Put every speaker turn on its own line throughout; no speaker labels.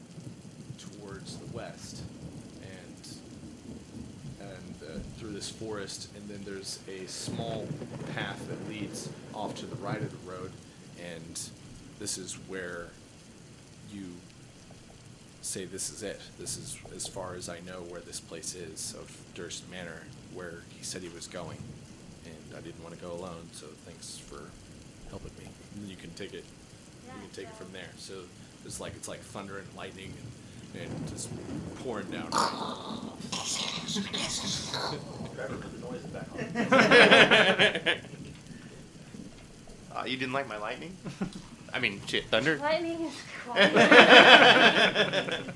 uh, this forest, and then there's a small path that leads off to the right of the road, and this is where you say this is it. This is as far as I know where this place is of Durst Manor, where he said he was going, and I didn't want to go alone. So thanks for helping me. And you can take it. You can take it from there. So it's like it's like thunder and lightning and, and just pouring down.
Better put the noise back on.
Uh, you didn't like my lightning? I mean, shit, thunder.
Lightning is cool.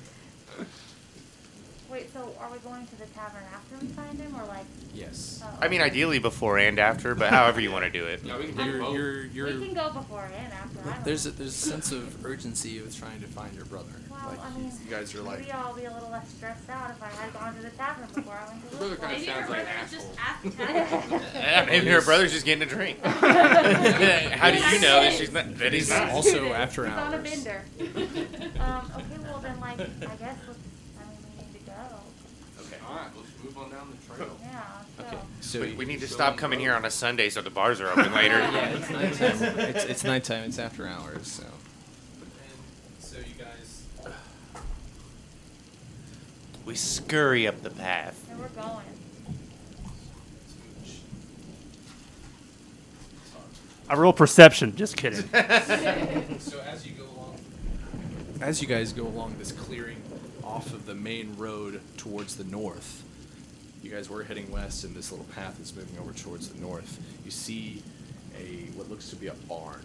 Wait, so are we going to the tavern after we find him, or like?
yes.
oh.
I mean, ideally before and after, but however you want to do it.
Yeah, we can do
You're
both.
you're
we
you're.
can go before and after. I don't
There's a,
know.
there's a sense of urgency of trying to find your brother.
Well,
like,
I mean,
you guys are like-
maybe I'll be a little less stressed out if I had gone to the tavern before I went to
Brother
look for
kinda
him.
Maybe her
sounds like an
brother's just at the tavern.
Yeah, maybe her brother's just getting a drink. How do you know that she's not? That he's
He's
not.
also after
He's
hours.
on a bender. um, okay, well then, like, I guess let's, I mean, we need to go.
Okay.
all right, let's move on down the trail.
Yeah. So.
Okay. So
We,
you-
we need to stop coming here on a Sunday so the bars are open later.
Yeah, it's nighttime. it's, it's nighttime. It's after hours, so.
And so you guys.
We scurry up the path.
And we're going.
I roll perception. Just kidding.
So as you go along, as you guys go along this clearing off of the main road towards the north, you guys were heading west, and this little path is moving over towards the north. You see a what looks to be a barn,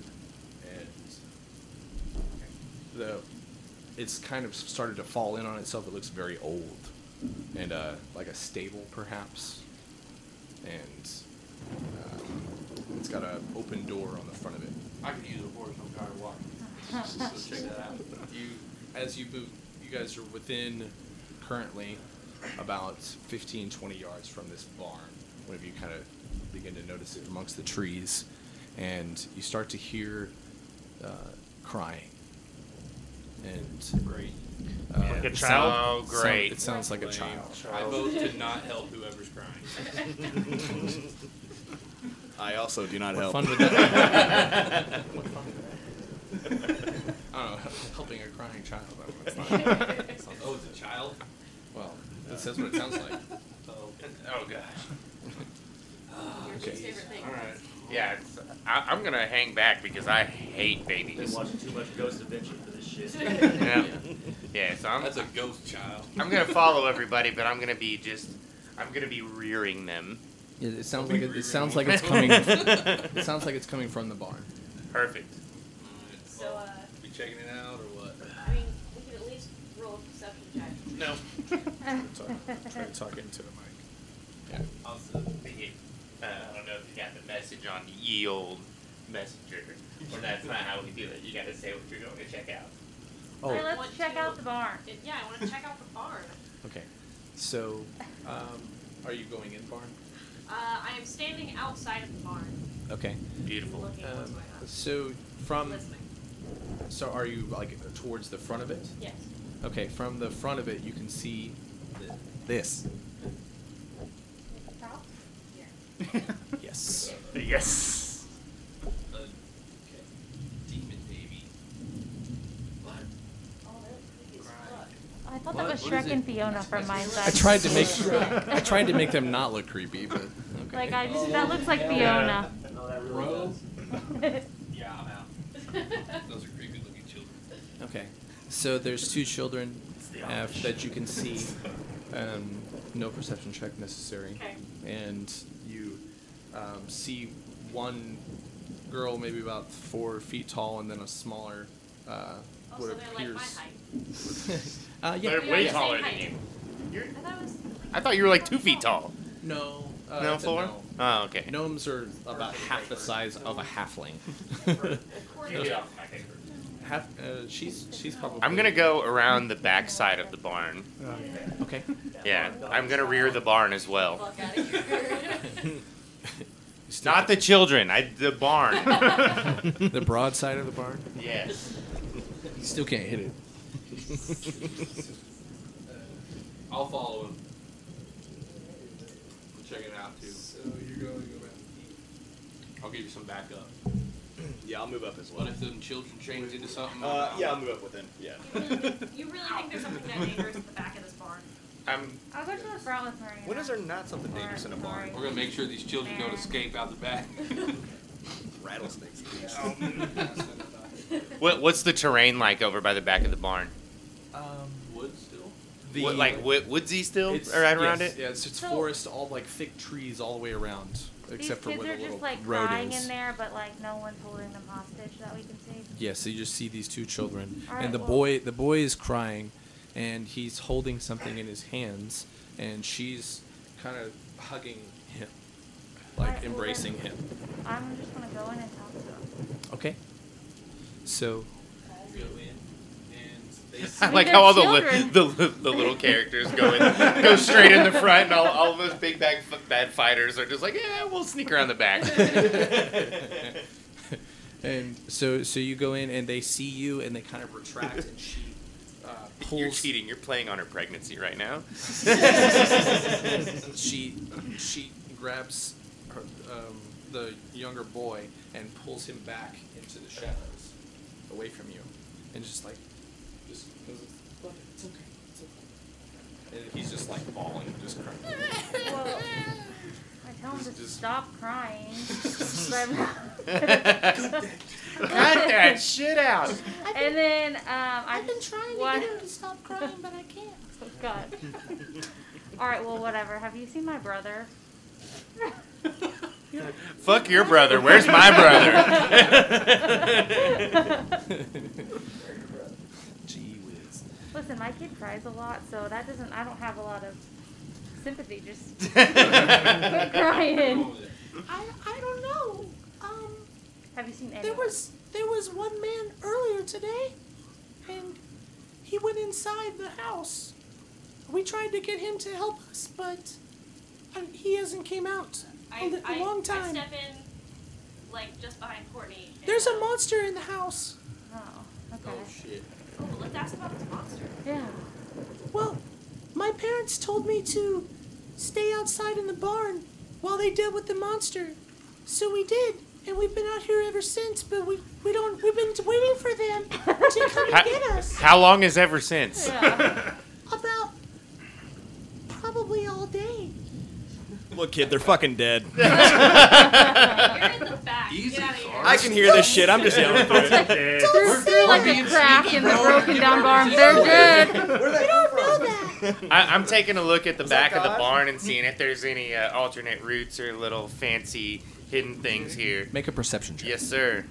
and the it's kind of started to fall in on itself. It looks very old, and uh, like a stable perhaps, and. Uh, it's got an open door on the front of it.
I could use a horse. I'm tired of walking. So check that out.
You, as you boot, you guys are within currently about 15, 20 yards from this barn. One of you kind of begin to notice it amongst the trees, and you start to hear uh, crying. And
Great.
uh,
Like a
it
child?
sound-
Oh, great.
It sounds like a child.
I vote to not help whoever's crying.
I also do not
What
help.
fun would that I don't know, helping a crying child. I don't know, it's not-
oh, it's a child.
well, it says what it sounds like.
Oh, oh gosh. Ah,
Your
Okay.
favorite thing.
All right.
Yeah, it's, I, I'm gonna hang back because I hate babies.
Been watching too much Ghost Adventure for this shit.
Yeah, yeah so I'm,
That's a ghost child.
I'm gonna follow everybody, but I'm gonna be just, I'm gonna be rearing them.
Yeah,
It sounds like it, it sounds like it's coming. it sounds like it's coming from the barn.
Perfect.
So, uh,
Be checking it out or what?
I mean, we can at least roll a perception check.
No.
Try to talk into the mic.
Also, uh, I don't know if you got the message on ye old messenger, or that's not how we do it. You gotta say what you're going to check out.
Oh.
Alright, let's
One,
check
two.
out the barn.
It- yeah, I want to check out the barn.
Okay. So, um, are you going in barn?
Uh, I am standing outside of the barn,
Okay.
Beautiful.
looking at what's
Um,
going on,
so
um,
from
listening.
so are you like towards the front of it?
Yes.
Okay. From the front of it, you can see th- this.
Here.
Yes.
yes.
Okay. Demon baby. What?
I thought
What?
that was
What is
Shrek
it?
and Fiona from my side.
I tried to make I tried to make them not look creepy, but okay.
Like I just that looks like Fiona.
No, that really
Bro.
does.
Yeah, I'm out. Those are creepy looking children.
Okay. So there's two children
the
uh, that you can see. Um, no perception check necessary.
Okay.
And you um, see one girl, maybe about four feet tall, and then a smaller. Uh, what
Oh, so they're like
appears.
my height.
uh, yeah.
They're
We are
way
the same
taller than
height.
you. You're,
I thought it was.
I thought you were like two feet tall.
No. Uh,
no,
it's a
four.
gnome.
Oh, okay.
Gnomes are about half the size of a halfling.
Get off my paper.
half. Uh, she's she's probably.
I'm gonna go around the back side of the barn.
Okay.
Yeah, I'm gonna rear the barn as well.
Fuck out of here.
Not the children. I the barn.
the broad side of the barn.
yes.
You still can't hit it.
I'll follow him. We'll check it
I'll give you some backup.
Yeah, I'll move up as well.
What if them children change into something?
Uh, yeah, I'll move up with him. Yeah.
You really, you really think there's something that dangerous at the back of this barn?
I'm
I'll go to the front with Marina.
When is there not something dangerous in a barn?
We're gonna make sure these children don't escape out the back.
Rattlesnakes.
What What's the terrain like over by the back of the barn?
Um,
Wood still?
the
what, like wo- woodsy still
It's-
right around
yes,
it?
Yeah, it's, it's
So-
forest, all like thick trees all the way around, except for
These
where
kids
the little
are just like
road
lying
is.
in there, but like no one's holding them hostage that we can see.
Yeah, so you just see these two children,
All right,
and the
well-
boy the boy is crying, and he's holding something in his hands, and she's kind of hugging him,
All
like
right, well then-
embracing him.
I'm just gonna go in and talk to them.
Okay. So
Go in, and they
I
mean,
like
they're
how all the, li-
children.
the li- the little characters go in, go straight in the front, and all, all those big bad f- bad fighters are just like, yeah, we'll sneak around the back.
and so so you go in and they see you and they kind of retract and she uh,
You're
pulls
cheating. You're playing on her pregnancy right now.
she she grabs her, um, the younger boy and pulls him back into the shadows, away from you, and just like, just goes, "Look, it's okay, it's okay. And he's just like bawling, just crying.
Well, I tell them
Just-
to
just-
stop crying. but-
Cut that shit out.
and then um, I've been trying to get him to stop crying, but I can't. Oh God. All right, well, whatever. Have you seen my brother?
Fuck your brother. Where's my brother?
Gee whiz.
Listen, my kid cries a lot, so that doesn't. I don't have a lot of sympathy. Just quit crying.
I, I don't know. Um,
Have you seen
there
anyone?
was there was one man earlier today, and he went inside the house. We tried to get him to help us, but uh, he hasn't came out
I,
in a
I,
long
I
time.
step in, like, just behind Courtney. and- uh,
There's a monster in the house.
Oh, okay.
Oh shit.
Oh, let's ask about this monster.
Yeah.
Well, my parents told me to stay outside in the barn while they dealt with the monster, so we did. And we've been out here ever since, but we, we don't we've been waiting for them to come
Ha-
and get us.
How long is ever since?
Yeah.
About probably all day.
Look, kid, they're fucking dead.
You're in the back.
Easy,
Get out of here.
Carl.
I can hear this shit. I'm just yelling for it.
There's still like a crack in the broken down barn. They're good.
You don't know that.
I, I'm taking a look at the
that
back of the
God?
barn and seeing if there's any uh, alternate routes or little fancy hidden things here.
Make a perception check.
Yes, sir.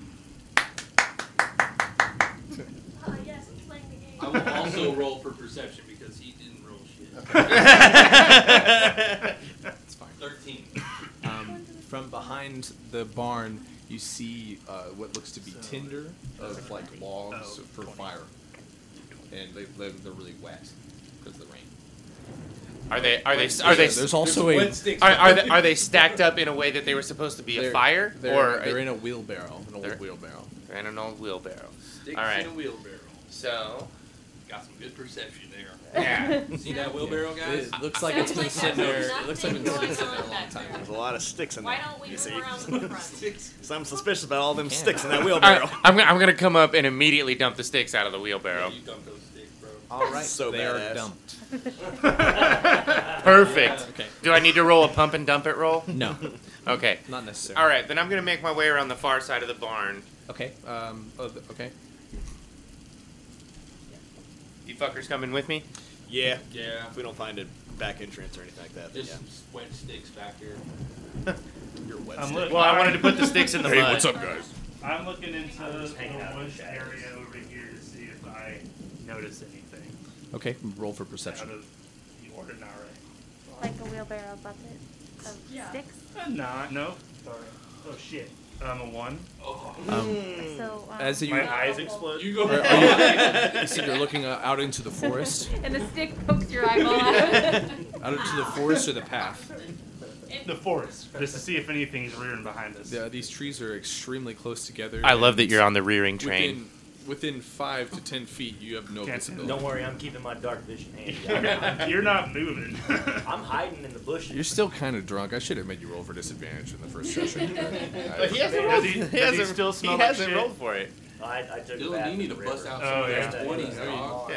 Uh, yes, I'm playing the game.
I will also roll for perception because he didn't roll shit.
It's fine.
Thirteen.
Um, from behind the barn, you see uh, what looks to be tinder of like logs for fire, and they they're, they're really wet because of the rain.
Are they? Are they? Are they?
There's also a
Are, are, they, are they stacked up in a way that they were supposed to be a
They're-
fire,
They're,
or
they're in a wheelbarrow, an old
They're-
wheelbarrow.
they're in an old wheelbarrow?
Sticks
All right.
in a wheelbarrow.
So,
Got some good perception there.
yeah.
See that wheelbarrow, guys?
It looks like
Sounds
it's been
like
sitting
there's
there. It looks like it's been
nothing
sitting there a
going on
long
back
time.
there.
There's a lot of sticks in
Why
there,
don't we
you
move
see.
around to the front?
Sticks.
So I'm suspicious about all them
You can.
sticks in that
All right,
wheelbarrow.
I'm gonna I'm gonna come up and immediately dump the sticks out of the wheelbarrow.
You dump those sticks, bro.
All right,
So
they are
badass.
dumped.
Perfect.
Okay.
Do I need to roll a pump and dump it roll?
No,
Okay.
not necessary.
All right, then I'm gonna make my way around the far side of the barn.
Okay. Um. oh, th- Okay.
You fuckers coming with me?
yeah.
Yeah.
If we don't find a back entrance or anything like that, then
Just some wet sticks back here.
yeah. You're wet.
I'm
stick.
look-
Well, I wanted to put the sticks in the mud.
guys?
I'm looking into the
hanging out in the
bush area over here to see if I notice anything
Okay. Roll for
out
perception.
of the ordinary.
Like a wheelbarrow bucket of
Yeah.
sticks.
Uh, nah, no. Sorry. Oh shit. Um, a one.
Oh.
Um,
So um,
as you
My
are,
eyes explode.
You go.
are you, you said you're looking uh, out into the forest,
and a stick pokes your eyeball out.
out into the forest or the path.
The forest, just to see if anything's rearing behind us.
Yeah, these trees are extremely close together.
I love that
and
you're on the rearing train.
within, within five to ten feet, you have no
Can't-
visibility.
Don't worry, I'm keeping my dark vision handy.
You're not moving.
I'm hiding in the bushes.
You're still kind of drunk. I should have made you roll for disadvantage in the first session.
But he hasn't
Does
rolled.
he-
He,
does he
hasn't,
still smell
he
like
hasn't
shit?
rolled for it.
I, I took a
Dylan,
bath
you
in
need to
the
bust
river.
out
Oh,
some of
yeah.
those twenties, dog.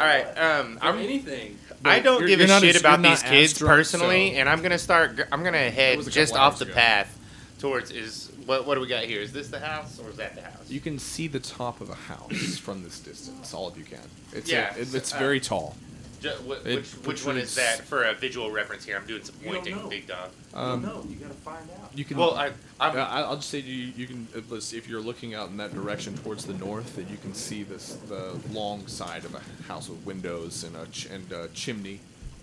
All right. Um,
Or
I'm,
anything.
I don't
You're-
give
you're
a
not
shit
as-
about
you're not
these
as
kids
drunk,
personally,
so-
and I'm gonna start. g- I'm gonna head
was a couple
just off
hours
the
ago.
path towards is what? What do we got here? Is this the house or is that the house?
You can see the top of a house from this distance. All of you can. It's a-
Yeah,
it- it's
uh,
very tall.
Ju- wh-
It
which which one
protrudes-
is that for a visual reference here? I'm doing some
You don't
pointing,
know.
big dog.
Um,
no, you gotta find out.
You can.
Well, I, I'm,
Uh, I- I'll just say to you, you can if- let's- if you're looking out in that direction towards the north, that you can see this the long side of a house with windows and a ch- and a chimney.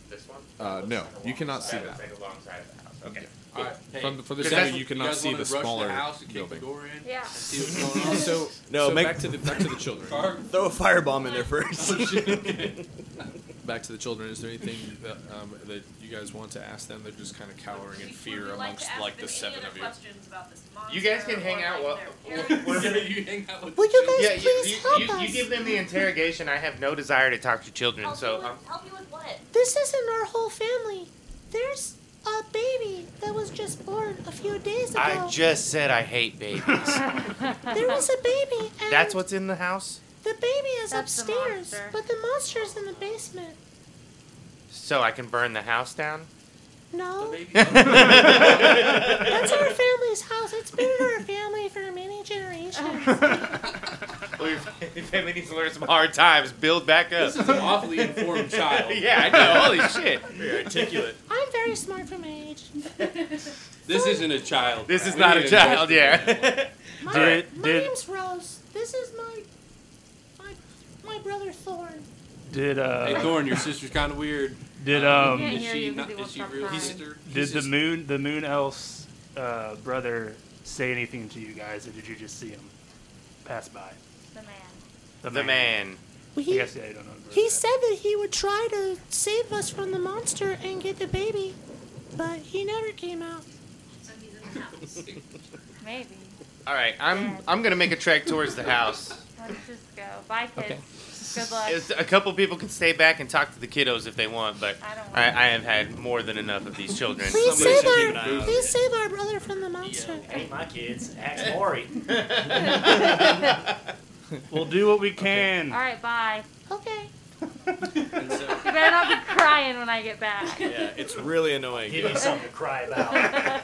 this one.
Uh,
Looks
no,
like a
you
long
cannot
side-
see
looks
that.
like alongside of the house. Okay.
All right, hey,
From the- from the
you guys
center,
wanna-
you cannot
guys
see
wanna
the
rush
smaller
the house and kick the
building.
door in.
Yeah.
and See what's going on.
So
No,
so
make-
back to the back to the children.
Car-
Throw a firebomb in
Oh,
there first.
Back to the children. Is there anything that, um, that you guys want to ask them? They're just kind of cowering in fear amongst like the seven of you.
You guys can hang out while-
We're
We're
gonna
gonna-
you hang out with
Will you guys
Yeah, you,
please
you,
help
you,
us?
you give them the interrogation. I have no desire to talk to children,
Help
so
you with,
um,
help you with what?
This isn't our whole family. There's a baby that was just born a few days ago.
I just said I hate babies.
there was a baby, and
That's what's in the house.
the baby is
That's the
upstairs,
monster.
but the monster's in the basement.
So I can burn the house down?
No,
baby.
that's our family's house. It's been in our family for many generations.
Well, your family needs to learn some hard times. Build back up.
this is an awfully informed child.
yeah, I know. Holy shit.
Articulate.
I'm very smart for my age.
This isn't a child.
This is
We
not
need
a
to
child,
investigate
yeah.
that
My,
Did-
my
did-
name's Rose. This is my my my brother Thorn.
Did
one. hey
uh
Thorn, your sister's kind of weird.
did
I can't
um
is
hear
she
you
not,
because you
is she
won't
real
stop
sister?
did
He's
the
just-
moon the moon elf's uh, brother say anything to you guys, or did you just see him pass by?
The man.
The man.
I
He,
guess yeah, I don't know.
he said that he would try to save us from the monster and get the baby, but he never came out.
So he's in the house.
Maybe.
All right, I'm I'm gonna make a trek towards the house.
Let's just go. Bye, kids.
Okay.
Good luck.
It's- a couple people can stay back and talk to the kiddos if they want, but
I don't want
I, I have had more than enough of these children.
Please
Somebody
save
should keep an eye
our
out.
please save our brother from the monster.
Hey, my kids, ask Maury.
We'll do what we can.
All right, bye.
Okay.
and so-
You better not be crying when I get back.
Yeah, it's really annoying.
Give me something to cry about.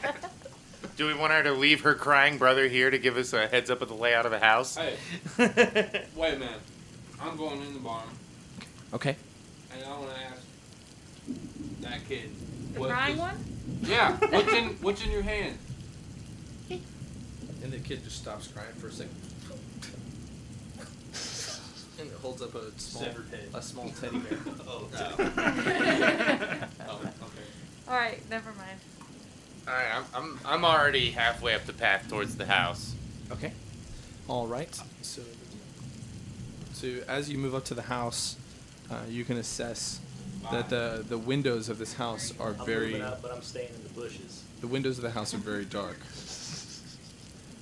Do we want her to leave her crying brother here to give us a heads up of the layout of the house?
Hey, wait a minute. I'm going in the barn,
Okay.
and I want to ask that kid.
The
what
crying
is-
one?
Yeah. What's in What's in your hand?
And the kid just stops crying for a second. And it holds up a
Severed head.
a small teddy bear.
Oh. oh okay.
All right, never mind.
All right, I'm, I'm I'm already halfway up the path towards the house.
Okay. All right. So, so as you move up to the house, uh, you can assess that the the windows of this house are
I'm
very
moving up, but I'm staying in the bushes.
the windows of the house are very dark,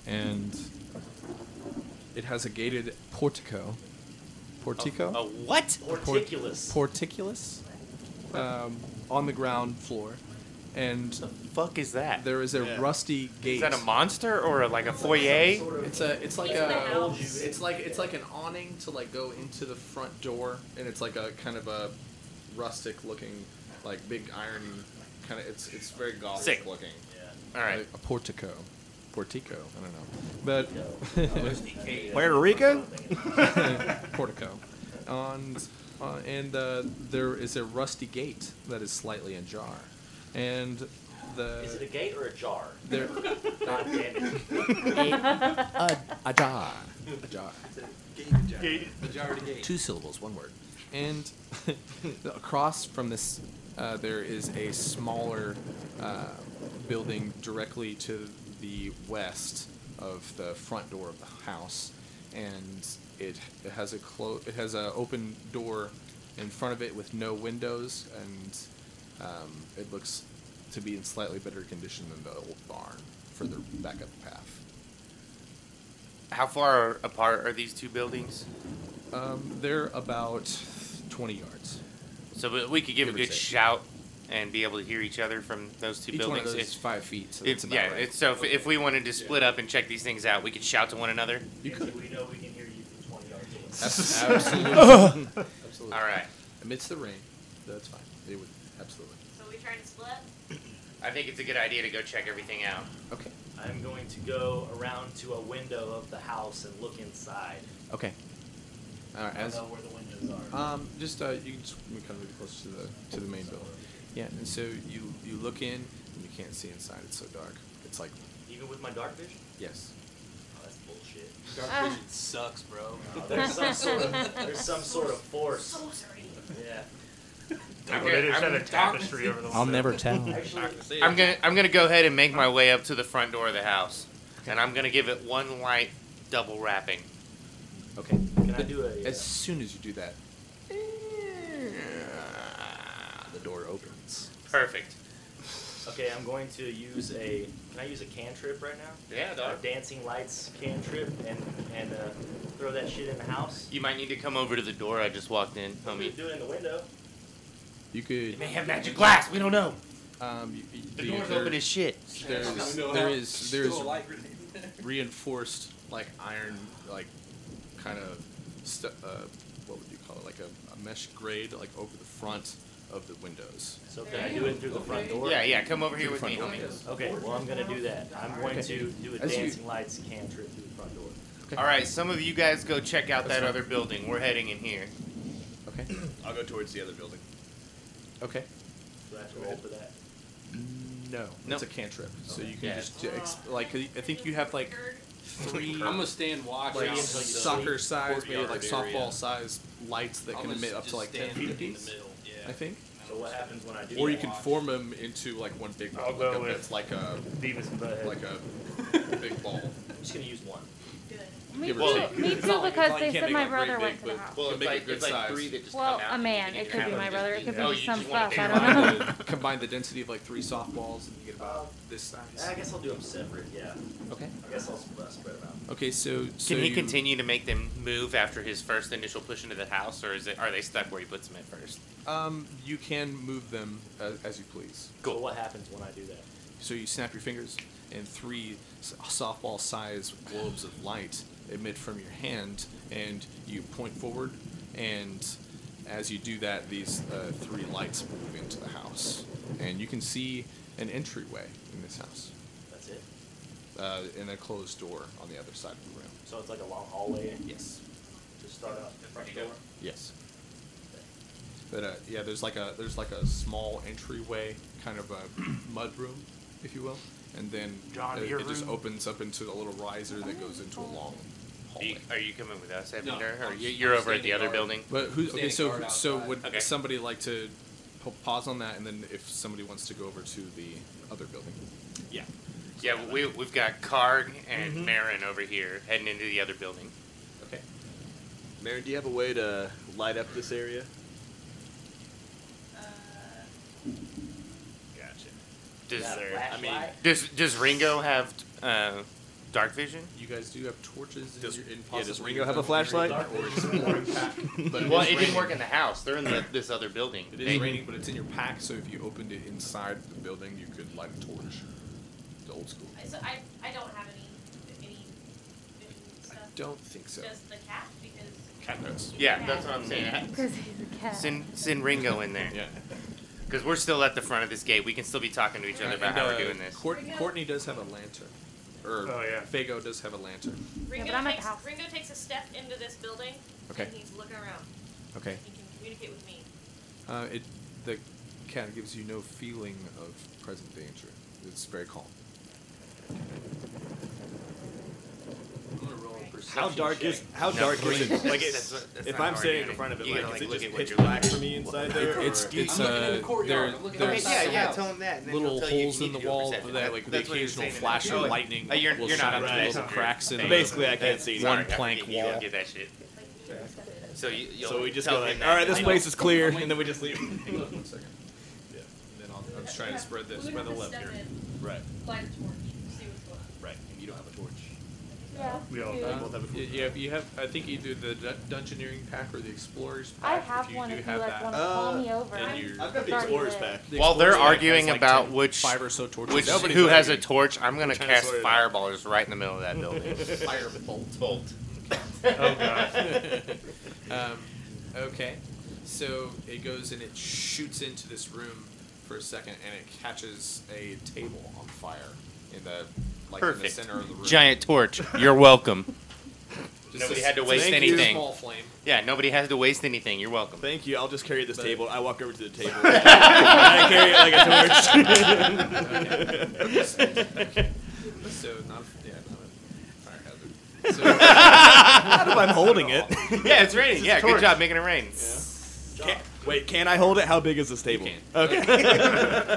and it has a gated portico. Portico.
A what? oh.
Porticulus.
Porticulus. Um, on the ground floor, and
The fuck is that?
there is a
Yeah.
rusty gate.
Is that a monster or a, like a foyer?
It's a it's like
It's the
a
house.
it's like it's like an awning to like go into the front door and it's like a kind of a rustic looking like big iron kind of it's it's very gothic
Sick.
looking.
All right.
A, a portico. Portico. I don't know,
Oh,
but
Puerto Rico?
portico. And, uh, and uh, there is a rusty gate that is slightly ajar. And
Is it
the.
a gate or a jar?
There,
God damn it.
ajar. Ajar.
Okay,
Majority gate.
Two syllables, one word. And the- across from this, uh, there is a smaller uh, building directly to the west of the front door of the house, and it, it has a clo- it has an open door in front of it with no windows, and um, it looks to be in slightly better condition than the old barn further back up the path.
How far apart are these two buildings?
Um, they're about 20 yards.
So we- we could
Give
give, a
or
good
take.
shout and be able to hear each other from those two
Each one
buildings.
of those
If-
is five feet, so
if-
that's about
yeah,
right.
it's- so if, if we wanted to split up and check these things out, we could shout to one another.
You could.
We know we can hear you from 20 yards away.
Ab- absolutely. absolutely.
All right.
Amidst the rain, that's fine. It would absolutely.
So we try to split.
I think it's a good idea to go check everything out.
Okay.
I'm going to go around to a window of the house and look inside.
Okay. All right.
I
As
know where the windows are.
um, just uh, you can just move kind of move closer to the to the main building. Yeah, and so you you look in and you can't see inside. It's so dark. It's like
Even with my dark vision?
yes.
Oh, that's bullshit.
Dark vision sucks, bro.
Oh,
No, there's some sort of there's some sort of force.
Sorcery.
Yeah.
I'm
They
gonna-
just had
I'm
a tapestry over the
I'll
window.
never tell.
Actually,
I'm gonna I'm gonna go ahead and make my way up to the front door of the house, and I'm gonna give it one light double wrapping.
Okay.
can I do a? Uh,
As soon as you do that, the door opens.
Perfect.
okay, I'm going to use a. Can I use a cantrip right now?
Yeah,
Uh,
dog.
dancing lights cantrip and and uh, throw that shit in the house.
You might need to come over to the door I just walked in,
Let me
homie.
do it in the window.
You could
They have magic glass. We don't know.
um. You, you,
The
you-
door's
there-
open as shit.
There's there is there is reinforced like iron like kind of st- uh, what would you call it like a, a mesh grade like over the front of the windows
So can I do it through the front door?
Yeah, yeah. Come over here
the
with me,
front
homie.
door.
Okay, well I'm gonna do that. I'm going
Okay.
to do a
As you-
dancing lights cantrip through the front door.
All right, some of you guys go check out
That's
that
fine.
other building. We're heading in here.
okay
I'll go towards the other building.
okay
Do I have to roll for that?
no
Nope.
it's a cantrip so you can
Yeah.
just do exp- like uh, I think you have like
I'm
three
gonna stand watch.
Like,
out
like
in the
soccer size maybe
courtyard
like
area.
softball size lights that
I'm
can
gonna
emit up
just
to like
stand
10
in the
feet
middle, yeah.
I think
So what happens when I do?
or
that?
you can form them into like one big
I'll
ball
go
like a,
with-
that's like a
Beavis and Butthead.
like a big ball
I'm just gonna use one.
Good.
Me
Give
too.
or
take.
Me
It's not
too,
like- it's
because
not like
they
you can't
said
make
my
it very
brother
big,
went to the
but-
house.
Well, it's like- it's like three
that just
Well, a man. It could be my brother. It could
Oh,
be
you
some
just wanna
stuff. I
take
don't know.
combine the, combine the density of like three softballs and you get about this size.
I guess I'll do them separate. Yeah.
Okay.
I guess I'll sp- spread them out.
Okay, so so
Can he
you-
continue to make them move after his first initial push into the house, or is it are they stuck where he puts them at first?
Um, you can move them as, as you please.
Cool. So what happens when I do that?
So you snap your fingers, and three softball-sized globes of light emit from your hand, and you point forward, and as you do that, these uh, three lights move into the house, and you can see an entryway in this house,
That's it.
uh, and a closed door on the other side of the room.
So it's like a long hallway.
Yes.
Just start out the front door.
Yes. But uh, yeah, there's like a there's like a small entryway, kind of a mud room, if you will, and then
John
it,
Deere
it just
room?
opens up into a little riser that goes into a long
Are you,
hallway.
are you coming with us, Evander,
No,
or
I'm-
you, you're
I'm
over at the
standing
other
guard.
building?
But who? Okay,
Standing
so
guard
so
outside.
would
Okay.
somebody like to pa- pause on that, and then if somebody wants to go over to the other building,
Yeah. Yeah,
So-
we, we've got Karg and Marin over here heading into the other building.
okay.
Mary, do you have a way to light up this area?
Uh,
Gotcha. Does,
Got a
I mean,
flashlight?
does, does Ringo have uh, dark vision?
You guys do have torches.
Does-
in your, in
yeah, does
possibly
Ringo
your
have a
dungeon
flashlight?
area, Or it's more in pack, but
well,
is
it didn't
raining.
work in the house. They're in the, this other building.
It is
They-
raining, but it's in your pack, so if you opened it inside the building, you could light a torch. The old school.
I- so I, I don't have any, any, any
I
stuff.
don't think so.
Just the cat because.
Cat notes.
Yeah, that's what I'm saying.
Because he's a cat.
Send, send Ringo in there.
Yeah.
Because we're still at the front of this gate. We can still be talking to each other about
And,
how
uh,
we're doing this.
Court- Courtney does have a lantern. Or
Oh, yeah.
Fago does have a lantern.
Ringo
but I'm at the
takes,
house.
Ringo takes a step into this building.
Okay.
And he's looking around.
Okay.
He can communicate with me.
Uh, it the cat gives you no feeling of present danger. It's very calm.
I'm gonna roll a perception
How
check.
how
No,
dark
green.
is it? Like,
That's what- that's not
if I'm
how we're
standing
doing
in front of it,
You
like,
gotta,
is it
look
just
at what
pitch
you're
black
looking
for me inside there? or-
it's it's
I'm looking in
uh,
the courtyard,
there,
I'm looking
there's
outside.
Okay, yeah, yeah,
some
tell him that. and then
little
he'll tell you
holes
you
in the
need to do a
wall
perception.
that like the
That's what you're
occasional
saying in
flash
the
of
video.
lightning
Uh, you're-
will
you're not
shine
up to
through
this.
little cracks in the
Basically, I can't see.
one
Sorry, I
plank
forget you don't
wall.
Get that shit. So you, you'll
So we just
tell
go
him
like,
that.
all right, this
I
place is clear, and then we just leave.
Hold on one second. Yeah. And then I'll, I'm just trying to spread this by the left here.
Right,
Light a torch. See what's going on.
right. And you don't have a torch.
No,
Yeah.
We all
do.
done.
Um, y- you, have, you have, I think either the dun- Dungeoneering pack or the Explorer's pack.
I
if
have
you
one
do
if you
have
like
that.
want to call
Uh,
me over.
and
I'm
you-
I've got
already
the Explorer's
there.
pack.
The
While they're
Explorer's pack
arguing
has like
about
10
which-
five or so torches.
Which
Nobody's
who has a
arguing.
torch? I'm gonna
trying to
cast
sort it out.
fireball just right in the middle of that building.
firebolt?
Bolt.
Oh god.
um, okay, so it goes and it shoots into this room for a second, and it catches a table on fire in the like in the
Perfect.
center of the room.
Giant torch. You're welcome.
Just
Nobody
a-
had to
just
waste
a
anything.
Small flame.
Yeah, nobody has to waste anything. You're welcome.
Thank you. I'll just carry this
But-
table. I walk over to the table. and I carry it like a torch.
So not yeah, not a fire hazard.
Not if I'm holding it.
yeah, it's raining. Yeah, good job making it rain.
Can- wait, can I hold it? How big is this table?
can. So
Okay.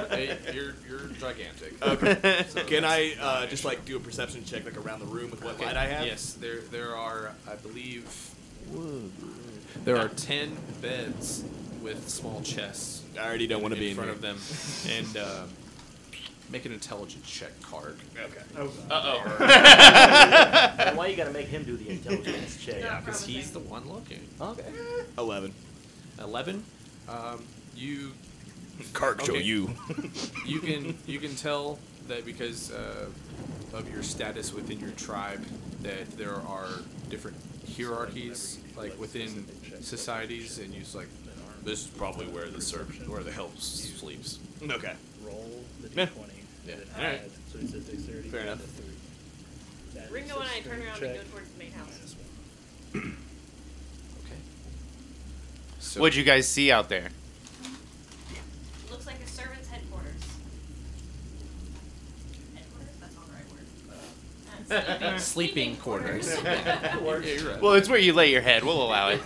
hey, you're you're gigantic.
okay.
So
Can
that's
I
not
uh,
an
just
issue.
like do a perception check like around the room with what
Okay,
light I have?
Yes, there there are I believe there are ten beds with small chests
I already don't want to
in
be in
front
here.
of them, and um, make an intelligence check card.
Oh god.
And why you gotta make him do the intelligence check?
Yeah.
Because he's the
Promising.
one looking.
Okay.
Eleven.
Eleven. Um, you
Card
show
you.
you can you can tell that because uh, of your status within your tribe that there are different hierarchies like within societies and you just like this is probably where the servant where the help sleeps
Okay.
roll the d20.
Yeah.
Yeah.
that
Alright.
adds- So he says dexterity.
Fair enough.
Ringo and I turn around and go
to
towards the main house.
okay so
What'd you guys see out there?
Looks like a servant's headquarters. Headquarters? That's not the right word. Uh, sleeping,
Sleeping quarters.
quarters.
yeah, you're right.
Well, it's where you lay your head. We'll allow it.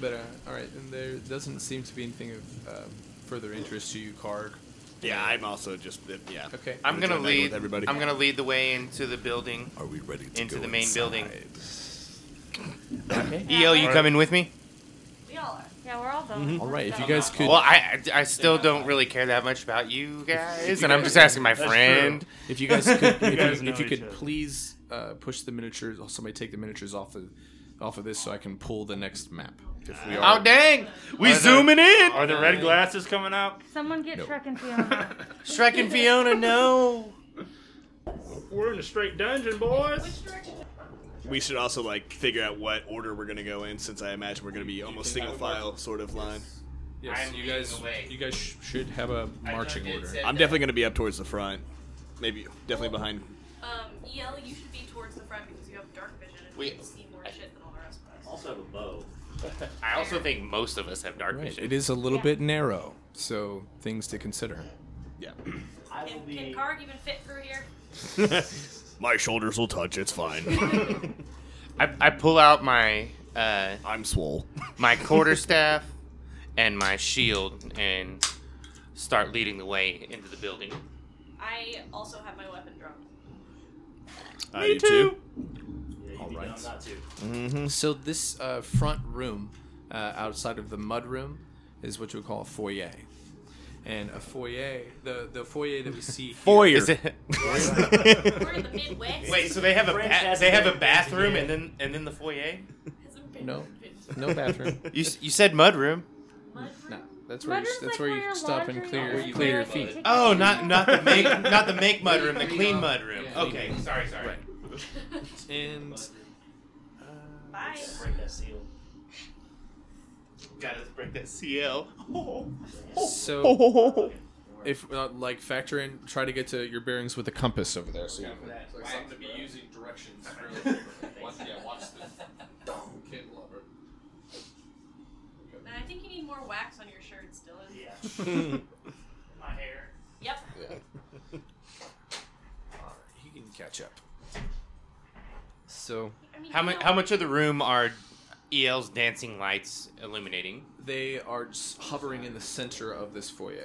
but uh, all right and there doesn't seem to be anything of um, further interest to you Karg.
Yeah, I'm also just yeah.
okay
I'm gonna
Join back with
lead.
everybody.
I'm gonna lead the way into the building.
Are we ready
Into the main building.
okay
EO, you
Alright.
coming with me?
We all are.
Yeah, we're all done.
all right Mm-hmm. if you
Done.
guys could
Well, I I I still don't really care that much about you guys, and I'm just asking my
That's true.
friend.
If you guys could, if you,
guys know
if you
each
could
other.
please uh, push the miniatures, or somebody take the miniatures off of off of this so I can pull the next map. If we are,
Oh dang, we
Are there-
zooming in.
Are the red glasses coming out?
Someone get
No.
Trek and Fiona.
Shrek and Fiona, no.
We're in a straight dungeon, boys.
Which direction?
We should also like figure out what order we're gonna go in, since I imagine we're gonna be almost single file sort of line.
yes,
I'm
you
leading
guys,
the way.
you guys sh- should have a marching
it
order.
said-
I'm definitely gonna be up towards the front, maybe definitely behind.
Um, EL, you should be towards the front because you have dark vision and
We-
you can see more shit than all the rest of us.
Also have a bow.
I also think most of us have dark
Right,
vision.
it is a little
Yeah.
bit narrow, so things to consider.
Yeah.
I will
Can,
be.
can Karg even fit through here?
My shoulders will touch. It's fine.
I, I pull out my uh,
I'm swole.
my quarterstaff and my shield and start leading the way into the building.
I also have my weapon drawn.
Me Uh, you too.
yeah, you
All
be
right.
dumb Not to.
So this uh, front room uh, outside of the mud room is what you would call a foyer, and a foyer, the the foyer that we see here-
Is it-
We're in the Midwest.
Wait, so they have a
French
ba-
has
they
a
have a
bed.
bathroom and then and then the foyer.
It's a bit-
No.
bit-
no bathroom.
You s- you said mud room.
mud
No,
room?
that's where you,
Mudroom's
that's
like
where
your
you stop and
laundry
clear
is,
clear your
where you
feet.
take your
Oh,
shoes
not
off.
not the make not the make mud room, the clean mud room.
Yeah.
Okay, sorry, sorry.
Right. And
Bye.
Break that seal.
Gotta break that CL.
so if uh, like factor in, try to get to your bearings with the compass over there. So you like something to be using directions. watch, yeah, watch the cable over.
And I think you need more wax on your shirts, Dylan.
Yeah. My hair.
Yep.
Yeah. Alright, he can catch up. So
I mean,
How
you
much
know-
how much of the room are EL's dancing lights illuminating?
they are just hovering in the center of this foyer, uh,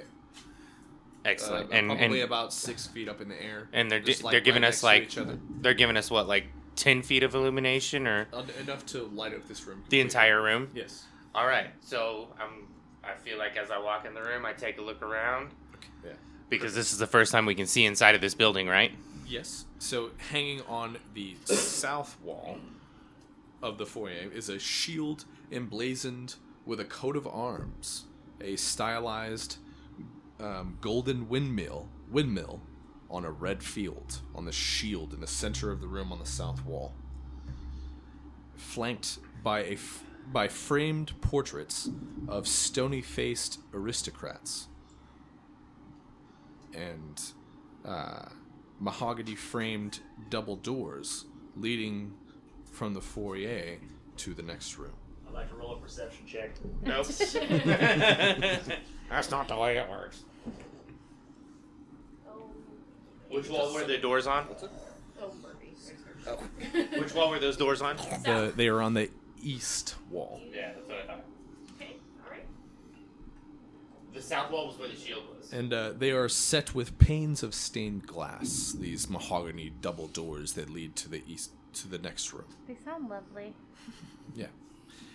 Excellent. and
probably
and
about six feet up in the air.
and they're
just,
di-
like,
they're giving
right
us
next
like
to each other.
they're giving us what like 10 feet of illumination or
En- enough to light up this room.
the
completely.
entire room
Yes.
all right so i'm i feel like as i walk in the room i take a look around
Yeah.
because this is the first time we can see inside of this building right
Yes. So hanging on the south wall of the foyer is a shield emblazoned with a coat of arms, a stylized um, golden windmill, windmill on a red field on the shield in the center of the room on the south wall, flanked by a f- by framed portraits of stony-faced aristocrats and uh, mahogany framed double doors leading from the foyer to the next room.
I'd like to roll a perception check.
Nope. That's not the way it works. Which wall were the doors on?
Oh, Murphy.
Which wall were those doors on?
The, they are on the east wall.
Yeah, that's what I thought.
Okay, alright.
The south wall was where the shield was.
And uh, they are set with panes of stained glass, these mahogany double doors that lead to the east to the next room.
They sound lovely.
Yeah,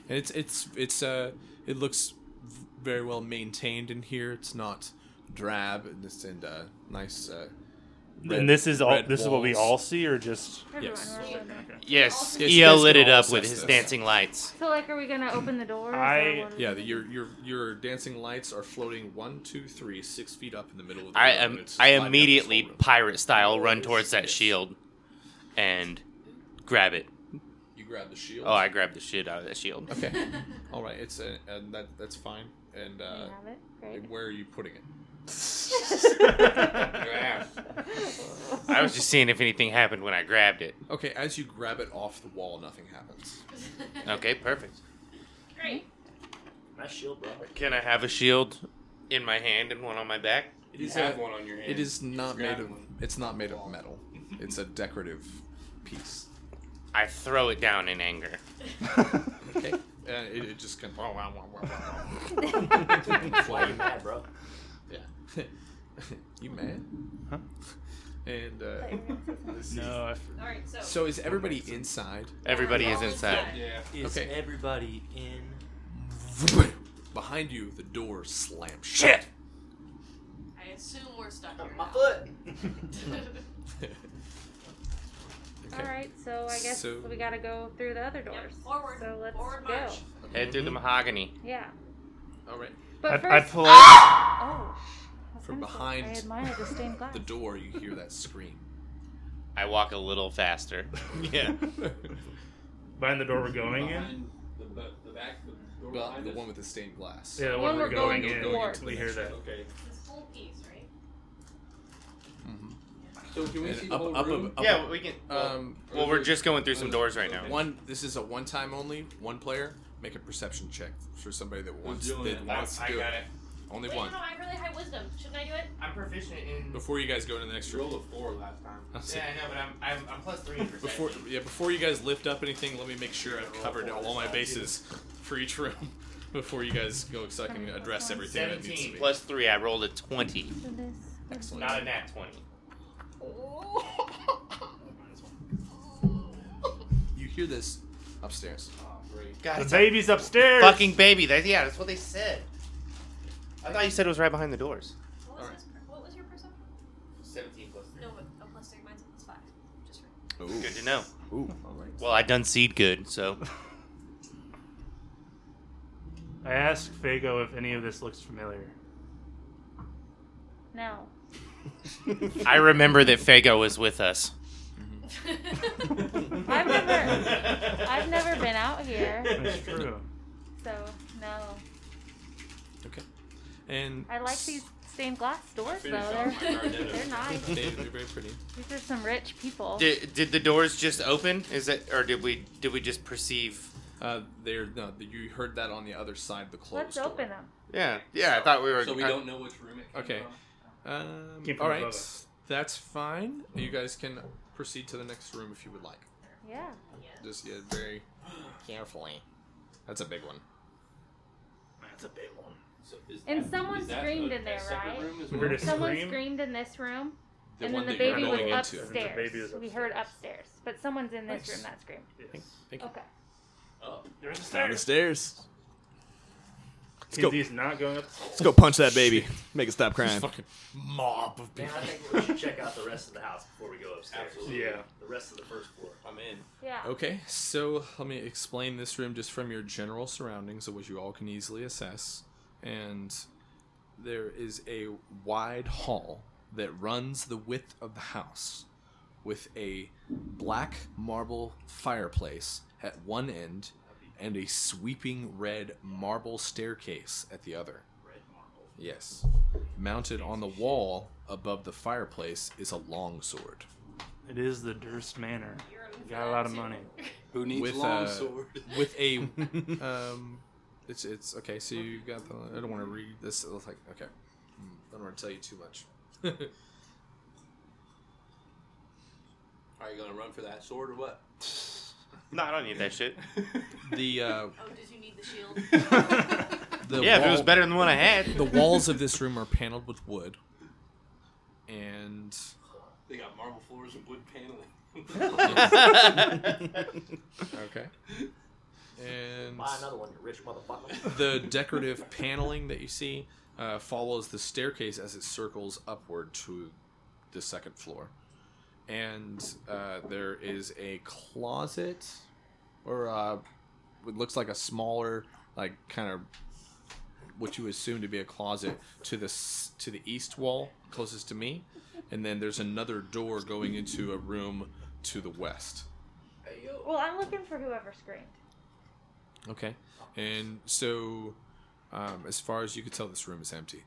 and it's it's it's uh it looks v- very well maintained in here. It's not drab and this and uh, nice. Uh, red-
and this is all.
red
This is what we
walls.
all see, or just
Everyone,
Yes.
we're all good.
Yes,
Yes,
EL
you guys
lit
can
it
all
up with
assess
his
this.
dancing lights.
So, like, are we gonna open the doors? or
I-
what-
Yeah, the, your your your dancing lights are floating one, two, three, six feet up in the middle of the
I
room, and
am.
it's
I
sliding down this
immediately
whole room.
pirate style run towards that shield, and grab it.
You grab the shield.
Oh, I grabbed the shit out of that shield.
Okay. All right. It's a, and that that's fine. And
Do
uh,
you have it? Great.
where are you putting it?
I was just seeing if anything happened when I grabbed it.
Okay. As you grab it off the wall, nothing happens.
Okay, perfect.
Great.
Nice shield, bro.
Can I have a shield in my hand and one on my back?
You
Yeah.
have one on your hand.
It is not
grab
made of.
one.
It's not made of metal. It's a decorative piece.
I throw it down in anger.
Okay. And it, it just can.
Why are you mad, bro?
yeah. you mad?
Huh?
And uh,
Thought you were gonna say something.
no. I f-
Alright, so.
so is everybody inside?
Everybody
Yeah,
is
we're
inside.
Yeah.
Is
Okay.
everybody in?
Behind you, the door slams
Shit!
I assume we're stuck here.
My
now.
foot.
okay.
All right, so I guess
So-
we gotta go through the other
Yep,
doors.
forward.
So let's
forward
go.
march.
Head through the mahogany.
Yeah.
All right.
I,
But
I
first,
pull out.
oh, I was
From
gonna say,
behind
I admire the stained glass.
The door, you hear that scream.
I walk a little faster.
Yeah.
Behind the door we're going in.
Behind the, bu- the back, the door
well,
behind
the
us?
one with the stained glass.
Yeah, the
When
one
we're
we're going,
going
in.
towards
we hear that.
Okay.
This whole piece, right?
So can we see
And
the
up,
whole
up,
room?
ab- up,
Yeah, we can.
Um,
Well, we're just going through some doors right now.
one. This is a one-time only. One player make a perception check for somebody that wants
doing
that
it?
wants to do it. Only
Wait,
one.
no, no, I have really high wisdom. Shouldn't I do it?
I'm proficient in.
Before you guys go into the next
You rolled
room.
a four last time.
I'll say-
Yeah, I know, but I'm I'm, I'm plus three. in
Before
perception.
yeah, before you guys lift up anything, let me make sure I've covered all my bases for each room before you guys go, so I can address everything that needs to
seventeen
be.
plus three, I rolled a twenty,
So this.
Excellent.
not a nat twenty.
You hear this upstairs.
Oh, great.
God,
The
it's a
baby's upstairs.
fucking baby. That, yeah, that's what they said. I thought you said it was right behind the doors.
What was, this per- what was your perception?
Seventeen plus
No, but a plus three, mine's a plus five. Just right.
Ooh.
Good to know.
Ooh. All right.
Well, I done seed good, so
I asked Fago if any of this looks familiar.
No.
I remember that Fago was with us.
Mm.
I've never, I've never been out here,
That's true.
so no.
Okay. And
I like these stained glass doors though.
Finish off my
They're,
Gardena.
they're nice.
They, are very pretty.
These are some rich people.
Did, did the doors just open? Is that or did we did we just perceive?
Uh, they're no. You heard that on the other side of the closed
Let's
door.
open them.
Yeah, yeah. I thought we were.
So we
I-
don't know which room it came
Okay.
from?
Um,
Came from
all right,
above us.
that's fine. You guys can proceed to the next room if you would like.
Yeah.
Just yeah, very carefully. That's a big one.
That's a big one.
So is
And
that-
someone
is that
screamed
a-
in there,
a separate
right?
room as
We
well?
heard a
Someone
scream?
scream in this room,
The
and
one
then the
that you're
baby was
going
upstairs.
into.
baby is
We heard
upstairs.
upstairs, but someone's in this
Nice.
room that screamed.
Yes.
Thank you.
Okay.
Oh.
There's a stair.
Down the stairs.
He's,
go.
he's not going up.
Let's go punch that baby. Make it stop crying.
fucking mob of
Man,
people.
I think we should check out the rest of the house before we go upstairs.
Absolutely.
Yeah.
The rest of the first floor.
I'm in.
Yeah.
Okay, so let me explain this room just from your general surroundings of which you all can easily assess. And there is a wide hall that runs the width of the house with a black marble fireplace at one end and a sweeping red marble staircase at the other.
Red marble.
Yes. Mounted on the wall above the fireplace is a longsword.
It is the Durst Manor.
You're
We got a lot of money.
Who needs
With, uh,
long sword?
with a um it's it's okay so you got the i don't want to read this it looks like okay i don't want to tell you too much
Are you gonna run for that sword or what?
No, I don't need that shit.
the uh
Oh, did you need the shield?
the
yeah, if it was
wall-
better than the one I had.
the walls of this room are paneled with wood and
They got marble floors and wood paneling.
okay and
Buy another one, you rich motherfucker.
the decorative paneling that you see uh, follows the staircase as it circles upward to the second floor. And uh, there is a closet, or uh, what looks like a smaller, like kind of what you assume to be a closet to the s- to the east wall closest to me, and then there's another door going into a room to the west.
Well, I'm looking for whoever screamed.
Okay. And so, um, as far as you could tell, this room is empty.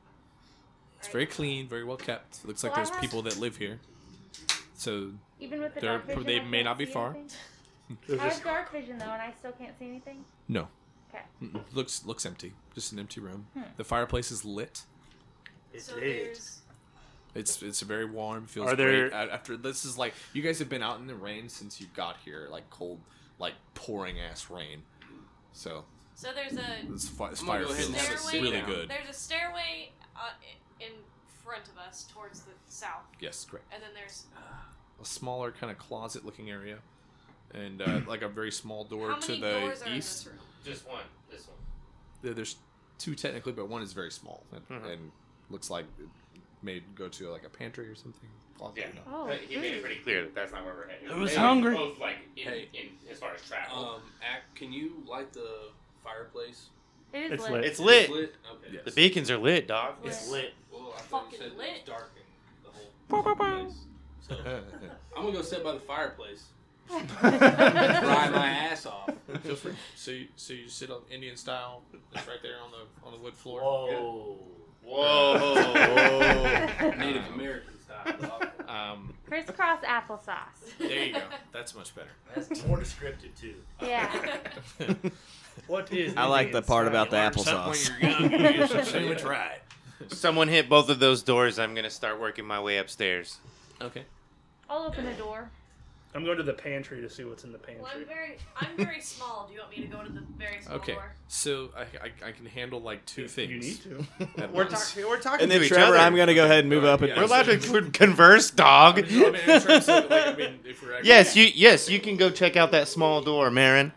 It's very clean, very well kept. It looks like there's people that live here. So,
Even with the
They're-
dark vision,
they
I
may
can't
not be
see
far.
anything?
There's
I
just-
have dark vision though, and I still can't see anything.
no.
Okay.
Mm-mm. Looks looks empty. Just an empty room. The fireplace is lit.
It
so
did.
there's
It's it's very warm. Feels
Are there-
great. A- After this is like you guys have been out in the rain since you got here, like cold, like pouring ass rain. So
so there's a
this, fi- this
I'm gonna
fire
go ahead and
feels
have a sit
really
down.
good.
there's a stairway uh, i- in front of us towards the south,
Yes, correct.
and then there's
a smaller kind of closet looking area and uh, like a very small door
how
to
many
the
doors are in this
east
room?
Just one. This one.
There- there's two technically but one is very small and,
Mhm.
and looks like it may go to like a pantry or something Closet,
Yeah.
you know.
Oh,
But Uh, he made it
dude.
pretty clear that that's not where we're headed.
I was
They were
hungry.
Both like in,
Hey.
in, as far as travel.
um, act, can you light the fireplace?
it is
It's
lit.
lit.
it's lit.
It's lit. Okay.
Yes.
The beacons are lit, dog.
It's
Lit.
lit.
Well, I thought you
Fucking
said it was
lit.
dark and the whole place. So
Uh, uh,
I'm gonna go sit by the fireplace,
Right.
dry my ass off.
uh. feel free so you, so you sit on indian style it's right there on the on the wood floor
Whoa.
Whoa.
Native American style. dog.
um
Crisscross applesauce.
there you go that's much better
That's more descriptive too.
Yeah.
What is?
I like the
Indian
part
style?
about the
Learn
applesauce.
Something when you're young, you should pretty much right
Someone hit both of those doors. I'm gonna start working my way upstairs.
okay
I'll open the door.
I'm going to the pantry to see what's in the
Well, I'm
pantry.
very, I'm very small. Do you want me to go to the very small
okay
door?
so I, I i can handle like two things
You need to.
at
We're,
once.
talk- we're talking
And then
to
Trevor,
each other.
I'm gonna go ahead and move up and.
We're allowed to c- converse, dog.
I mean, I'm trying to say, like, I mean, if we're actually-
yes, you. Yes, you can go check out that small door, Marin.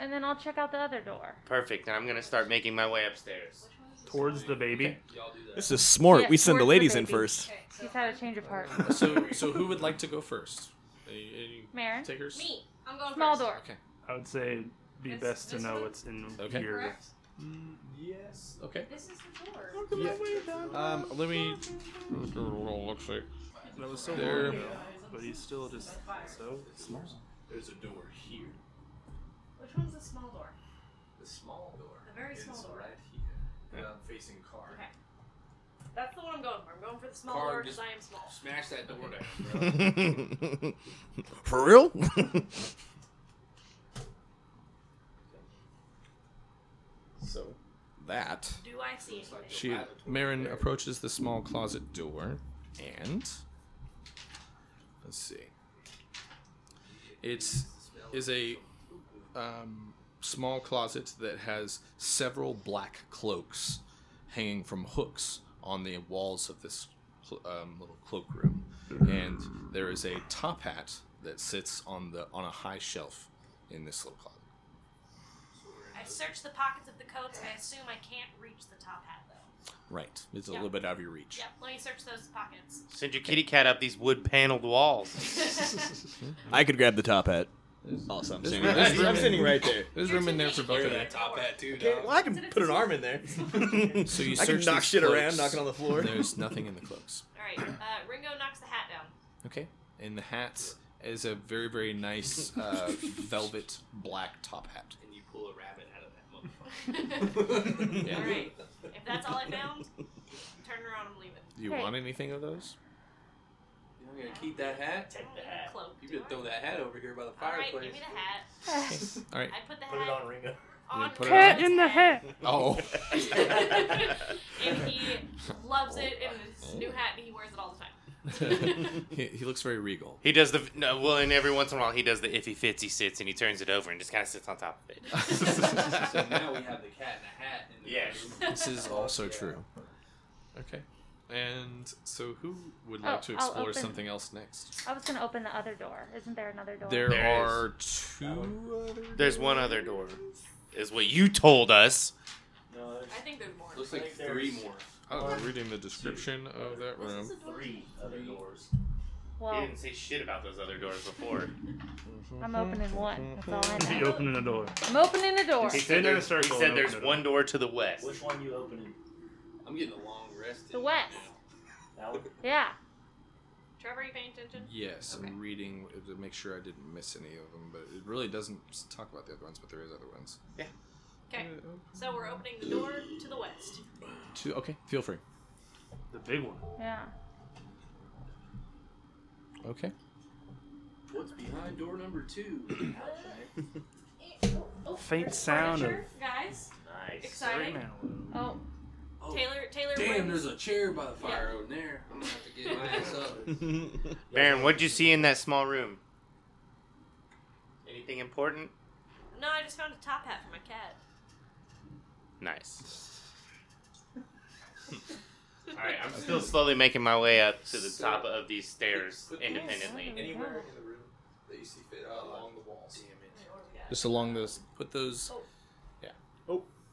And then I'll check out the other door.
Perfect. And I'm gonna start making my way upstairs.
Towards the baby.
Y'all do that.
This is smart.
Yeah,
we send the
towards the
ladies in
baby.
first.
Okay, so
She's had a change of heart.
So, so who would like to go first? Any, any
Marin?
takers?
me. I'm going
Small
first.
door.
Okay.
I would say be
This-
best to
this
know
one?
what's in
Okay.
your.
Correct.
yes. Okay.
This is the door.
Um, let me. Looks like
That was so
There.
long ago, but he's still just so small.
there's a door here.
Which one's the small door?
The small door.
The very
is
small door.
right here. And I'm facing car.
Okay. That's the one I'm going for. I'm going for the small
Card
door
just-
because I am small.
Smash that door down, bro.
For real?
So that
Do I see anything?
she Marin approaches the small closet door, and let's see. It's is a um, small closet that has several black cloaks hanging from hooks on the walls of this cl- um, little cloakroom, and there is a top hat that sits on the on a high shelf in this little closet.
I I searched the pockets of the coats. I assume I can't reach the top hat though.
Right. It's a
Yeah.
little bit out of your reach.
Yep. Let me search those pockets.
Send your kitty cat up these wood paneled walls.
I could grab the top hat. Also, I'm
There's
standing
room-
right-
there's room
I'm standing
in-
right there.
There's room in there for both of you.
top hat too,
Okay,
dog.
well, I can put an arm in there.
So you
I can
search
knock
these
shit around,
cloaks,
knock it on the floor.
and There's nothing in the cloaks.
All right. Uh, Ringo knocks the hat down.
Okay. And the hat is a very, very nice uh, velvet black top hat.
and you pull a rabbit out of that motherfucker.
Yeah.
All right. If that's all I found, turn around and leave it.
Do you
Hey.
want anything of those?
You're gonna keep that hat?
Take the hat. Cloak.
You better throw that hat over here by the
All right. Give
fireplace.
me the hat.
All right.
I put the
Put it
hat
on Ringo.
You
on
put it
Ringo's
on?
Cat in the hat.
Oh.
and he loves it and it's his new hat and he wears it all the time.
he, he looks very regal.
He does the no, well, and every once in a while he does the if he fits he sits and he turns it over and just kind of sits on top of it.
so now we have the cat in the hat. In the
Yes.
bedroom.
This is also
Yeah.
true. Okay. And so who would
Oh,
like to
I'll
explore
open-
something else next?
I was gonna open the other door. Isn't there another door?
There,
There is.
are two other
There's one other door, is what you told us.
No, there's
I think there's more.
Looks
I
like
think there's
three more.
Oh, I'm reading the description of that room.
three other doors.
You
Well,
didn't say shit about those other doors before.
I'm opening one. That's all I
Be
know.
opening the door.
I'm opening the door.
He
Stand
said,
in a
there's, he
circle
said
and
there's
open it
one door to the west.
Which one you opening?
I'm getting a long rest.
The west.
That one?
Yeah.
Trevor, you paying attention?
Yes, I'm reading to make sure I didn't miss any of them, but it really doesn't s- talk about the other ones, but there is other ones.
Okay. So we're opening the door to the west.
Two, okay, feel free.
The big one.
Yeah.
Okay.
What's behind door number two?
Faint
There's
sound of
furniture, guys.
Nice.
Exciting.
Oh,
Oh,
Taylor, Taylor.
Damn,
brings-
there's a chair by the fire over there. I'm gonna have to get my ass up.
Baron, what'd you see in that small room? Anything important?
No, I just found a top hat for my cat.
Nice. All right, I'm still slowly making my way up to the top of these stairs independently.
Anywhere in the room that you see fit uh, along the walls. Damn
Just along those, put those.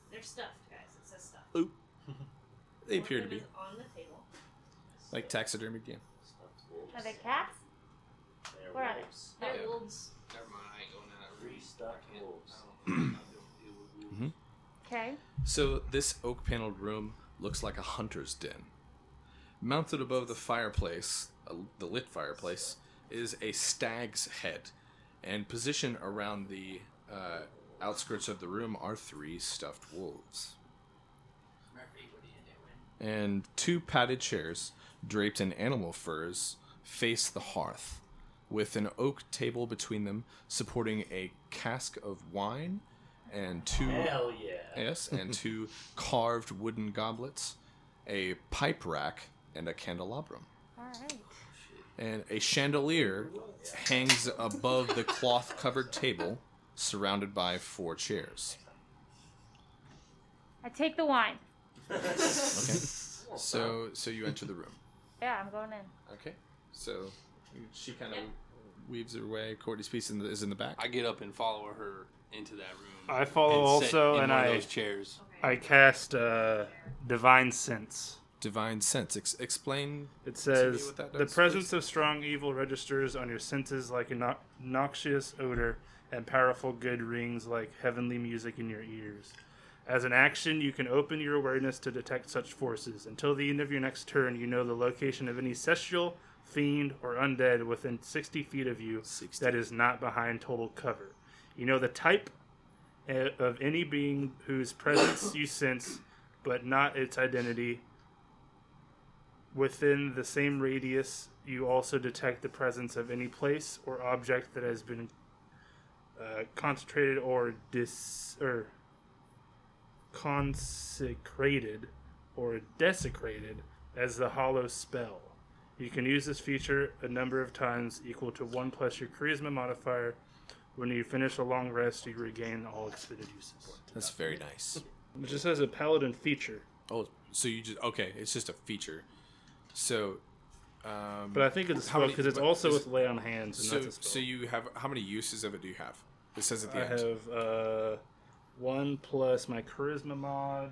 They're stuffed, guys. It says stuffed.
They
One
appear
of
to
them
be
is on the table.
like taxidermy game.
are they cats?
They're
Where are they?
wolves.
They're
Yeah.
wolves.
it. Never mind, I ain't going down that
Three
route.
stuffed wolves.
I don't, I don't deal with wolves.
Okay.
So this oak-paneled room looks like a hunter's den. Mounted above the fireplace, uh, the lit fireplace, is a stag's head, and positioned around the uh, outskirts of the room are three stuffed wolves.
Murphy, what are you doing?
and two padded chairs draped in animal furs face the hearth, with an oak table between them supporting a cask of wine and two
Hell yeah.
yes, and two carved wooden goblets, a pipe rack, and a candelabrum.
All right.
And a chandelier hangs above the cloth covered table, surrounded by four chairs.
I take the wine.
Okay. So so you enter the room.
Yeah, I'm going in.
Okay. So she kind of
Yeah.
weaves her way. Courtney's piece in the, is in the back.
I get up and follow her into that room.
I follow
and sit
also,
in
and
one of
I
those chairs.
I cast uh, divine sense.
Divine sense. Ex- explain.
It
me
says
what that
the
does,
presence of strong evil registers on your senses like a no- noxious odor, and powerful good rings like heavenly music in your ears. As an action, you can open your awareness to detect such forces. Until the end of your next turn, you know the location of any celestial, fiend, or undead within 60 feet of you
60.
that is not behind total cover. You know the type eh, of any being whose presence you sense, but not its identity, Within the same radius, you also detect the presence of any place or object that has been uh, concentrated or dis or consecrated or desecrated as the hollow spell. You can use this feature a number of times equal to one plus your charisma modifier. When you finish a long rest, you regain all expended uses.
That's very nice.
It just has a paladin feature,
Oh, so you just okay? It's just a feature. So, um,
but I think it's
How many-
because it's
but
also
is-
with lay on hands. And
so
that's a spell.
so you have how many uses of it do you have? It says at the
I
end.
have uh, one plus my charisma mod,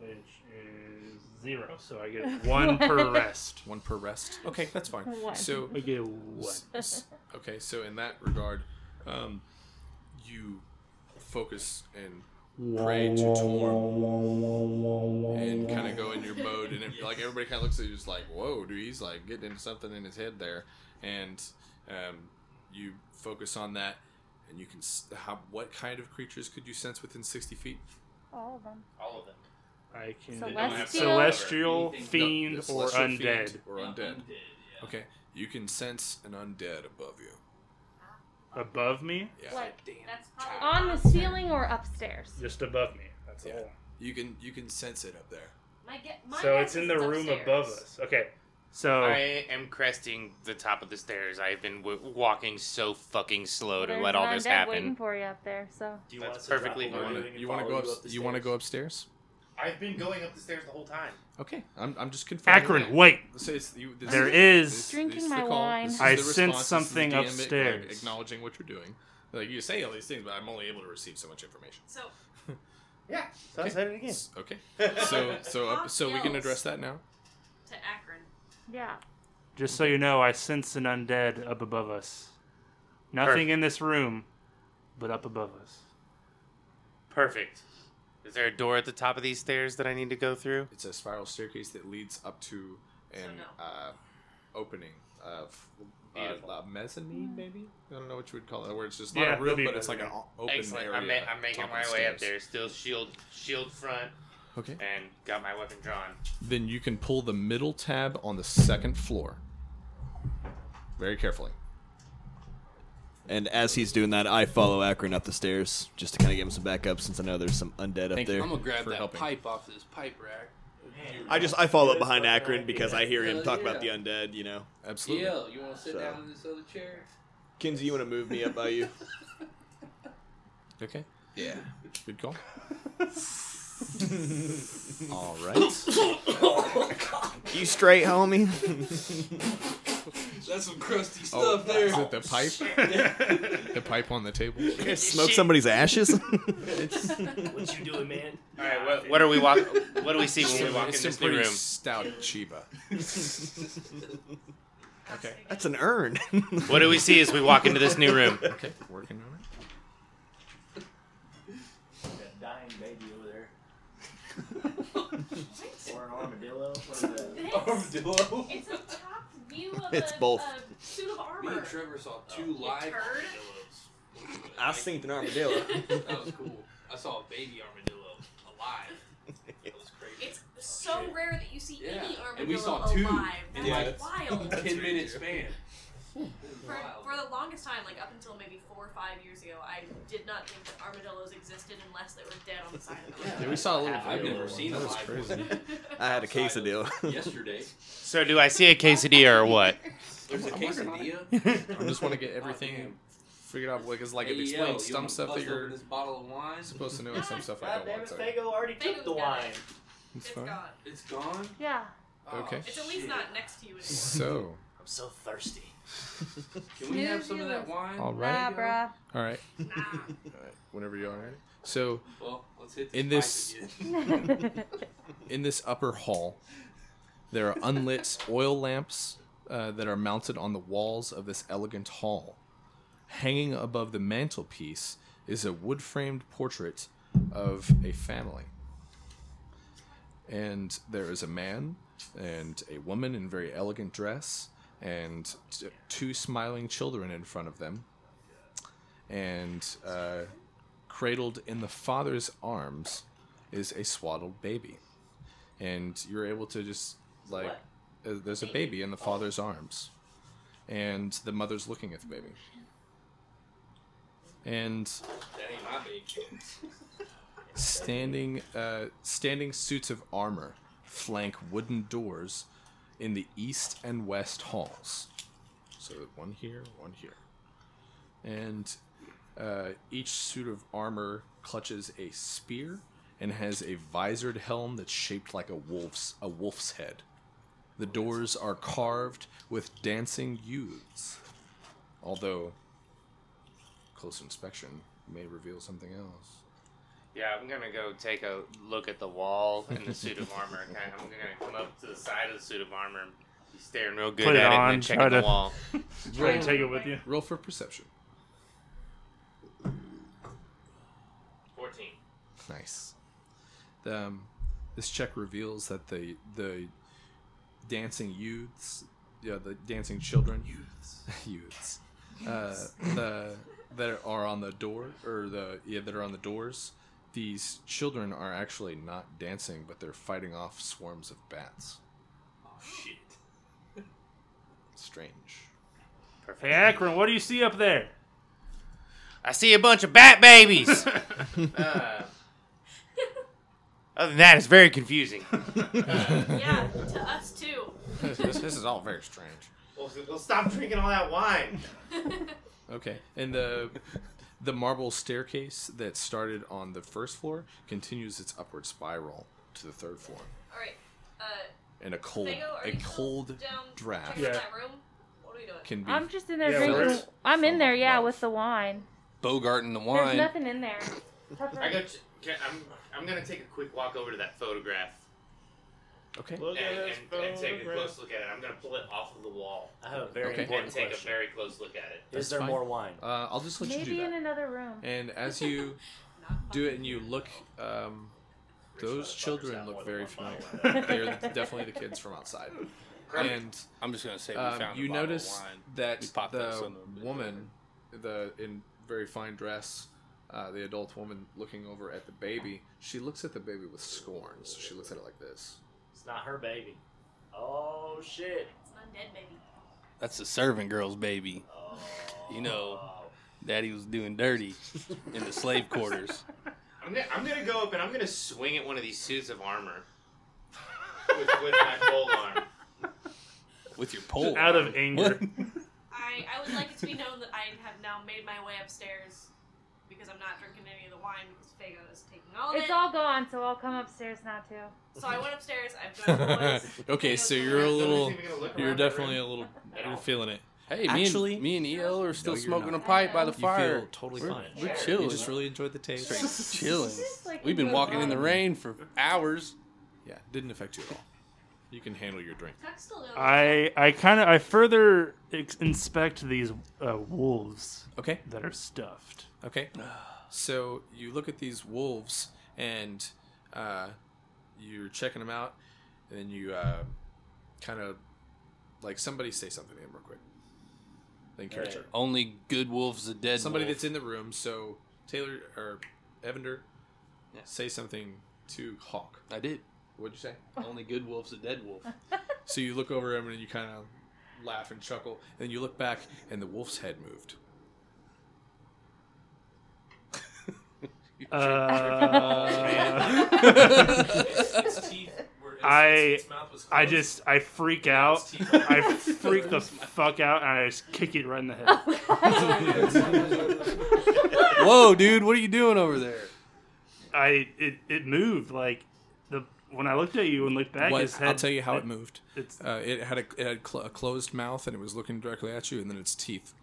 which is zero. So I get one per rest.
One per rest. Okay, that's fine.
One.
So
I get one.
S- Okay, so in that regard, um, you focus and pray to Torm and kind of go in your mode, and it, like everybody kind of looks at you, just like, "Whoa, dude, he's like getting into something in his head there," and um, you focus on that, and you can. s- How, what kind of creatures could you sense within sixty feet?
All of them.
All of them.
I can
Celestial?
celestial
Anything-
fiend
No,
or
celestial
undead.
fiend or undead. Okay, you can sense an undead above you.
Above me?
Yeah.
Like,
That's probably
on the ceiling or upstairs?
Just above me. That's
Yeah.
all.
You can you can sense it up there.
My get, my
so
guess
it's in
is
the
upstairs.
room above us. Okay. So
I am cresting the top of the stairs. I've been w- walking so fucking slow to
There's
let all
an
this
undead Waiting
happen.
for you up there. So
Do you
That's
want us to drop
perfectly
what
You
we're
normal.
wanna-
doing and
you want to
follow
go up,
you the
you want to
stairs?
go upstairs?
I've been going up the stairs the whole time.
Okay, I'm, I'm just confirming.
Akron,
that.
wait.
So it's, you, this
There
this-
is-
this
Drinking
the
my
call.
wine.
This is
I
the
sense
response. This is the
something
DM, like,
upstairs.
acknowledging what you're doing. Like you say all these things, but I'm only able to receive so much information.
So
Yeah.
So I said it again.
S- Okay. So so up, so we can address that now.
to Akron.
yeah.
Just so you know, I sense an undead up above us. Nothing
Perfect.
in this room, but up above us.
Perfect. Is there a door at the top of these stairs that I need to go through?
It's a spiral staircase that leads up to an
no.
uh, opening of.
Beautiful.
Uh, a
Hmm.
mezzanine, maybe? I don't know what you would call it. Where it's just not
Yeah,
a
it'll
room,
be
but it's like an
mezzanine.
o- open
Excellent.
area.
I'm, ma-
at
I'm
the
making
top of
my
the
way up
stairs.
there. Still shield, shield front,
Okay.
and got my weapon drawn.
then you can pull the middle tab on the second floor. Very carefully.
And as he's doing that, I follow Akron up the stairs just to kind of give him some backup since I know there's some undead up
Thank you.
there.
I'm gonna grab
For
that
helping.
pipe off this pipe rack.
I just I follow up behind Akron because I hear him
Hell
talk about the
yeah.
undead. You know,
Absolutely.
Yeah, you want to sit
So-
down in this other chair?
Kinsey, you want to move me up by you?
Okay.
Yeah.
Good call. All right.
you straight, homie.
That's some crusty stuff
Oh,
there.
is it the pipe? the pipe on the table.
Smoke somebody's ashes.
What you doing, man?
All right. What, what are we walk? What do we see when we walk in
It's a
this new
pretty
room?
stout Chiba. Okay.
That's an urn.
What do we see as we walk into this new room?
Okay. Working on it.
That dying baby over there. or an armadillo. What is that?
Armadillo.
It's a top view of
It's
a,
both.
a suit of
Me
armor.
and Trevor
Oh.
saw two live
turd.
armadillos.
I was thinking armadillo.
That was cool. I saw a baby armadillo alive. That was crazy.
It's so rare that you see
Yeah.
any
And
armadillo
we saw two.
alive.
And
That's
yeah,
wild.
Ten minute span.
For, for the longest time, like up until maybe four or five years ago, I did not think that armadillos existed unless they were dead on the side of the road.
Yeah, we saw a little
I've
video.
never
of one.
seen a
that was
live
crazy.
I had a quesadilla.
Yesterday,
So do I see a quesadilla or what?
there's a
I'm working on
quesadilla.
I just want to get everything figured out. Like, it's like it
Oh, Hey, yo,
explains
you
some
wanna
stuff
bust
that you're
open This bottle of wine.
supposed to know, and some stuff I
God
don't
damn
want
it,
to.
Fago already took
Faggo's
the
got
wine.
it.
It's
It's
fine.
gone.
It's gone.
Yeah.
Oh,
Okay.
It's at least
shit.
not next to you anymore.
So,
I'm so thirsty.
Can we have some of that
Snooze
wine?
all
Nah,
right,
bruh.
all right,
nah.
whenever you are ready. So,
Well, let's hit
In this-
this. pipe again.
in this upper hall, there are unlit oil lamps uh, that are mounted on the walls of this elegant hall. Hanging above the mantelpiece is a wood framed portrait of a family. And there is a man and a woman in very elegant dress, and t- two smiling children in front of them. And uh, cradled in the father's arms is a swaddled baby and you're able to just like uh, there's a baby in the father's arms and the mother's looking at the baby and
That ain't my baby.
standing uh, standing suits of armor flank wooden doors in the east and west halls so one here one here and uh, each suit of armor clutches a spear and has a visored helm that's shaped like a wolf's a wolf's head the doors are carved with dancing youths although close inspection may reveal something else
Yeah, I'm gonna go take a look at the wall and the suit of armor. Kind of, I'm gonna come up to the side of the suit of armor and be staring real good
Put it
at it
on,
and then
try
checking the
to-
wall.
try to take it with you.
Roll for perception.
14.
Nice. The, um, this check reveals that the the dancing youths, yeah, the dancing children, youths, youths,
Youths.
Uh, the that are on the door or the yeah that are on the doors. These children are actually not dancing, but they're fighting off swarms of bats.
Oh shit!
Strange.
Hey, Akron, what do you see up there?
I see a bunch of bat babies. Uh, other than that, it's very confusing.
yeah, to us too.
this, this is all very strange.
Well, s- well, stop drinking all that wine.
Okay, and the the marble staircase that started on the first floor continues its upward spiral to the third floor,
All right. Uh,
and a cold
Fago, are
a
you still
cold
down
draft
checking out that room? What are we doing?
can be.
I'm just in there
Yeah,
drinking.
Lawrence.
I'm in there, yeah, with the wine.
Bogarting the
There's nothing in there.
I got. You. Can, I'm. I'm gonna take a quick walk over to that photograph
Okay.
and, and, and take a close look at it. I'm gonna pull it off of the wall.
I have a very
Okay.
important
and take
question.
a very close look at it.
That's
Is there
fine.
more wine?
Uh, I'll just let you
Maybe
do
in
that.
another room.
And as you do it, and you look, um, those children look very familiar. They're definitely the kids from outside.
I'm-
And
I'm just gonna say we
um,
found a
you
bottle of
notice
wine.
that
We popped that
the
son of a bitch
woman, the in very fine dress, uh, the adult woman looking over at the baby. She looks at the baby with scorn. So she looks at it like this.
It's not her baby. Oh shit.
It's an undead baby.
That's the servant girl's baby.
Oh.
You know, daddy was doing dirty in the slave quarters.
I'm gonna, I'm gonna go up and I'm gonna swing at one of these suits of armor with, with my pole arm.
with your pole.
out
arm.
of anger.
I, I would like it to be known that I have now made my way upstairs because I'm not drinking any of the wine because Fago is taking all of
It's
it.
all gone, so I'll come upstairs now too.
so I went upstairs. I've done the boys.
okay, so you're a little. You're definitely a little. You're feeling it. Hey, me
Actually-
and me and EL are still
No, you're
smoking
not.
a pipe by the
You
fire.
feel totally
we're,
fine.
We're
You
chilling.
just really enjoyed the taste.
Straight chilling.
It's like
We've been
no
walking in the
problem.
rain for hours.
Yeah, didn't affect you at all. You can handle your drink.
Tuck's still down.
I I kind of I further ex- inspect these uh, wolves.
Okay.
That are stuffed.
Okay. So you look at these wolves and uh, you're checking them out, and then you uh, kind of like somebody say something to him real quick. Then
All right.
character.
Only good wolf's a dead
Somebody
wolf.
that's in the room. So Taylor or Evander, say something to Hawk.
I did.
What'd you say?
Only good wolf's a dead wolf.
so you look over him and you kind of laugh and chuckle, and then you look back and the wolf's head moved.
Uh, I I just I freak out. I freak the fuck out and I just kick it right in the head.
Whoa, dude, what are you doing over there?
I it, it moved like the when I looked at you and looked back.
What-
his head,
I'll tell you how it moved.
It's
Uh, it had a it had cl- a closed mouth and it was looking directly at you, and then its teeth.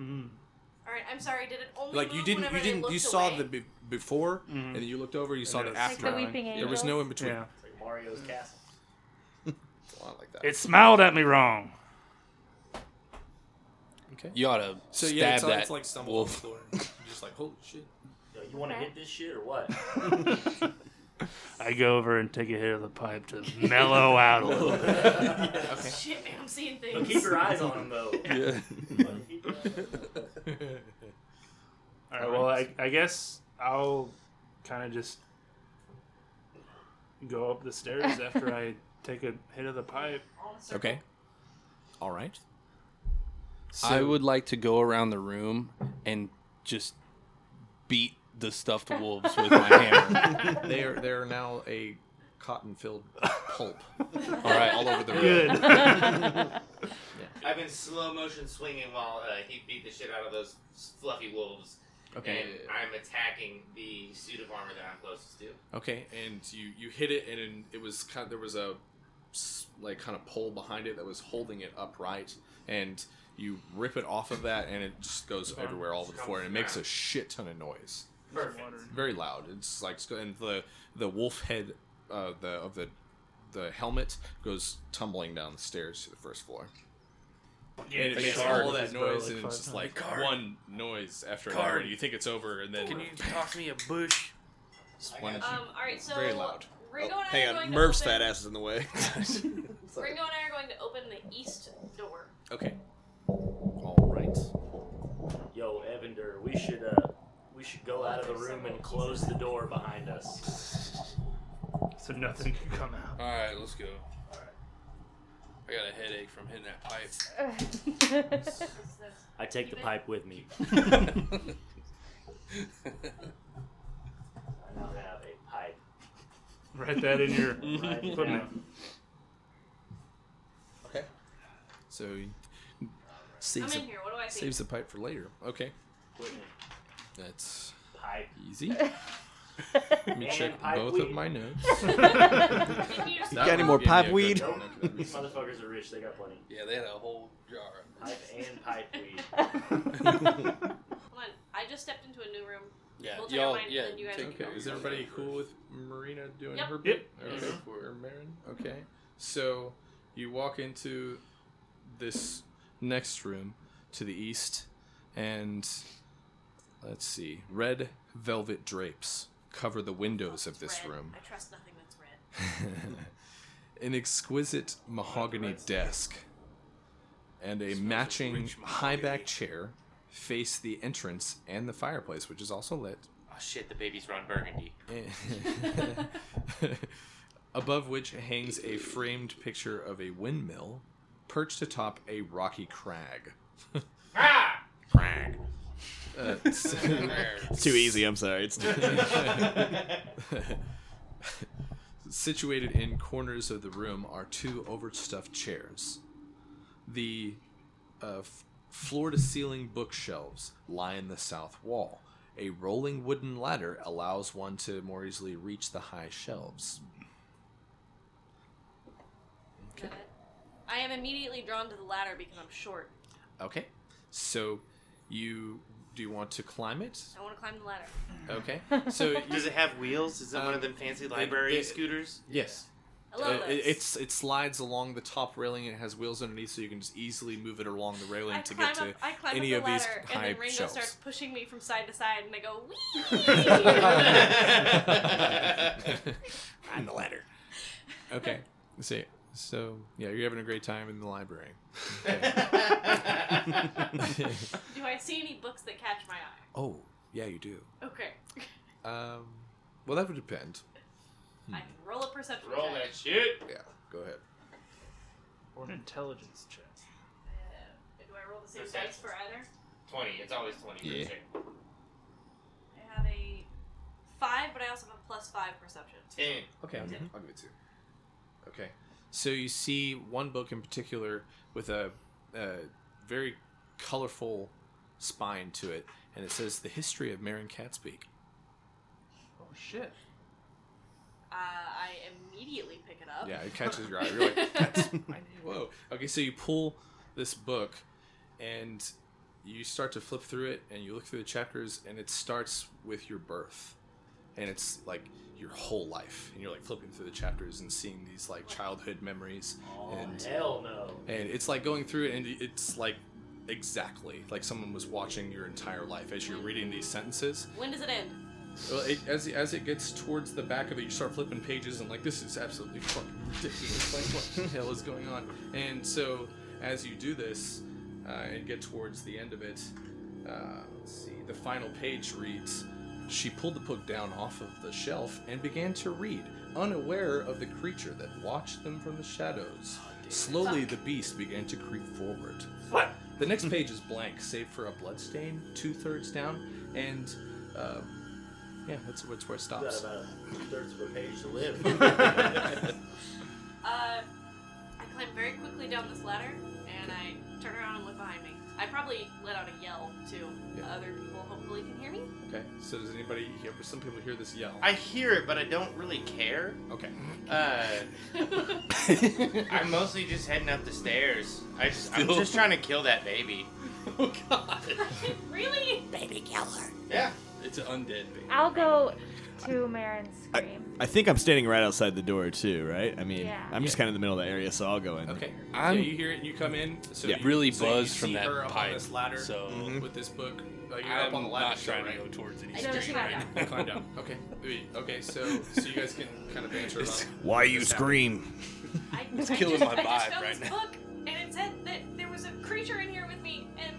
All right, I'm sorry. Did it only
Like you
move
didn't
whenever
you
they
didn't you
looked
saw
away?
the be- before, and then you looked over, you saw the
then it was
after.
Like the weeping
there was no in
angels?
between.
Yeah.
It's like Mario's castle.
It's a lot like that.
it smiled at me wrong.
okay.
You ought to
So
stab
yeah, it's,
that
it's like stumbled on the
wolf.
floor. and you're just like holy shit.
Yo, you want to hit this shit or what?
I go over and take a hit of the pipe to mellow out a little bit.
Shit, man, I'm seeing
But
things.
keep your eyes on him though.
Yeah.
But keep your eyes on him.
All right. Well, I, I guess I'll kind of just go up the stairs after I take a hit of the pipe.
Okay. All right.
I would like to go around the room and just beat the stuffed wolves with my hammer.
They are they are now a cotton filled pulp.
All right,
all over the room.
I've been slow motion swinging while uh, he beat the shit out of those fluffy wolves.
Okay.
And I'm attacking the suit of armor that I'm closest to.
Okay, and you you hit it, and in- it was kind. there was a s- like kind of pole behind it that was holding it upright, and you rip it off of that, and it just goes everywhere all over the floor, and it makes a shit ton of noise.
Perfect.
Very loud. It's like and the the wolf head uh, the of the the helmet goes tumbling down the stairs to the first floor.
Yeah,
and it
it's
makes
hard.
all that
It's probably
noise,
like
and
five
it's just
times.
like
Guard.
one noise after another.
Guard.
You think it's over, and then
Can you toss me a bush?
one
Um, all right, so
Very loud.
Ringo
Oh,
and I
hang
are
on,
going
Murph's
to open,
fat ass is in the way.
Ringo and I are going to open the east door.
Okay. All right.
Yo, Evander, we should uh, we should go out of the room and close the door behind us.
So nothing can come out.
All right, let's go. All right. I got a headache from hitting that pipe.
I take the pipe with me. I now have a pipe.
Write that in your
Write it
equipment.
down.
Okay. So he
I'm
saves,
in
the-
here, what do I see?
saves the pipe for later. Okay.
Equipment.
That's
Pipe.
easy. Let me
And
check
pipe
both of
weed.
my notes.
Got
That
any
would
more
give me a
pipe
good
weed?
note.
Nope. These motherfuckers are rich. They got plenty.
yeah, they had a whole jar.
Pipe and pipe weed.
Hold on, I just stepped into a new room.
Yeah,
we'll check out
y'all.
mine,
Yeah,
and then you guys
take-
can go.
Okay, is everybody cool with Marina doing
Yep.
her
Yep.
bit?
Yep.
Okay,
Mhm.
for Marin. Okay, so you walk into this next room to the east, and let's see, red velvet drapes cover the windows of this
Red.
room.
I trust nothing that's red.
An exquisite mahogany desk and a matching high back chair face the entrance and the fireplace, which is also lit.
Oh shit, the baby's Ron Burgundy.
above which hangs a framed picture of a windmill perched atop a rocky crag. crag. Uh, s-
It's too easy. I'm sorry. It's too
Situated in corners of the room are two overstuffed chairs. The uh, floor to ceiling bookshelves lie in the south wall. A rolling wooden ladder allows one to more easily reach the high shelves.
Got it. I am immediately drawn to the ladder because I'm short.
Okay. So you do you want to climb it?
I want to climb the ladder.
Okay. So you-
Does it have wheels? Is it one
Um,
of them fancy
it-
library
it-
scooters?
yes.
I love
Uh,
those.
it, it's it slides along the top railing and it has wheels underneath, so you can just easily move it along the railing
I
to
climb
get to
up, I climb
any
up
of
the
these
ladder, and
high
then Ringo
shelves.
starts pushing me from side to side, and I go wee.
Climb the ladder. Okay. Let's see. So yeah, you're having a great time in the library. Okay.
Do I see any books that catch my eye?
oh yeah, you do.
Okay,
Um, well, that would depend. Hmm.
I can roll a perception
Roll
check.
that shit.
Yeah. Go ahead.
Or an intelligence check.
Uh, do I roll the same
Perception.
dice for either?
Twenty. It's always twenty. for
Yeah.
sure.
I have a five, but I also have a plus five perception.
Ten.
Okay, I'll give it two. Okay, Mm-hmm. so you see one book in particular with a, a very colorful spine to it, and it says "The History of Marin Catsbeak."
Oh shit.
Uh, I immediately pick it up.
Yeah, it catches your eye. You're like, "That's my name." whoa. Okay, so you pull this book, and you start to flip through it, and you look through the chapters, and it starts with your birth, and it's like your whole life, and you're like flipping through the chapters and seeing these like childhood memories, and
Hell no.
and it's like going through it and it's like exactly like someone was watching your entire life as you're reading these sentences
When does it end?
well it, as, as it gets towards the back of it you start flipping pages and like this is absolutely fucking ridiculous like what the hell is going on and so as you do this uh, and get towards the end of it uh, let's see the final page reads she pulled the book down off of the shelf and began to read, unaware of the creature that watched them from the shadows. Slowly, the beast began to creep forward.
What?
The next page is blank, save for a bloodstain, two thirds down, and um, yeah, that's, that's where it
You got
stops.
about two thirds of a page to live.
Uh, I climb very quickly down this ladder, and I turn around and look behind me. I probably let out a yell too.
Yeah.
Other people hopefully can hear me.
Okay, so does anybody hear? Some people hear this yell.
I hear it, but I don't really care.
Okay.
Uh, I'm mostly just heading up the stairs. I just, I'm
Still.
just trying to kill that baby.
Oh god.
really?
Baby killer.
Yeah.
It's an undead baby.
I'll go to Marin's
I,
scream.
I think I'm standing right outside the door too, right? I mean,
Yeah.
I'm just kind of in the middle of the area, so I'll go in.
Okay.
I'm-
yeah, you hear it. You come in. So
Yeah.
you,
Really
so you
buzzed
see
from that
her up on
pipe,
this ladder
so- Mhm.
with this book. Uh, you're
I'm
up on the ladder.
not
still,
trying to
right?
go towards any
I know,
street
try
right
that.
now.
Climb down. Okay. Wait, Okay. So so you guys can kind of banter about.
Why you
what's
scream?
I,
It's
I
killing
just,
my
I just
vibe
found
right
this
now.
book, and it said that there was a creature in here with me, and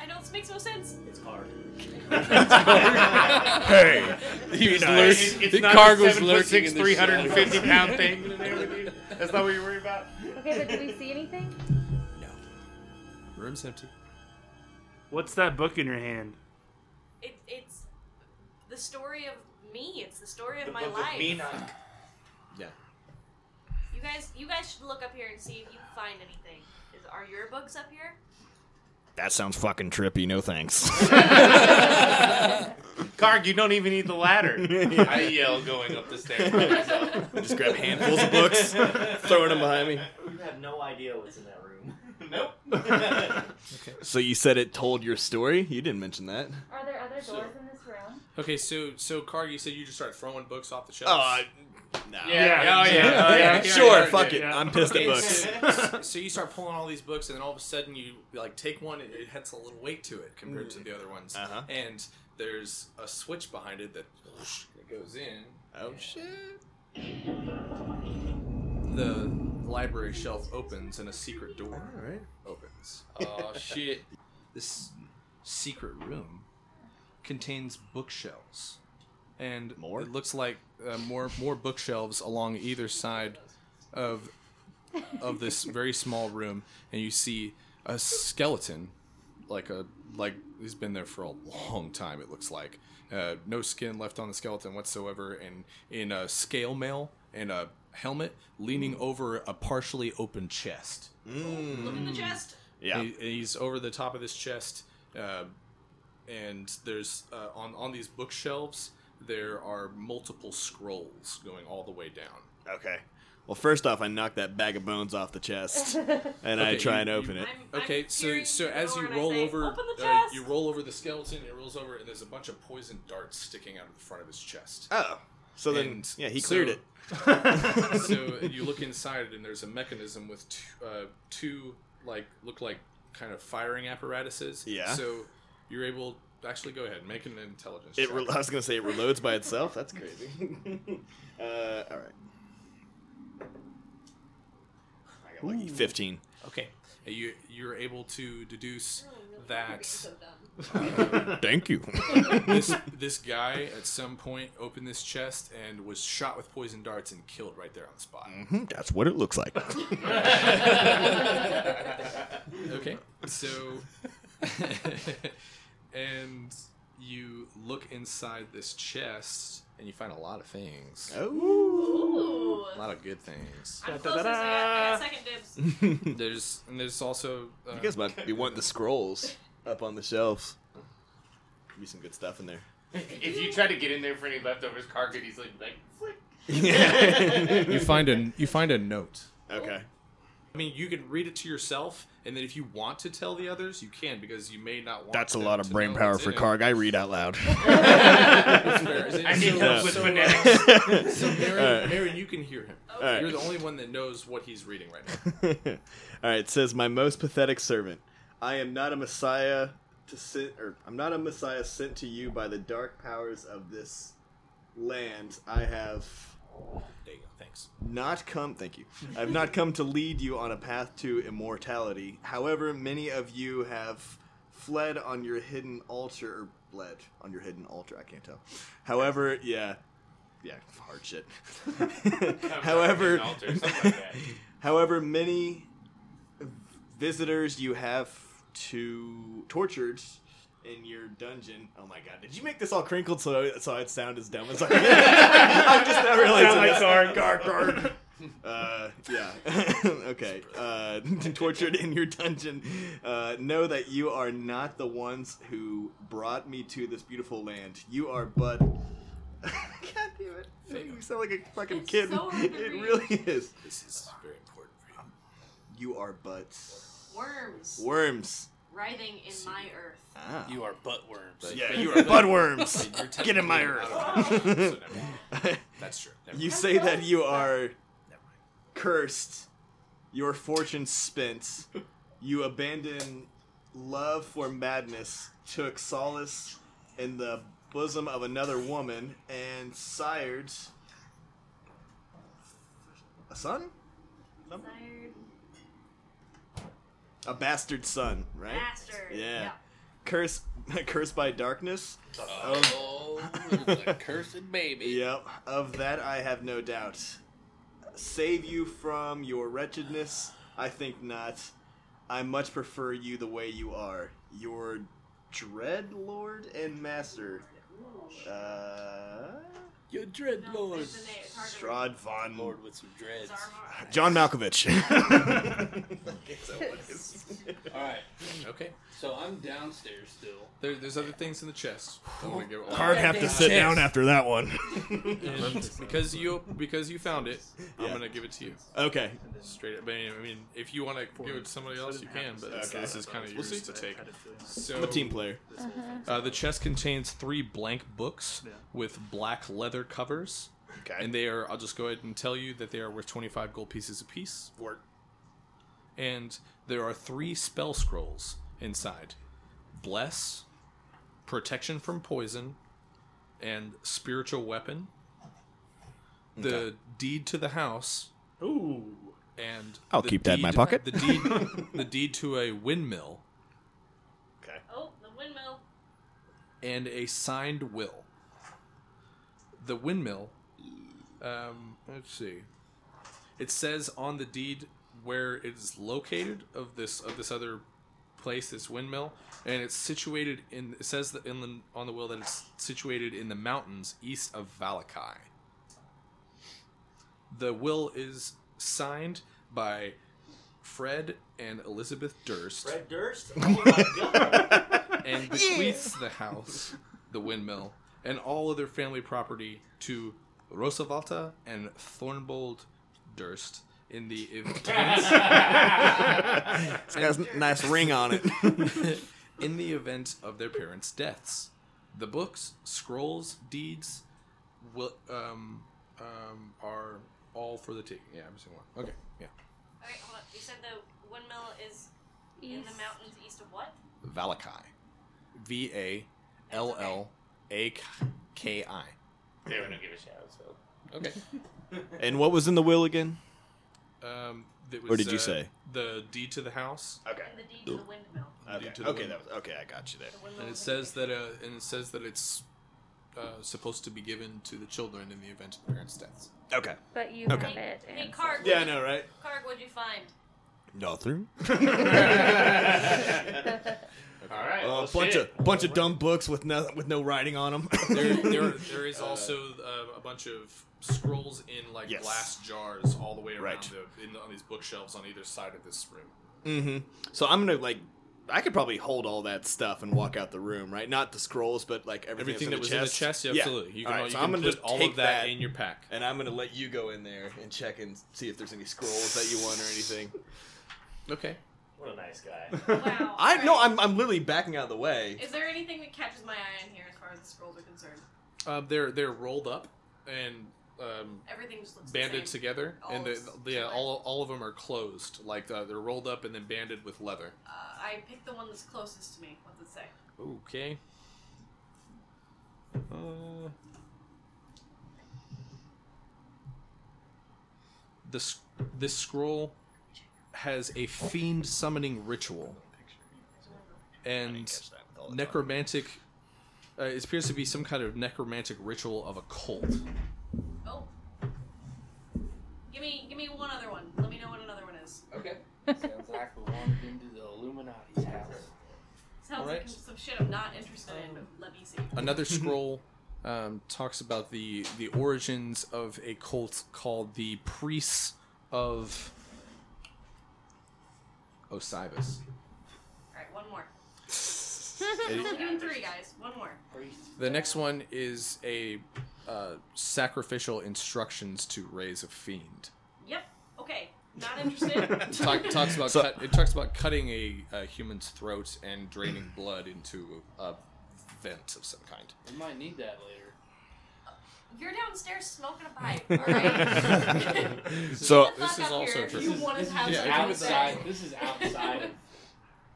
I know this makes no sense.
It's hard.
Hey,
He was
Nice.
lurking-
It- it's
the
not
car
the
goes
seven foot
lurking
six,
in the
350
shadows.
pound thing in there with you? That's not what you're worried about?
Okay, but do we see anything?
Room's empty.
What's that book in your hand?
It, it's the story of me. It's the story of
The
my
book of
life.
Enoch.
Yeah.
You guys, you guys should look up here and see if you can find anything. Is, are your books up here?
that sounds fucking trippy. No thanks.
Karg, you don't even need the ladder.
I yell going up the stairs. by myself.
just grab handfuls of books, throwing them behind me.
You have no idea what's in that room.
nope.
So you said it told your story? You didn't mention that.
Are there other doors
So-
in this room?
Okay. So so Carg, you said you just started throwing books off the shelves.
Oh, no.
Yeah.
Oh, yeah. Oh, yeah.
sure,
yeah,
fuck
yeah.
it. I'm pissed at
Okay,
books.
so, so you start pulling all these books, and then all of a sudden you like take one, and it has a little weight to it compared
Mm.
to the other ones.
Uh-huh.
And there's a switch behind it that whoosh, it goes in.
Oh shit.
The library shelf opens, and a secret door
Alright.
opens.
Oh shit!
This secret room contains bookshelves, and
More?
it looks like uh, more more bookshelves along either side of of this very small room, and you see a skeleton, like a like he's been there for a long time. It looks like uh, no skin left on the skeleton whatsoever, and in a scale mail and a helmet, leaning over a partially open chest.
Look in the chest.
Yeah.
He- he's over the top of this chest, uh, and there's uh, on on these bookshelves there are multiple scrolls going all the way down.
Okay. Well, first off, I knock that bag of bones off the chest, and I
Okay,
try
you-
and open
you-
it.
I'm,
Okay,
I'm
so
peering
so
through the
as
door
you
and I
roll
say,
over,
open the
uh,
chest.
you roll over the skeleton. It rolls over, and there's a bunch of poison darts sticking out of the front of his chest.
Oh. So then,
And
yeah, he
so-
cleared it.
so you look inside, and there's a mechanism with two, uh, two like look like kind of firing apparatuses.
Yeah.
So you're able. Actually, go ahead. and Make an intelligence.
It.
check.
Re- I was gonna say it reloads by itself. That's crazy. uh, all right. I got lucky. Fifteen.
Okay. You you're able to deduce that
Thank you.
this this guy at some point opened this chest and was shot with poison darts and killed right there on the spot.
Mhm, That's what it looks like.
Okay. So and you look inside this chest and you find a lot of things.
Oh.
A
Ooh.
lot of good things.
I'm closest. I got, I got second dibs.
you
There's and there's also uh,
guys might be wanting the scrolls up on the shelves. Be some good stuff in there.
If you try to get in there for any leftovers, Karg could easily be like, flick.
you find a you find a note.
okay.
I mean, you can read it to yourself, and then if you want to tell the others, you can because you may not want.
That's a
them
lot of
to
brain
know
power
what's
for
in it.
Karg. I read out loud.
It's fair. Is it-
I need
so-
help with
so,
phonetics.
So Marion,
Alright.
Marion, you can hear him.
All right.
You're the only one that knows what he's reading right now.
All right, it says my most pathetic servant. I am not a messiah to sent or I'm not a messiah sent to you by the dark powers of this land. I have
There you go. Thanks.
not come thank you. I've not come to lead you on a path to immortality. However, many of you have fled on your hidden altar or bled on your hidden altar, I can't tell. However, yeah. Yeah, hard shit. However,
An altar, something like that.
However, many visitors you have to tortured in your dungeon. Oh my god, did you make this all crinkled so so I'd sound as dumb as I am? I'm just now realizing
Sound like
that. Uh, yeah. okay. Uh, tortured in your dungeon. Uh, know that you are not the ones who brought me to this beautiful land. You are but. God damn it! You sound like a fucking
It's
kid.
so hard to
it
read.
really is.
This is very important for you.
You are but
Worms.
worms.
writhing in my earth.
Ah.
You are butt worms.
yeah, you are butt worms. Get in my earth.
That's true. Never
you
mind.
say that you are cursed, your fortune spent, you abandon love for madness, took solace in the bosom of another woman, and sired a son?
Desired
A bastard son, right?
Bastard,
Yeah.
yeah.
Curse, cursed by darkness.
Oh, the cursed baby.
Yep. Of that, I have no doubt. Save you from your wretchedness? I think not. I much prefer you the way you are. Your dread lord and master. Uh,
Your dread lord.
Strahd von
Lord with some dreads.
John Malkovich.
All right.
Okay.
So I'm downstairs still.
There, there's other things in the chest. I wanna get-
Hard have to sit down
after that one.
And because you because you found it, I'm
Yeah.
gonna give it to you.
Okay.
Straight up. I mean, I mean, if you want to give it to somebody else, you can. But
Okay.
this is kind of
We'll
yours
see.
to take. So
I'm a team player.
Uh, the chest contains three blank books with black leather covers.
Okay.
And they are. I'll just go ahead and tell you that they are worth 25 gold pieces apiece. Work. And there are three spell scrolls inside: bless, protection from poison, and spiritual weapon. The deed to the house.
Ooh.
And
I'll
the
keep that in my
deed-
pocket.
The deed, the deed to a windmill
Oh, the windmill.
and a signed will. The windmill. Um, let's see. It says on the deed where it is located of this of this other place, this windmill, and it's situated in. It says that in the, on the will that it's situated in the mountains east of Valakai. The will is signed by Fred and Elizabeth Durst
Fred Durst? Oh my god.
and bequeaths the house, the windmill, and all other family property to Rosavalta and Thornbold Durst in the event.
It's got a nice ring on it.
in the event of their parents' deaths, the books, scrolls, deeds, will um, um, are all for the taking. Yeah, I'm missing one. Okay, yeah.
Okay, hold up. You said the windmill is in the mountains east of what?
Valakai. V A L L A K I.
They wouldn't give a shout, so.
Okay.
and what was in the will again?
Um, that was,
Or did you
uh,
say?
the deed to the house?
Okay.
And the deed to the windmill.
Okay.
Deed to the
Okay,
windmill.
that was, okay, I got you there.
And it says that uh, and it says that it's uh, supposed to be given to the children in the event of the parents' deaths.
Okay.
But you
Okay.
have it.
Hey,
and-
Karg.
Yeah, I know, right?
Karg, what'd you find?
Nothing.
All right.
Uh,
well,
bunch
shit.
of bunch of dumb books with no with no writing on them.
There, there, there is also uh, a bunch of scrolls in like
Yes.
glass jars all the way around
Right.
the, in the, on these bookshelves on either side of this room.
hmm So I'm gonna like, I could probably hold all that stuff and walk out the room, right? Not the scrolls, but like everything,
Everything that
that's
was
in
in
the
the
chest.
chest, yeah, absolutely. You can
Alright,
all- you
so
can
I'm gonna
put
just
all of
take
that in your pack,
and I'm gonna let you go in there and check and see if there's any scrolls that you want or anything.
Okay.
What a nice guy.
Wow.
I no,
alright.
I'm I'm literally backing out of the way.
Is there anything that catches my eye in here as far as the scrolls are concerned?
Uh, they're they're rolled up and um,
Everything just looks
banded
the same.
together, and
All
they,
looks
yeah,
similar.
all all of them are closed. Like uh, they're rolled up and then banded with leather.
Uh, I picked the one that's closest to me. What's it say?
Okay. Uh, this this scroll has a fiend summoning ritual and necromantic. Uh, it appears to be some kind of necromantic ritual of a cult.
Oh. Give me, give me one other one. Let me know what another one is.
Okay. Sounds like we wandered into the Illuminati's house.
Sounds like
Alright.
some shit I'm not interested in, but let me see.
another
Mm-hmm.
scroll um, talks about the the origins of a cult called the priests of osiris
Alright, one more.
It-
Give me three, guys. One more.
the next one is a uh, sacrificial instructions to raise a fiend
Yep. Okay. Not interested.
Talk, talks about cut, it talks about cutting a, a human's throat and draining blood into a vent of some kind.
We might need that later.
You're downstairs smoking a pipe, alright?
So-
Get the fuck
This is
up
also
here if
true.
You want to have
This is
something to
outside.
say.
This is outside of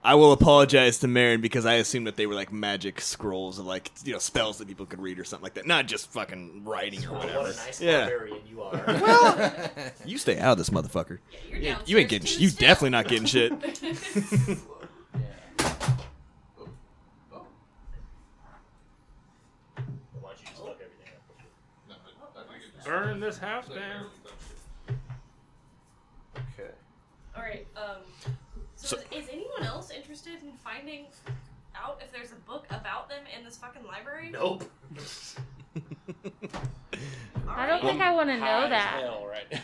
I will apologize to Marin because I assumed that they were like magic scrolls or like you know spells that people could read or something like that, not just fucking writing or
What
whatever.
a nice
yeah,
barbarian you are.
Well- you stay out of this motherfucker.
you're
You ain't- you ain't getting.
downstairs
sh-
too
You
still.
definitely not getting shit.
Why don't you just look everything up?
Burn this house down.
Okay.
Alright, um. So, is, is anyone else interested in finding out if there's a book about them in this fucking library?
Nope.
I don't think I want to know that.
hell right now.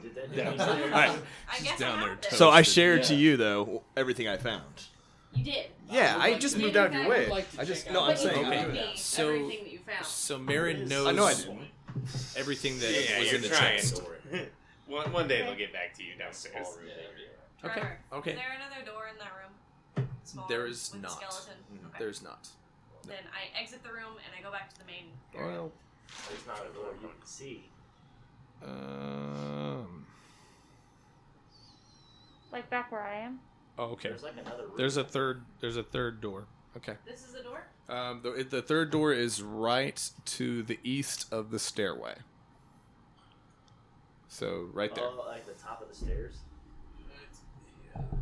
Did that
Yeah.
do anything?
All right.
I guess
down
I
there
have this.
So I shared to
Yeah.
you though everything I found.
You did.
Yeah,
would
I
like
just
to-
moved out of your
I would
way.
like to
I just
check
no.
out-
I'm
but you
saying
told
okay.
me
So-
everything that you found.
So Marin knows
I know I did.
everything that
Yeah,
was
you're
in the
trying.
chest.
One, one day they'll get back to you downstairs.
Okay.
Trevor,
Okay.
Is there another door in that room? Smaller,
There is
with a
not. Mm-hmm.
Skeleton. Okay.
There's not.
Then I exit the room and I go back to the main. area.
Well,
There's not a door you can see.
um.
Like back where I am.
Oh, okay.
There's like another room.
There's a third. There's a third door. Okay.
This is the door.
Um, the, the third door is right to the east of the stairway. So right there.
Oh, like the top of the stairs. Well,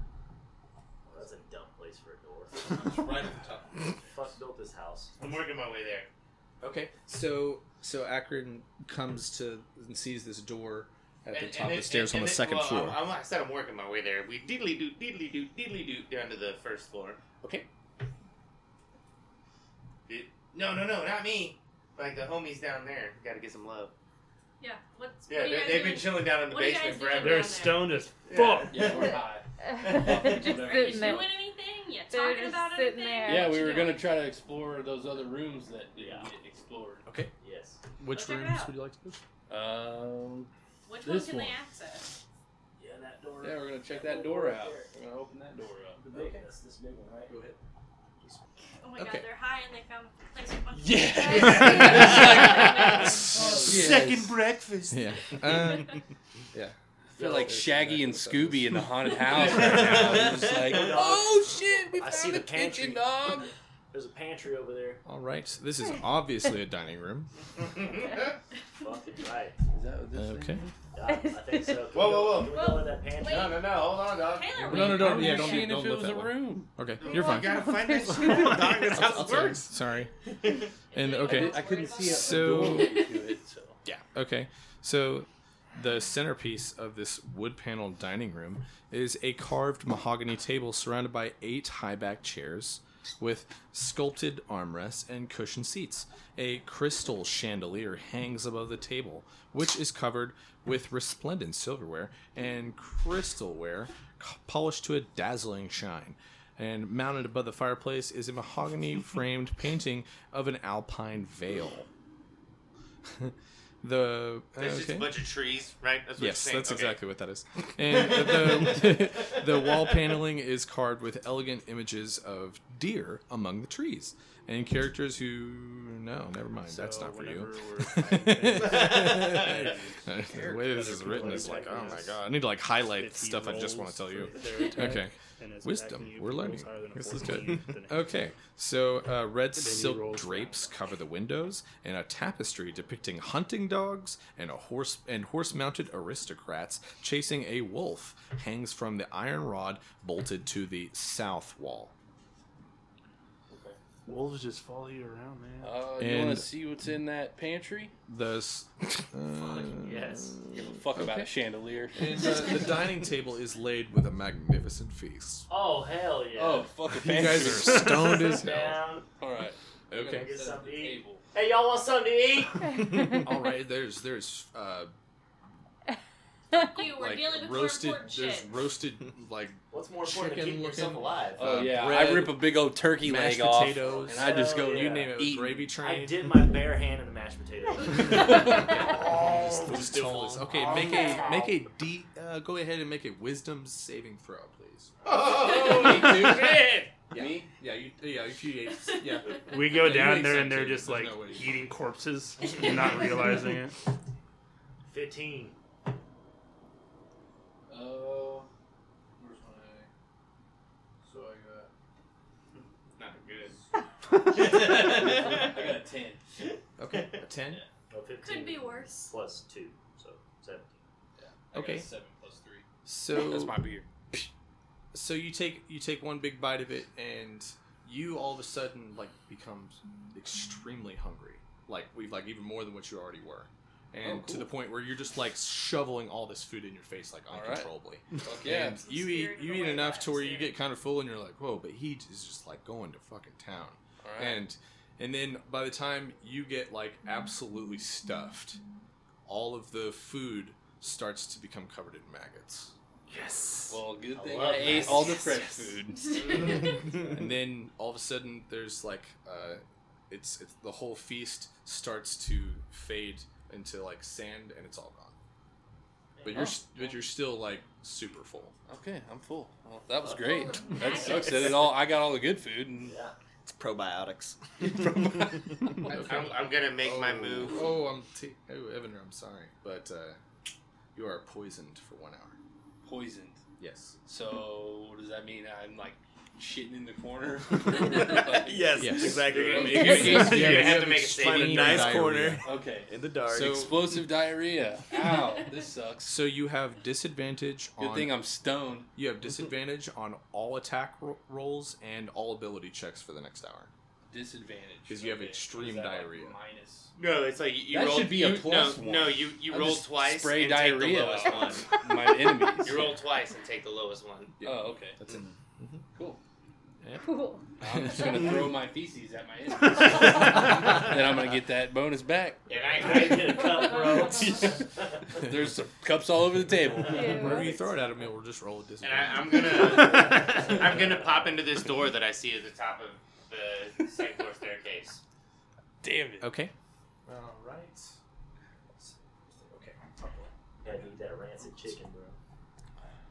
that's a dumb place for a door.
right at the top.
Fuck built this house.
I'm working my way there.
Uh, Okay. So so Akron comes to and sees this door at the
And-
top
and
of the
it-
stairs
and-
on
and
the
it-
second
well,
floor.
I'm, I'm, I said I'm working my way there. We diddly doo, diddly doo, diddly doo down to the first floor.
Okay.
Did- no, no, no, not me. Like the homies down there. Gotta get some love.
Yeah. What's
Yeah,
what are you
they,
guys
they've been
doing?
chilling down in the
What are you
basement
guys doing?
forever.
They're
They're
stoned
stoned
as fuck.
Yeah.
Yeah, we're high.
Just sitting there.
doing anything? You
They're
talking
just
about
sitting
anything?
there.
Yeah,
What
we
you
were
doing?
gonna try to explore those other rooms that didn't
Yeah.
get explored.
Okay.
Yes.
Which
Check it
rooms
out.
would you like to go? to?
Um,
Which
This
one can
one.
they access?
Yeah, that door.
yeah, we're gonna check that door out. We're gonna open that door up.
The big, That's this big one, right? Go ahead.
Oh my
Okay.
god, they're high and they found a place with a bunch of
Yeah.
Second breakfast.
Yeah. Um,
They're like Shaggy and Scooby in the haunted house
house
right
right
now.
now. They're just like, "Oh,
shit, we
I see the pantry.
dog.
There's a pantry over there.
all right. This is obviously a dining room.
Fucking right.
Is that what this
Okay.
Yeah, I think so. Can we
Whoa,
go-
whoa, whoa.
Can we go in that pantry?
Wait.
no, no, no. Hold on, dog.
Taylor,
No, no,
wait.
no. Yeah, don't,
seeing
do- don't
if it
look
was a
that way.
room.
Okay, you're
You
fine.
gotta find that shit out, dog. That's how
I'll
it
tell you.
works.
Sorry. And
I,
okay.
did, I couldn't see a,
So-
a doorway to it, so.
Yeah. Okay. So the centerpiece of this wood paneled dining room is a carved mahogany table surrounded by eight high back chairs with sculpted armrests and cushioned seats. A crystal chandelier hangs above the table, which is covered with resplendent silverware and crystalware c- polished to a dazzling shine. And mounted above the fireplace is a mahogany framed painting of an alpine vale. the
There's just a
okay.
bunch of trees, right? That's what
Yes,
you're saying.
that's
Okay.
exactly what that is. And the, the wall paneling is carved with elegant images of deer among the trees and characters who. No, never mind. that's not for you. the way this is written is like, oh my god. I need to like highlight stuff I just want to tell you. Okay. Wisdom. We're learning. This is good. Okay, so uh, red silk
rolls
drapes cover the windows, and a tapestry depicting hunting dogs and a horse and horse-mounted aristocrats chasing a wolf hangs from the iron rod bolted to the south wall.
Wolves just follow you around, man.
Uh, you want
And-
to see what's in that pantry?
The s- uh,
Yes.
Give a fuck about a
Okay.
chandelier.
and the, the dining table is laid with a magnificent feast.
Oh hell yeah.
Oh, fuck a
You
pantry.
guys are stoned as hell.
Down.
All right.
Okay.
Get something to eat.
Table.
Hey, y'all want something to eat?
All right. There's there's uh,
You were
like
dealing with more
roasted
important
there's
shit.
roasted like
What's more important than
Chicken
keeping yourself
looking-
alive?
Oh
Uh,
yeah, I
bread,
rip a big old turkey
mashed
leg off,
potatoes.
and I just
Hell
go.
yeah.
you name it
eating.
gravy train.
I did my bare hand in the mashed potatoes.
Oh.
Oh,
Just totally- Okay, make a make a D. Uh, Uh, go ahead and make a wisdom saving throw, please.
Oh,
Me too?
shit.
Yeah.
Me?
Yeah, you, yeah, if you ate, yeah.
We go
Yeah, you
down
ate
there
some
and they're
too.
just
There's
like
no way you-
eating corpses, and not realizing it.
15.
Oh, where's my? So
Not
I got. I got a ten.
Okay, a 10?
No, 15.
Could be worse.
Oh, Plus 2, so 17.
I got a
Okay.
seven plus three.
So
that's my beer.
so you take you take one big bite of it and you all of a sudden like become extremely hungry like we've like even more than what you already were and
Oh,
to the
cool.
point where you're just like shoveling all this food in your face like
All right.
uncontrollably
Fuck yeah.
and you eat
Spirited
you eat
away
enough
by
to where you
spirit.
get kind of full and you're like whoa but he is just like going to fucking town
All right.
and and then by the time you get like absolutely stuffed all of the food starts to become covered in maggots
well, good
I
thing I,
love
ate
this.
all the
Yes,
fresh
yes.
food.
and then all of a sudden there's like uh, it's, it's the whole feast starts to fade into like sand and it's all gone but you're s but you're still like super full
Okay, I'm full. Well, that was great. That
Nice.
sucks. That it all. I got all the good food. And
Yeah.
It's probiotics.
I'm, I'm gonna make my move.
oh i'm t- oh evander i'm sorry but uh, you are poisoned for one hour
poisoned.
yes
So does that mean I'm like shitting in the corner?
yes,
Yes.
exactly.
You're gonna
make- you're gonna-
Find
you're gonna have to
you
make a
have
saving.
a
your
nice
diarrhea.
corner
Okay.
in the dark.
So-
Explosive diarrhea. Ow, this sucks.
so you have disadvantage
Good
on
thing I'm stoned.
you have disadvantage on all attack ro- rolls and all ability checks for the next hour
Disadvantage.
'Cause you have
Okay.
extreme
Is that, like,
diarrhea.
minus.
No, it's like you, you
That
roll.
should be a
you-
plus
no,
one.
No, you you
I
roll
just
twice
Spray
and take
diarrhea
the lowest
out
one.
on My enemies.
You roll twice and take the lowest one.
Oh, okay.
that's it
Mm.
Cool.
Cool.
I'm just gonna throw my feces at my enemies, and I'm gonna get that bonus back.
And
I
I,
get a cup, bro.
There's some cups all over the table.
Whenever you
Ew.
throw it at him, it will just roll a
I, and I,
disadvantage.
I'm gonna I'm gonna pop into this door that I see at the top of the second floor staircase.
Damn it.
okay.
All right. Okay. Gotta eat that rancid chicken, bro.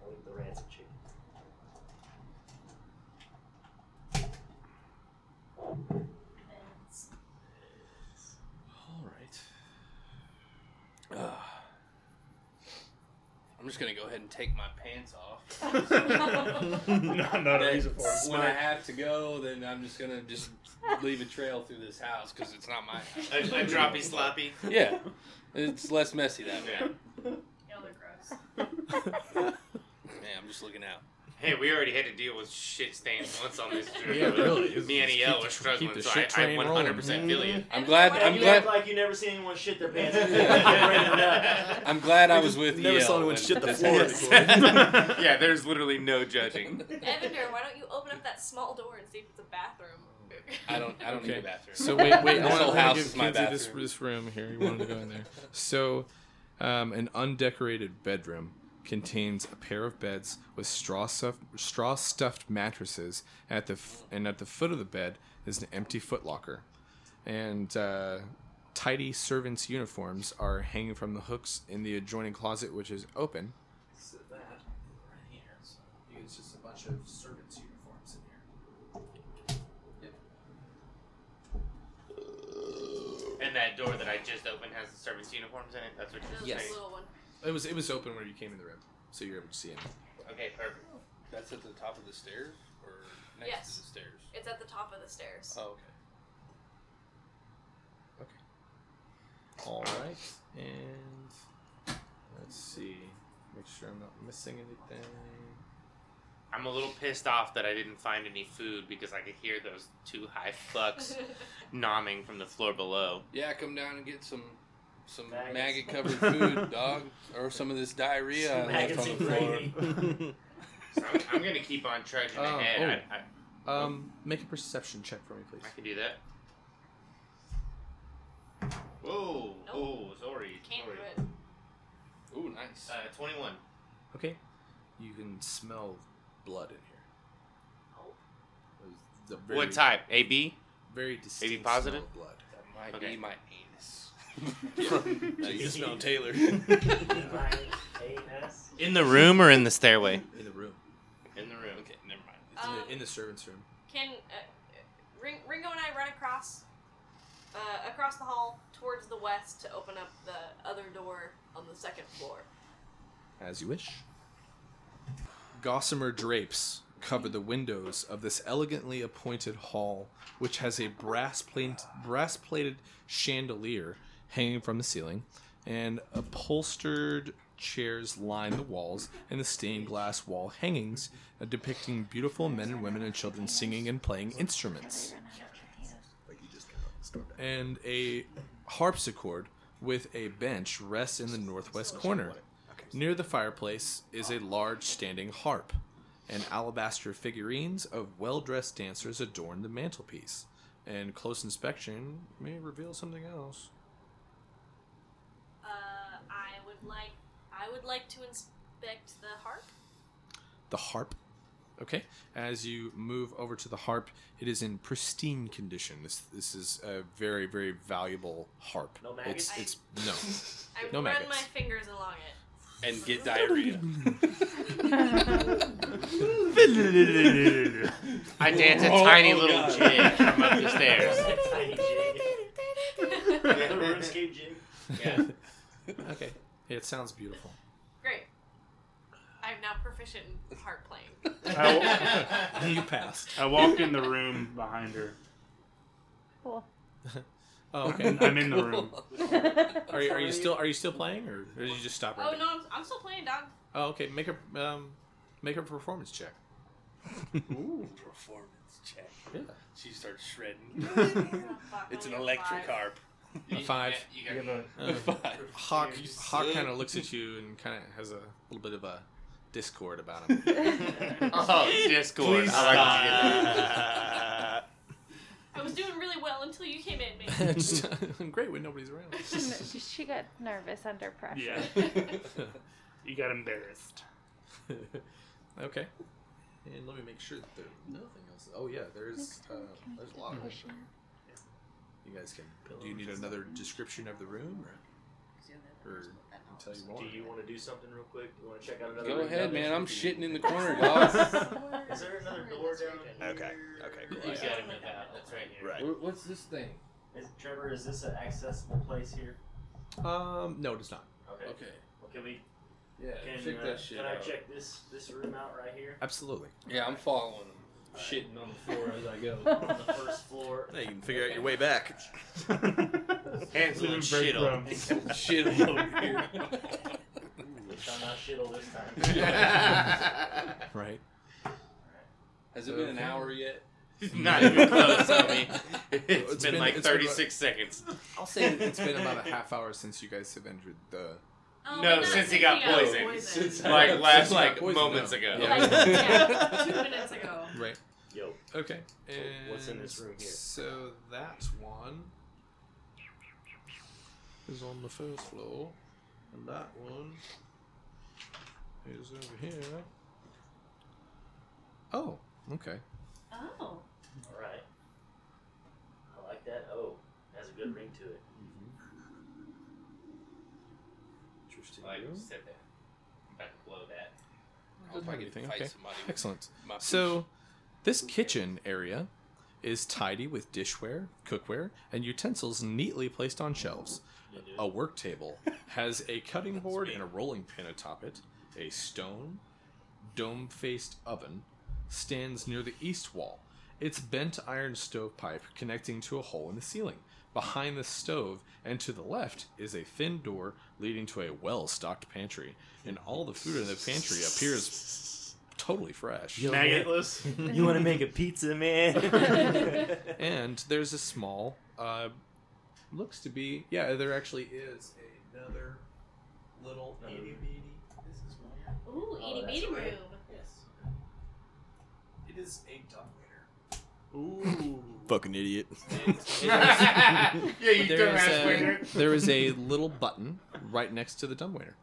I'll eat the rancid chicken.
All right. I'm just gonna go ahead and take my pants off.
not, not a
Then
reason for it.
when I have to go, then I'm just gonna just leave a trail through this house because it's not my house.
A, a droppy sloppy.
Yeah, it's less messy that way.
Yeah.
Y'all are gross.
Man, I'm just looking out.
Hey, we already had to deal with shit stains once on this trip.
Yeah, really.
Me and
Keep
EL
the-
were
keep
struggling,
the
so
shit
I, I
train
100% feel you.
I'm glad.
Why
I'm
you
glad.
act like you never seen anyone shit their pants.
I'm glad I was with
Never
EL
saw anyone
when
shit the
this
floor.
happened.
before.
yeah, there's literally no judging.
Evander, why don't you open up that small door and see if it's a bathroom?
I don't. I don't need
Okay.
a bathroom.
So wait, wait. I
This whole
want
house
to
is
give
my
Kinsey this,
bathroom.
this room here. You wanted to go in there. So, um, an undecorated bedroom contains a pair of beds with straw stuff, straw stuffed mattresses. At the f- and at the foot of the bed is an empty footlocker, and uh, tidy servants' uniforms are hanging from the hooks in the adjoining closet, which is open.
that right here.
It's just a bunch of servants' uniforms in here.
And that door that I just opened has the servants' uniforms in it. That's what
There's
you're
a
saying.
little one.
It was it was open when you came in the room, so you're able to see it.
Okay, perfect.
That's at the top of the stairs, or next
Yes.
to the stairs.
It's at the top of the stairs.
Oh, okay.
All right, and let's see. Make sure I'm not missing anything.
I'm a little pissed off that I didn't find any food because I could hear those two high fucks nomming from the floor below.
Yeah, come down and get some some
Maggots.
maggot covered food, dog, or some of this diarrhea I left
Maggots
on
and
the floor.
gravy.
So I'm, I'm gonna keep on trudging
Oh,
ahead. I, I,
Um, make a perception check for me, please.
I can do that. Whoa!
Nope.
Oh, sorry.
Can't do
sorry.
it.
Ooh, nice.
Uh, 21.
Okay. You can smell blood in here. Oh. The very,
What type? AB?
Very distinct.
positive?
smell of blood.
that might
okay.
be my anus. Now you just found Taylor.
In the room or in the stairway?
In the room.
In the room. Okay, never mind.
It's in,
Um,
the, in the servants' room.
Can uh, Ring, Ringo and I run across, uh, across the hall towards the west to open up the other door on the second floor?
As you wish. Gossamer drapes cover the windows of this elegantly appointed hall, which has a brass plate, brass plated chandelier hanging from the ceiling, and upholstered chairs line the walls and the stained glass wall hangings uh, depicting beautiful men and women and children singing and playing instruments and a harpsichord with a bench rests in the northwest corner. Near the fireplace is a large standing harp, and alabaster figurines of well dressed dancers adorn the mantelpiece. And close inspection may reveal something else.
Uh, I would like, I would like to inspect the harp.
The harp. Okay, as you move over to the harp, it is in pristine condition. This this is a very very valuable harp.
No
it's,
maggots?
it's no,
I
no
run
maggots.
my fingers along it.
and get diarrhea.
I dance a
Oh,
tiny
oh,
little
God.
jig from up the stairs.
Tiny jig. The RuneScape jig.
Yeah.
okay, it sounds beautiful.
Great. I'm now proficient in harp playing.
I, wa-
you passed.
I walk in the room behind her.
Cool.
Oh, okay.
I'm in the room.
Are you, are you still are you still playing or did you just stop?
oh
Right
no, I'm, I'm still playing, dog.
oh, okay. Make a um, make a performance check.
Ooh, performance check.
Yeah.
She starts shredding. it's an electric harp.
A five.
You got, you got
Uh,
Five.
Hawk
You
Hawk
suck.
kind of looks at you and kind of has a little bit of a discord about him.
Oh, Discord. I
I was doing really well until you came in, man.
Just- uh, great when nobody's around.
she got nervous under pressure.
Yeah. You got embarrassed.
okay. And let me make sure that there's nothing else. Oh yeah, there's uh, there's a lot of. You guys can. Do you need another description of the room, or, or I can tell you more?
Do you want to do something real quick? Do you want to check out another
Go
room
ahead,
down
man.
there?
I'm shitting in the corner, dog.
Is there another door down here?
Okay. Okay.
got it. You got it. That's right here.
Right.
Wh- What's this thing?
Is, Trevor, is this an accessible place here?
Um, no, it's not.
Okay.
Okay.
Well, can we?
Oh. Yeah.
Can,
check
uh,
that shit
can
out.
I check this this room out right here?
Absolutely.
Yeah, I'm following. I'm shitting on the floor as I go.
On the first floor.
Now you can figure out your way back.
Hands
Living
on shit
break
on.
room.
Shit all over here.
Shall not shittle this time.
Right.
Has it been an hour yet?
Not even close, homie.
It's
it's been,
been-
like
it's been
36 seconds.
I'll say it's been about a half hour since you guys have entered the.
Um,
No,
not
since he got poisoned.
poisoned.
Like last, like
Poison,
moments
no.
ago.
Yeah.
Like, yeah, two minutes ago.
Right.
Yo.
Okay.
what's in this
And
room here?
So that one is on the first floor, and that one is over here. Oh, okay.
Oh.
All right. I like that. Oh, has a good ring to it.
Interesting.
Like, sit there. I'm about to blow that.
I'll find anything.
Fight
Okay.
somebody with
Excellent.
my fish.
So, this kitchen area is tidy with dishware, cookware, and utensils neatly placed on shelves. A work table has a cutting board and a rolling pin atop it. A stone, dome faced oven stands near the east wall, its bent iron stovepipe connecting to a hole in the ceiling. Behind the stove and to the left is a thin door leading to a well stocked pantry, and all the food in the pantry appears totally fresh.
Maggotless.
You want to make a pizza, man?
And there's a small, uh, looks to be, yeah, there actually is another little
Another room.
This is one.
Ooh,
Oh,
eating
that's
meeting
right.
room.
It is a dumbwaiter.
Ooh.
Fucking idiot.
yeah, you
There is, uh,
dumbass
a,
winner.
there is a little button right next to the dumbwaiter.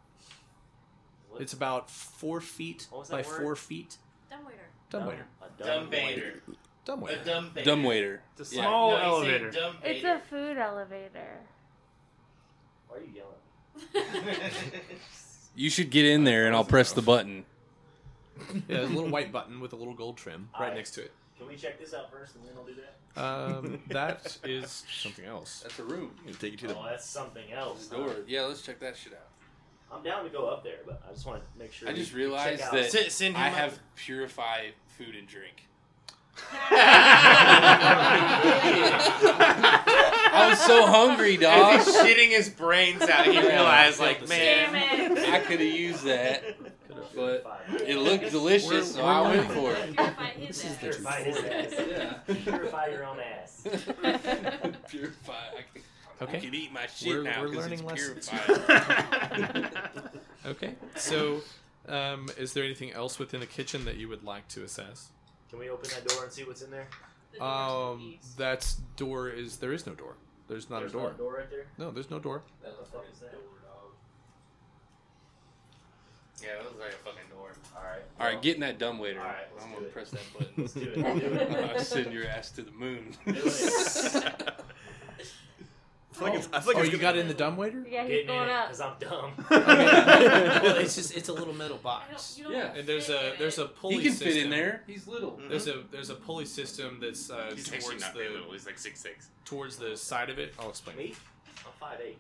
What?
It's about four feet
What was that
by
word? Oh.
four feet.
Dumbwaiter.
Dumbwaiter.
A
Dumb
dumb
Vader. A
Dumbwaiter.
dumb Vader.
Dumb waiter.
It's a
Yeah.
small
No, he said
elevator.
dumb
It's
Vader.
a food elevator.
Why are you yelling?
You should get in there, and I'll press the button.
Yeah, there's a little white button with a little gold trim right, next to it.
Can we check this out first and then I'll do that?
Um, that is something else.
That's a room.
I'm gonna take you to the.
oh, that's something else.
Door. Yeah, let's check that shit out.
I'm down to go up there, but I just want to make sure.
I just
we check
realized
out-
that I have purify food and drink.
I was so hungry, dog.
As he's shitting his brains out, he realized, like, man,
I could have used that, but it looked
We're-
delicious, so I
we're
went
not-
for it.
This is the
Purify his ass. Purify your own ass.
Purify. I can,
Okay.
I can eat my shit
We're-
now
we're
because it's
learning lessons.
purified.
Okay, so um, is there anything else within the kitchen that you would like to assess?
Can we open that door and see what's in there?
Um, that door is there is no door. There's not
There's
a door.
not a door right there?
No, there's no door.
What the fuck is that?
yeah, it looks like a fucking door.
All right.
All right, get in that dumb waiter.
All right, let's
I'm
do
gonna
it.
press that button.
Let's do it. Do it.
I'll send your ass to the moon.
I like it's, I like oh, you got in the dumb waiter.
Yeah, he's
Getting
going
in it,
up.
Cause I'm dumb.
well, it's just it's a little metal box.
you don't
Yeah.
and there's a there's a pulley.
He can
system.
fit in there. He's little.
Mm.
There's a there's a pulley system that's uh,
He's actually
towards
not
the
that little. He's like six six.
towards the side of it. I'll explain.
Me? I'm five eight.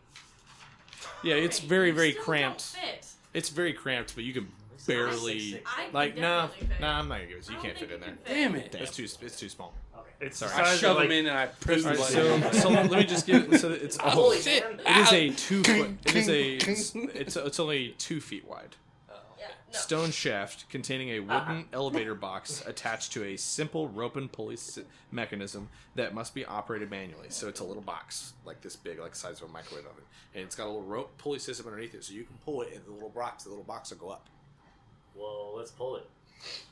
Yeah, it's
Wait,
very
you
very
still don't
cramped.
fit.
It's very cramped, but you can
It's like
barely
six, six.
I
like nah
definitely fit.
nah. I'm not gonna give it. to You
I
You
don't
can't
think
fit in
you
there.
can fit.
Damn it!
It's too it's too small.
Okay.
It's
Sorry.
the
I
size
shove
of,
him
like,
in and I press the
Alright,
button.
so, so let me just give. So it's
Holy
oh,
shit.
It is a two foot. It is a. It's it's only two feet wide.
Yeah, no. Uh-uh.
Stone shaft containing a wooden elevator box attached to a simple rope and pulley si- mechanism that must be operated manually. So it's a little box like this big, like the size of a microwave oven, and it's got a little rope pulley system underneath it, so you can pull it, and the little box, the little box will go up.
Whoa, let's pull it.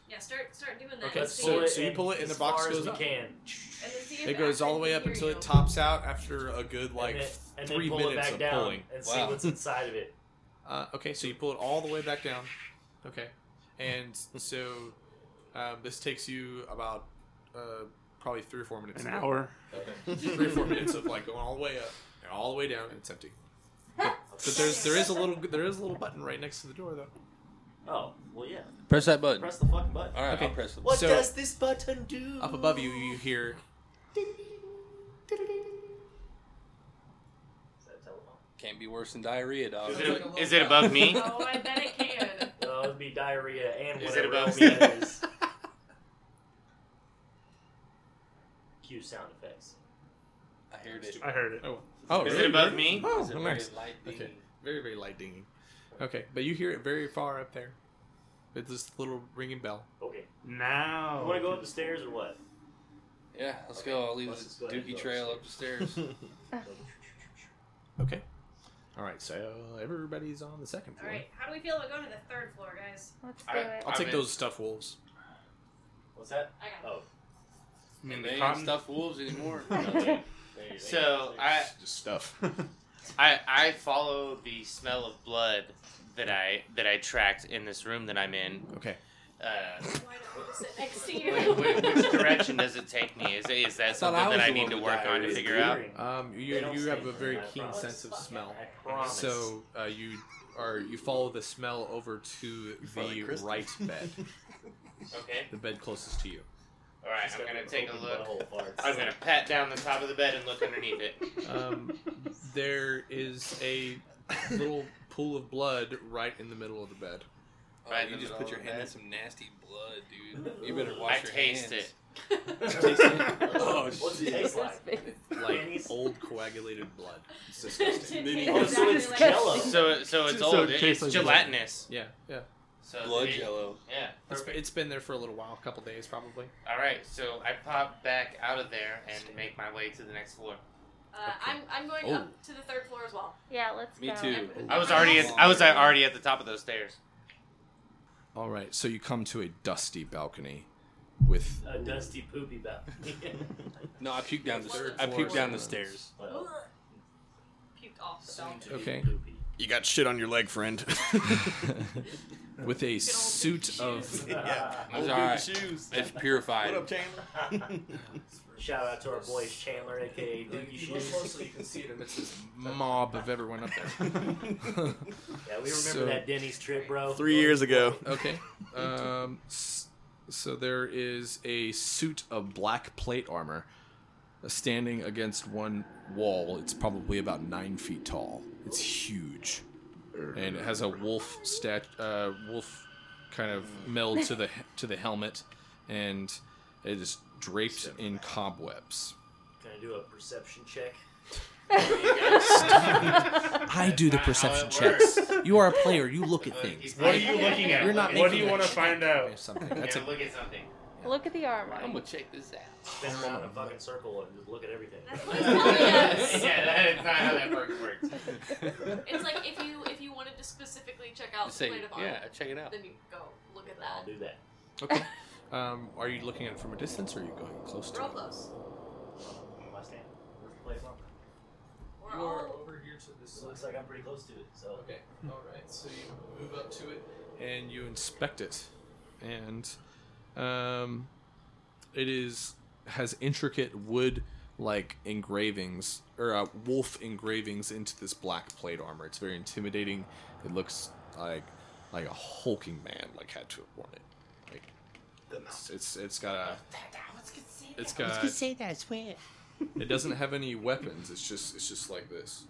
Yeah, start start doing that.
Okay,
and
Let's
see
so-
pull it.
so you pull it and
as
the box
far as
goes
we
up.
can.
and then see if
It goes all the way up
actually
until
hear
it
you.
tops out after a good like
and then, and then
three
pull
minutes
it
of
back down
pulling.
and see
Wow.
what's inside of it.
Uh, okay, so you pull it all the way back down. Okay, and so um, this takes you about uh, probably three or four minutes.
an
to go.
hour.
three or four minutes of like going all the way up and all the way down, and it's empty. But, but there's there is a little there is a little button right next to the door though.
Oh, well, yeah.
Press that button.
Press the fucking button.
All right,
Okay.
I'll press the
What
button.
So-
does this button do?
Up above you, you hear
Is that a telephone?
Can't be worse than diarrhea, dog.
Is it, is it above me?
Oh, I bet it can.
No, it'd be diarrhea and
Is it
whatever
above
else
me?
that is. Cue sound effects.
I heard it.
I heard it.
oh oh
Is
really?
it above me?
oh
Is it very
nice
light
okay
dinging?
very very light dinging okay but you hear it very far up there with this little ringing bell
Okay.
Now.
You want to go up the stairs or what?
Yeah, let's
Okay,
go. I'll leave
let's
this
just go ahead and
dookie
go
trail up the stairs.
okay all right so everybody's on the second
All
floor
right, how do we feel about going to the third floor, guys?
Let's do
I-
it.
I'll
I'm
take
in.
those stuff wolves
What's that?
I got it.
Oh.
I mean,
they
the
ain't
cotton.
stuff wolves anymore. Oh,
there you
So
go.
I
Just stuff.
I I follow the smell of blood that I that I tracked in this room that I'm in.
okay
Uh,
Why don't we just sit next to
wh-
you?
wh- which direction does it take me? Is is that
thought
something
I
that
was
I
the
need
one
to
with
work on to
diarrhea.
figure out?
Clearing.
um you
They don't
you have
stink
a very
for me, I
keen
promise.
sense of smell
I promise.
So uh, you are you follow the smell over to the right bed,
Okay.
the bed closest to you.
All right.
She's
I'm
got
gonna
an
take a
open
look.
butthole farts.
I'm gonna pat down the top of the bed and look underneath it.
Um, there is a little pool of blood right in the middle of the bed.
Oh,
Right in
you
the
just
middle
put
of the
your hand in
bed.
some nasty blood, dude. You better wash
I
your
taste
hands.
it.
Oh,
What's it
shit.
taste like?
Like old coagulated blood. It's disgusting.
Didn't
Mini-
taste
Oh, so
exactly
it's
like-
jello.
So so it's
So it
old. It-
tastes
it's
like
gelatinous.
Yeah, yeah.
So
Blood
it-
yellow.
Yeah.
It's,
Perfect.
it's been there for a little while, a couple days probably.
All right. So I pop back out of there and make my way to the next floor.
Uh, I'm I'm going
Oh.
up to the third floor as well.
Yeah, let's
Me
go.
too.
I was already at, I was already at the top of those stairs.
All right, so you come to a dusty balcony with
A dusty poopy bell.
No, I puked down the
Third
I
floor
puked down the
sounds.
stairs.
well,
Puked off the
soon
dog.
to be
Okay.
poopy.
You got shit on your leg, friend.
with a
Good old
suit
shoes.
of
yeah.
I was all right. It's purified.
Chandler?
Shout out to our boys Chandler, aka Doogie
You look
Shoes.
closely, you can see it amidst this
mob of everyone up there.
Yeah, we remember
So-
that Denny's trip, bro.
Three years ago.
Okay. Um, s- so there is a suit of black plate armor uh, standing against one wall. It's probably about nine feet tall. It's huge, and it has a wolf stat, uh, wolf kind of meld to the he- to the helmet, and it is draped in cobwebs.
Can I do a perception check?
I do the perception checks. You are a player. You look at things.
What are you looking at?
You're not.
what do
making
you
a
want to
check
find out?
or Something. That's a
look at something.
Look at the armor.
I'm gonna check this out.
Spin around in a fucking circle and just look at everything.
yeah, that's not how that works. works.
It's like if you if you wanted to specifically check out
Just
the
say,
plate of armor,
yeah, check it out.
then you go look at
I'll
that.
do that.
Okay. Um, are you looking at it from a distance, or are you going close to
Real
it?
close.
Where am I standing? Where's the plate of armor?
We're
You are
all
over here to this
This looks like I'm pretty close to it, so.
Okay. All right. So you move up to it.
and you inspect it, and um, it is has intricate wood like engravings or uh, wolf engravings into this black plate armor. It's very intimidating. It looks like like a hulking man like had to have worn it. Like it's it's, it's got a it's got
say that. I swear.
it doesn't have any weapons. It's just it's just like this,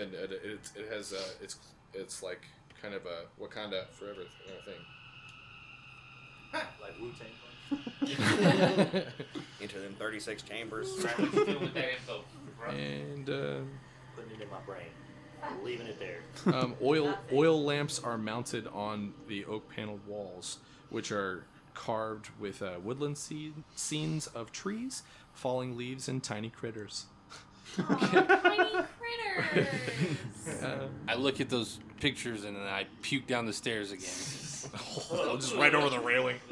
and it it, it has a it's it's like kind of a Wakanda forever kind of
Like Wu Tang.
uh, thing.
Into them 36 chambers.
with that info.
and uh,
Putting it in my brain. Leaving it there.
um, oil oil lamps are mounted on the oak paneled walls, which are carved with uh, woodland sce- scenes of trees, falling leaves, and tiny critters.
tiny critters.
Uh,
I look at those pictures and then I puke down the stairs again.
just right over the railing.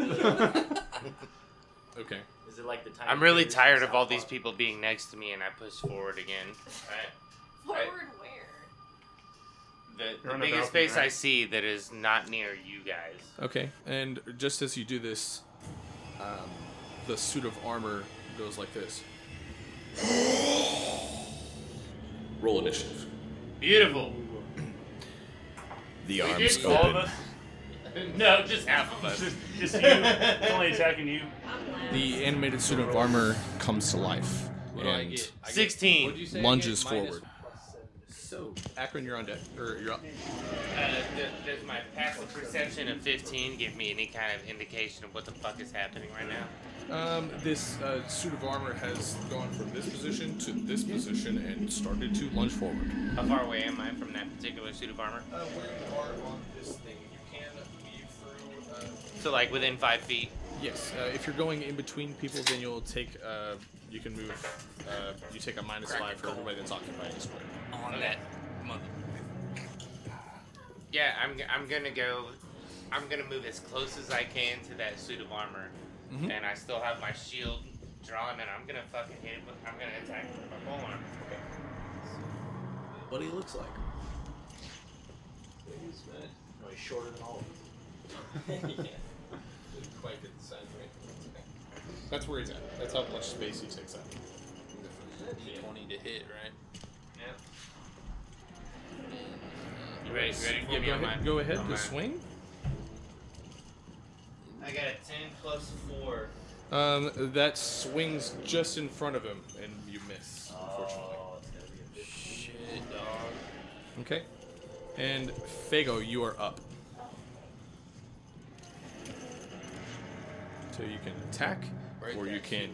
okay.
Is it like the time?
I'm really tired of all these people being next to me, and I push forward again.
Forward where?
The,
You're
the
on a
biggest
balcony,
space
right?
I see that is not near you guys.
Okay, and just as you do this, um, the suit of armor goes like this. Roll initiative.
Beautiful.
The
We
arms
did all
open.
of us. no, just half of us.
Just you. It's only attacking you.
The animated suit of armor comes to life and
Sixteen.
What'd you say
lunges
again? Minus-
forward. So, Akron, you're on deck, or you're up.
Uh, th- does my passive perception of 15 give me any kind of indication of what the fuck is happening right now?
Um, this uh, suit of armor has gone from this position to this position and started to lunge forward.
How far away am I from that particular suit of armor?
Uh, where you are on this thing, you can weave through. Uh,
So, like within five feet.
yes, uh, if you're going in between people, then you'll take. Uh, you can move. Uh, you take a minus five for everybody that's occupying the square.
On that mother.
Yeah, I'm, I'm gonna go. I'm gonna move as close as I can to that suit of armor.
Mhm.
And I still have my shield drawn, and I'm gonna fucking hit it with. I'm gonna attack with my full arm.
What he looks like?
No, he's shorter than all of
Quite good size, right?
That's where he's at. That's how much space he takes up.
Twenty to hit, right?
You ready, you ready for
Yeah,
me
go
on
ahead,
my-
go ahead
on
to
my-
swing.
I got a 10 plus 4.
Um, that swings just in front of him, and you miss,
them.
unfortunately.
Oh, it's gonna be a bit.
Shit, dog.
Okay. And Fago, you are up. So you can attack,
Right
or
there,
you can,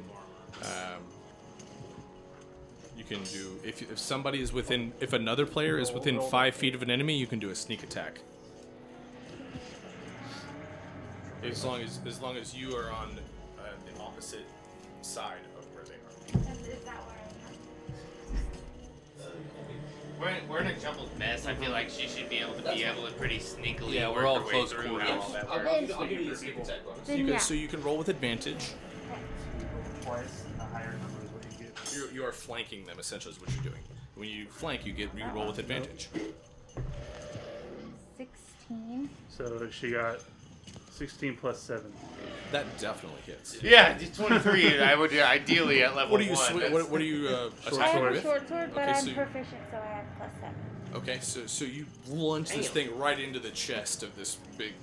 um, you can do if if somebody is within if another player is within five feet of an enemy, you can do a sneak attack. As long as as long as you are on uh, the opposite side of where they are.
We're, we're in a jumbled mess. I feel
Mm-hmm.
like she should be able to be able to pretty sneakily.
Yeah,
work
we're all
her way
close
through
quarters.
how all that
I'll-
works.
I'll- I'll give you the sneak attack bonus.
You can,
yeah.
So you can roll with advantage.
Twice a higher number is what you get.
You're, you are flanking them essentially is what you're doing. When you flank, you get you roll with advantage.
16.
So she got 16 plus 7.
That definitely hits.
Yeah, it's 23. I would uh, ideally at level
What are you?
one,
swi-
that's-
what, what are you? Uh,
I
attacking
have a
with?
short sword, but
okay,
I'm
so you-
proficient, so I have plus seven.
okay, so so you launch this
Damn.
thing right into the chest of this big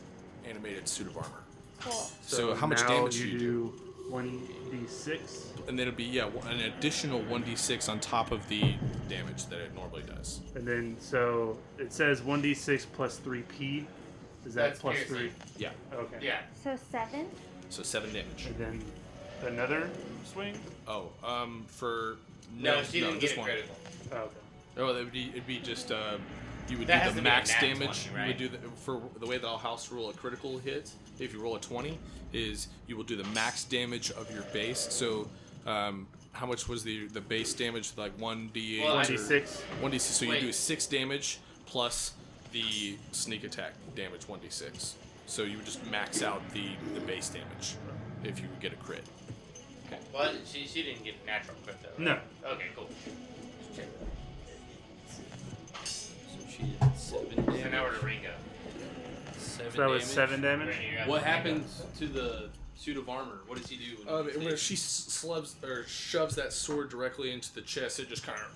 animated suit of armor.
Cool.
So, how much
now
damage do
you
you
do? One d six,
and then it'll be yeah one- an additional one d six on top of the damage that it normally does.
and then so it says one d six plus three p. Is that
That's
plus
piercing.
three?
Yeah.
Okay.
Yeah.
So seven.
So seven damage.
And then another swing.
Oh, um, for
No,
no,
she
no,
didn't
this
get a
one.
critical. Oh, okay.
Oh, that would be it'd be just uh, you would
That has
do
to
the
be a
max
nat
damage.
20,
You would
right?
do the, for the way the house rule a critical hit. If you roll a twenty, is you will do the max damage of your base. So, um, how much was the the base damage? Like one d eight,
Well, I- 1d6.
one d six. So
Wait.
you do six damage plus the sneak attack damage one d six. So you would just max out the the base damage if you get a crit.
Well, she, she didn't get natural crit though. right?
No.
Okay, cool.
So she did seven damage.
So now we're to Ringo.
Seven
So that was seven damage?
What happens to the suit of armor? What does he do? when
Um,
he's
when
hit?
she slubs or shoves that sword directly into the chest, it just kind of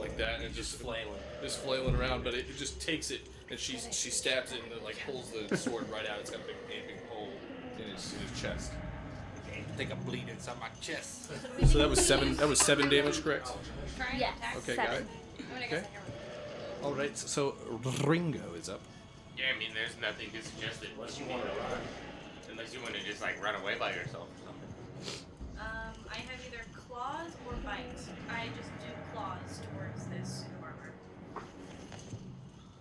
like that, and it just
flailing,
just flailing around. But it, it just takes it, and she she stabs it and it, like pulls the sword right out. It's got a big gaping hole in his, in his chest.
Take a bleed inside my chest.
So that was seven. That was seven damage, correct?
Yeah.
Okay, got
seven.
it. Okay. All right. So Ringo is up.
Yeah, I mean, there's nothing to suggest that unless you want to run, unless you want to just like run away by yourself or something.
Um, I have either claws or bite. I just do claws towards this suit of armor.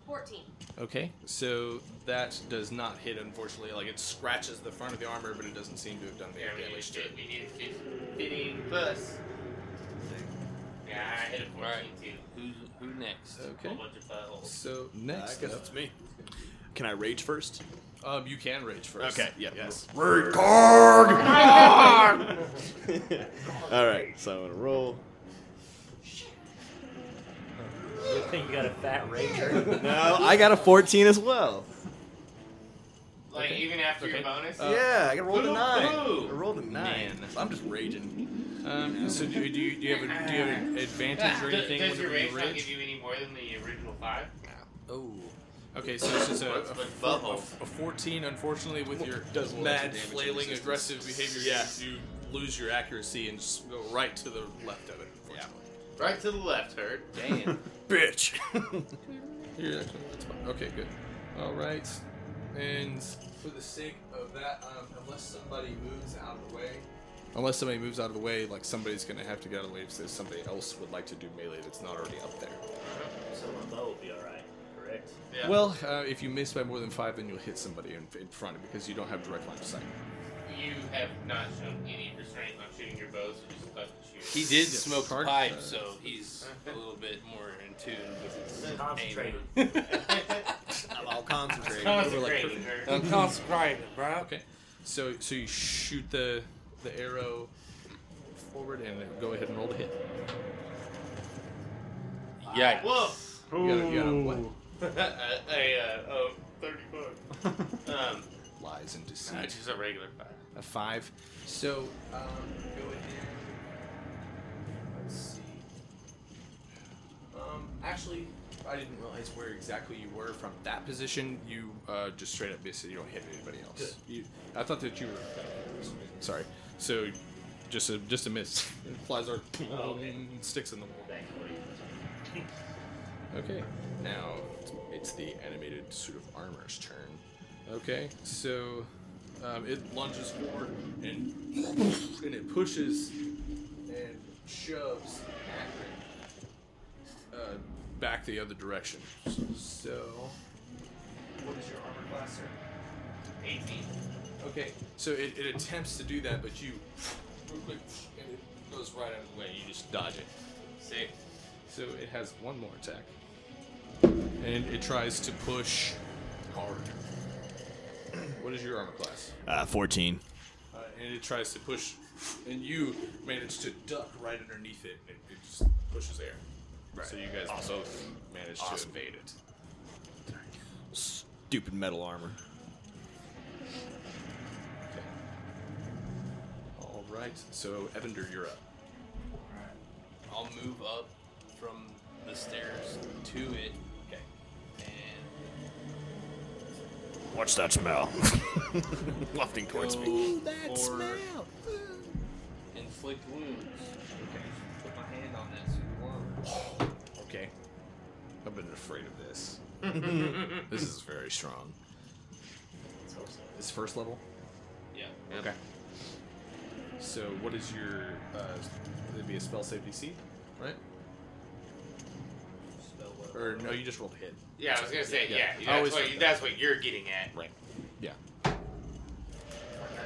Fourteen.
Okay. So that does not hit, unfortunately. Like it scratches the front of the armor, but it doesn't seem to have done
Yeah,
any
we need
damage
to
to it.
fit, we need to fit, fitting plus. Yeah, I hit a 14 too.
Who's, who next?
Okay.
A bunch of buttholes.
So next,
I guess
up-
it's me. Can I rage first?
Um, you can rage first.
Okay, yeah.
Yes.
All right, so I'm gonna roll.
You think you got a fat ranger?
No, Uh, I got a 14 as well.
Like even after your bonus.
Uh,
yeah, I got rolled a
Boo,
nine.
boo.
I rolled a nine. So Uh, I'm just raging.
Um, so do, do you do you have a, do you have an advantage or
Does-
anything
Does
whenever you
your rage not
rage?
give you any more than the original five?
Oh. Okay, so this is a, a,
What's with
four-
butthole?
a f- a 14, unfortunately, with your
does lots of
mad,
damage to
flailing,
resistance.
aggressive behavior, yeah. you lose your accuracy and just go right to the left of it, unfortunately.
Right to the left, herd.
Damn.
Bitch.
Here, that's fine. That's fine. Okay, good. All right. And for the sake of that, um, unless somebody moves out of the way. Unless somebody moves out of the way, like somebody's gonna have to get out of the way if there's somebody else would like to do melee that's not already up there.
so my bow will be alright, correct?
Well, uh, if you miss by more than five, then you'll hit somebody in, in front because you don't have direct line of sight.
You have not shown any restraint on shooting your bows. You just fucking
He
shoot.
did smoke
Hard
pipe,
shots.
so he's a little bit more in tune with his
Concentrated.
aim.
I'm all concentrated.
Concentrated.
I'm concentrated, bro.
Okay, so so you shoot the the arrow forward and then go ahead and roll the hit.
Yeah.
Woof.
You gotta- you gotta-
Ooh.
what?
a, a, uh, oh, 34. um,
Lies and deceit.
nah, just a regular five.
A five. So um, go ahead. Let's see. Um, actually, I didn't realize where exactly you were from that position. You uh, just straight up missed it. You don't hit anybody else. You, I thought that you were. Sorry. So just a just a miss. It flies over, and sticks in the wall. Okay. Now it's the animated suit of armor's turn. Okay, so um, it lunges forward and and it pushes and shoves Akron uh, back the other direction. So, what is your armor class, sir?
18.
Okay, so it, it attempts to do that, but you quickly and it goes right out of the way. You just dodge it.
Sick.
So it has one more attack, and it tries to push hard. What is your armor class?
Uh, 14.
Uh, and it tries to push, and you manage to duck right underneath it, and it, it just pushes air.
Right.
So you guys both manage
Awesome.
to evade it.
Stupid metal armor.
right. So Evander, you're up.
I'll move up from the stairs to it. Okay.
What's that smell? Wafting towards
Go
me.
for Inflict wounds. Okay. Put my hand on that super worm.
Okay. I've been afraid of this.
this is very strong.
It's first level?
Yeah.
Okay. So what is your uh it'd be a spell save DC, right? Or no, you just rolled a hit.
Yeah, I was gonna say, yeah.
I
That's,
always
what,
forget
you-
that.
that's what you're getting at.
Right. Yeah.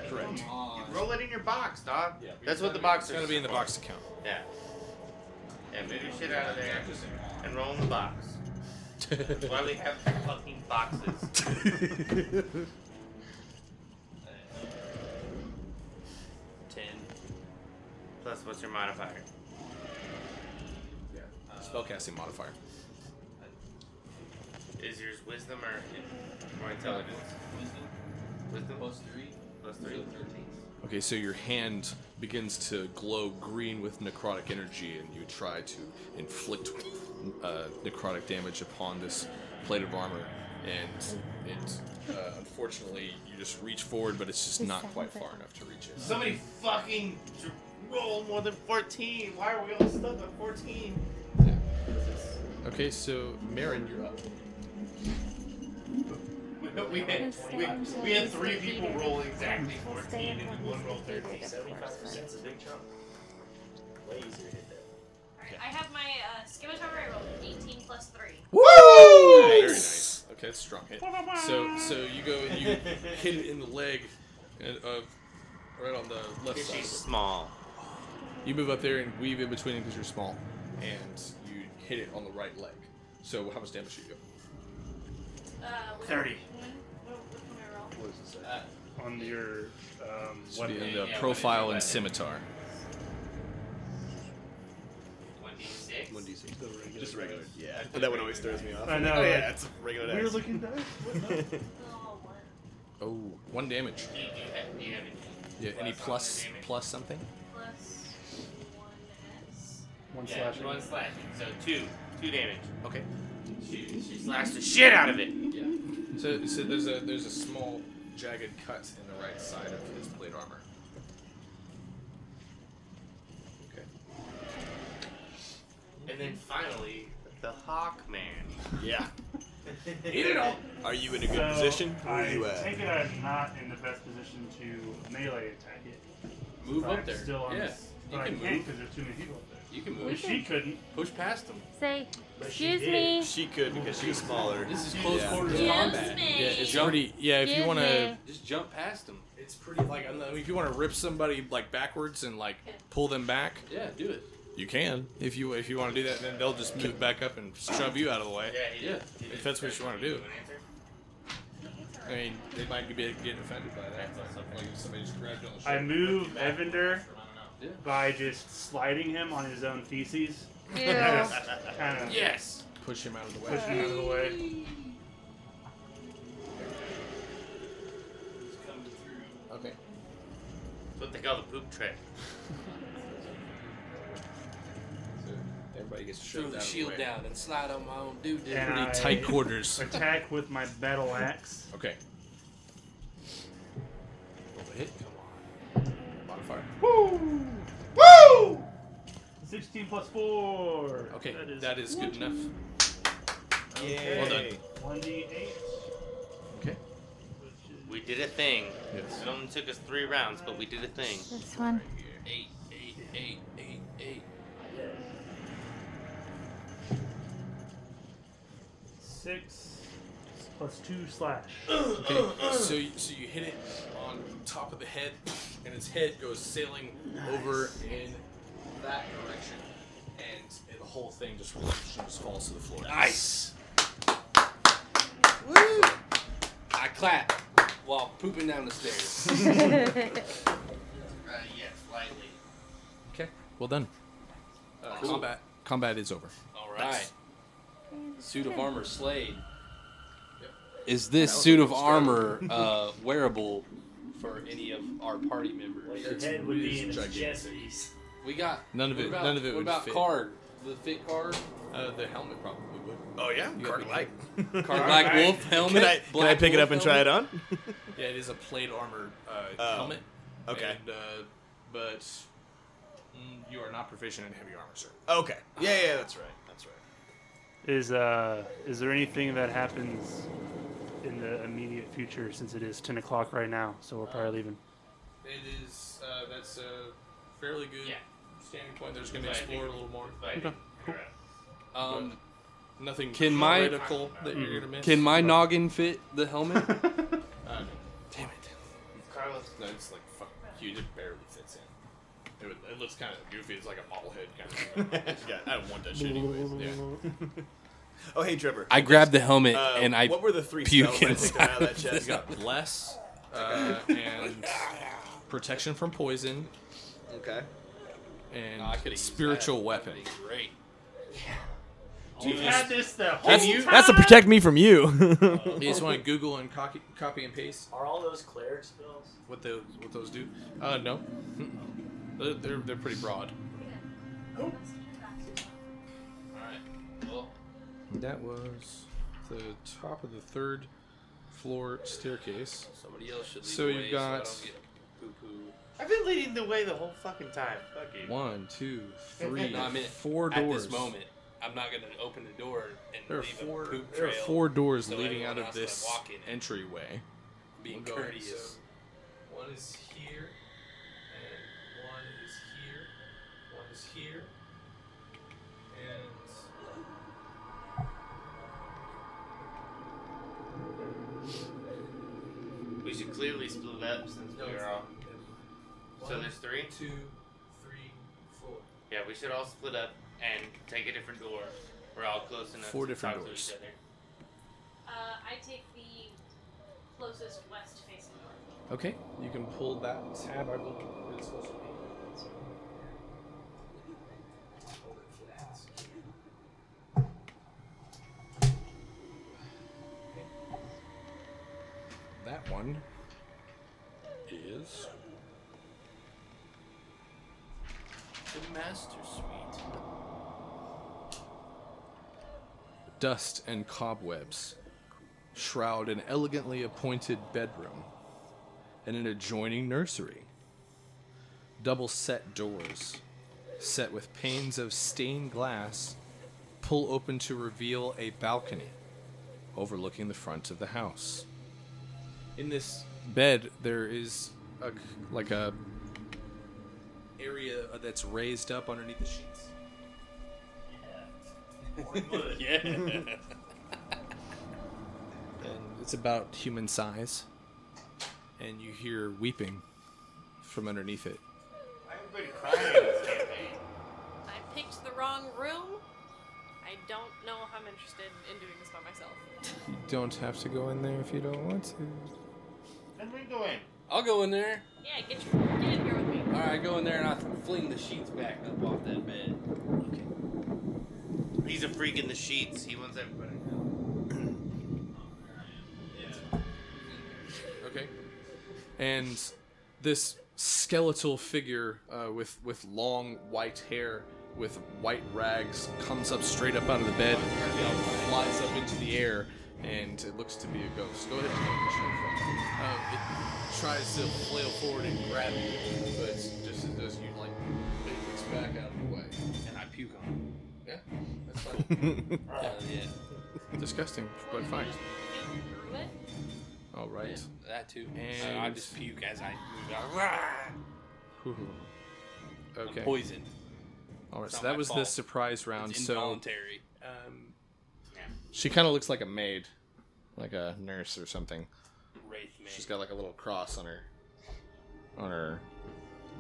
Correct. Roll it in your box, dog.
Yeah.
That's what the
It's gotta
box is.
be- gotta be in the
for.
box to count.
Yeah. Yeah, move your shit out of there and roll in the box. That's why we have fucking boxes. Ten. Plus, what's your modifier?
Yeah. Spellcasting modifier.
Is yours wisdom or, or intelligence? Wisdom. Wisdom plus three. Plus three. Thirteen.
Okay, so your hand begins to glow green with necrotic energy, and you try to inflict uh, necrotic damage upon this plate of armor. And it, uh, unfortunately, you just reach forward, but it's just
This
not
sounds
quite
like-
far enough to reach it.
Somebody fucking d- roll more than fourteen. Why are we all stuck on fourteen?
Okay, so Marin, you're up.
We, we had we, we had three people roll exactly fourteen and one rolled thirteen.
Seventy-five percent is a big chunk. Way easier to hit that.
Alright, I have my uh, scimitar. I rolled an 18 plus 3.
Very nice. Okay, that's a strong hit. So, so you go, you hit it in the leg, and uh, right on the left
She's
side.
small.
You move up there and weave in between because you're small, and you hit it on the right leg. So, how much damage do you do?
Uh, which
30.
One, what, which one I roll?
What is this?
on your um,
Should be
weapon.
in the profile and scimitar.
One d six.
One d six.
regular
Just regular.
dice.
Yeah, that one always throws me off.
I know.
Oh, yeah,
like,
it's regular.
Weird
dice.
looking dice. What the-
Oh, one damage.
Do you do that? Do you have any?
Yeah, any plus plus something?
Plus 1s.
One
yeah,
slashing.
One slashing. So two. Two damage.
Okay.
She, she slashed the shit out of it.
Yeah. So, so there's a there's a small jagged cut in the right side of his plate armor. Okay.
And then finally, the Hawkman.
Yeah.
Eat it all.
Are you in a good
So,
position? Where
I
are you at?
take it I'm not in the best position to melee attack it.
Move
Since
up
I'm
there.
Still on
Yeah.
this, but
You
I
can
can't
move.
because there's too many people up there.
You can
But
move.
she couldn't.
Push past them.
Say,
But she
excuse
did.
me.
She could because she's smaller.
This is close quarters
yeah.
combat.
Yeah, it's
Jump.
pretty. Yeah, if you
Excuse
want to,
me.
Just jump past them.
it's pretty. Like, I mean, if you want to rip somebody like backwards and like pull them back,
Yeah, do it.
you can. If you if you want to do that, then they'll just move back up and shove you out of the way.
Yeah.
If that's what you want to do. I mean, they might be getting offended by that. Like if somebody just grabbed you on the
I
shoulder.
move Evander
Yeah.
by just sliding him on his own feces.
Ew.
kind of
Yes.
Push him out of the way.
push him out of the way.
Okay.
That's what they call the poop trick.
So everybody gets
Throw
shoved
the
out of
shield
the way.
down and slide on my own dude.
And
Pretty
I
tight quarters.
Attack with my battle axe.
Okay. Roll the Oh, hit. Modifier.
Woo! Woo! 16 plus 4.
Okay, that is good enough.
Okay.
Well done.
1d8.
Okay.
We did a thing.
Yes.
It only took us three rounds, but we did a thing.
This one.
Eight, eight, eight, eight, eight.
Six plus two slash.
Okay, so you, so you hit it on top of the head, and its head goes sailing over in that direction, and the whole thing just, just falls to the floor.
Nice. I clap while pooping down the stairs.
Uh, yes, slightly.
Okay, well done.
Uh,
Cool.
Combat.
Combat is over.
All right. Suit of armor slayed.
Yep.
Is this
That was
suit
a
of
good
armor
start.
uh, wearable
for any of our party members.
Well, your head would be in his chest piece.
We got
None of
what
it-
About,
none of it
What
would
about
fit.
card? The fit card.
Uh, the helmet probably would.
Oh yeah, card light.
Card black wolf helmet.
Can I,
black
can I pick it
wolf
up and try it on?
helmet. yeah, it is a plate armor uh,
Oh,
helmet.
okay.
And, uh, but mm, you are not proficient in heavy armor, sir.
Okay. Yeah, yeah, that's right. That's right.
Is uh is there anything that happens in the immediate future since it is ten o'clock right now, so we're probably leaving.
It is. Uh, that's a fairly good standing point. There's going to
Right.
explore a little more.
Okay, cool.
Um, nothing
Can my
critical that you're going to miss.
Can my
but-
noggin fit the helmet?
Uh,
Damn it.
Carlos. No, it's like fuck huge. It barely fits in. It, would, it looks kind of goofy. It's like a bobblehead kind of thing.
Yeah, I don't want that shit anyways. Yeah. oh, hey, Trevor.
I grabbed the helmet
Uh,
and I
What were the three
puke
spells I picked
inside
up out of that
of
chest?
the-
got bless uh, and protection from poison. Okay. And
Oh, I could've used
spiritual
that.
weapon.
Great.
You've
had this the whole
That's-
time.
that's a protect me from you.
Uh,
You just want to Google and copy, copy and paste
Are all those cleric spells?
what those what those do. Uh, no, they're, they're they're pretty broad.
Alright. Well,
That was the top of the third floor staircase.
somebody else should lead
So
the
you've
way
got-
so I don't get poo-poo.
I've been leading the way the whole fucking time. Fuck you.
One, two, three,
No, I meant
four
at
doors.
this moment, I'm not gonna open the door and
There are
leave
four.
a poop
There are
trail.
four doors
so
leading out
everyone
of
else can
this
walk in it.
entryway.
Being
We'll go ahead,
courteous.
One is here, and one is here, one is here, and
We should clearly split up since we are all. So there's three?
two, three, four.
Yeah, we should all split up and take a different door. We're all close enough
Four
to
different
talk
doors.
to each other.
Uh, I take the closest west facing door.
Okay, you can pull that tab. I will. It's supposed to be. That one is
The master suite.
dust and cobwebs shroud an elegantly appointed bedroom and an adjoining nursery. Double set doors, set with panes of stained glass, pull open to reveal a balcony overlooking the front of the house. In this bed, there is a, c- like a area that's raised up underneath the sheets.
Yeah.
and it's about human size. And you hear weeping from underneath it.
Everybody crying in this campaign.
I picked the wrong room. I don't know if I'm interested in doing this by myself.
You don't have to go in there if you don't want to.
Let me go in. I'll go in there.
Yeah, get your get in here with me.
All right, I go in there and I fling the sheets back up off that bed.
He's a freak in the sheets. He wants everybody to know.
Okay. And this skeletal figure uh, with with long white hair, with white rags, comes up straight up out of the bed, flies up into the air, and it looks to be a ghost. Go ahead and make a check. Uh, it tries to flail forward and grab you, but just it does you like it gets back out of the way.
And I puke on him.
Yeah, that's fine.
Uh, yeah.
Disgusting, but fine.
Through it.
All right.
Yeah, that too.
And-
Uh, I just puke as I move out.
Whew. Okay.
I'm poisoned.
All right,
It's
so
not
that
my
was the
fault.
surprise round.
It's
so
involuntary. Um,
she kind of looks like a maid, like a nurse or something.
wraith man.
She's got like a little cross on her, on her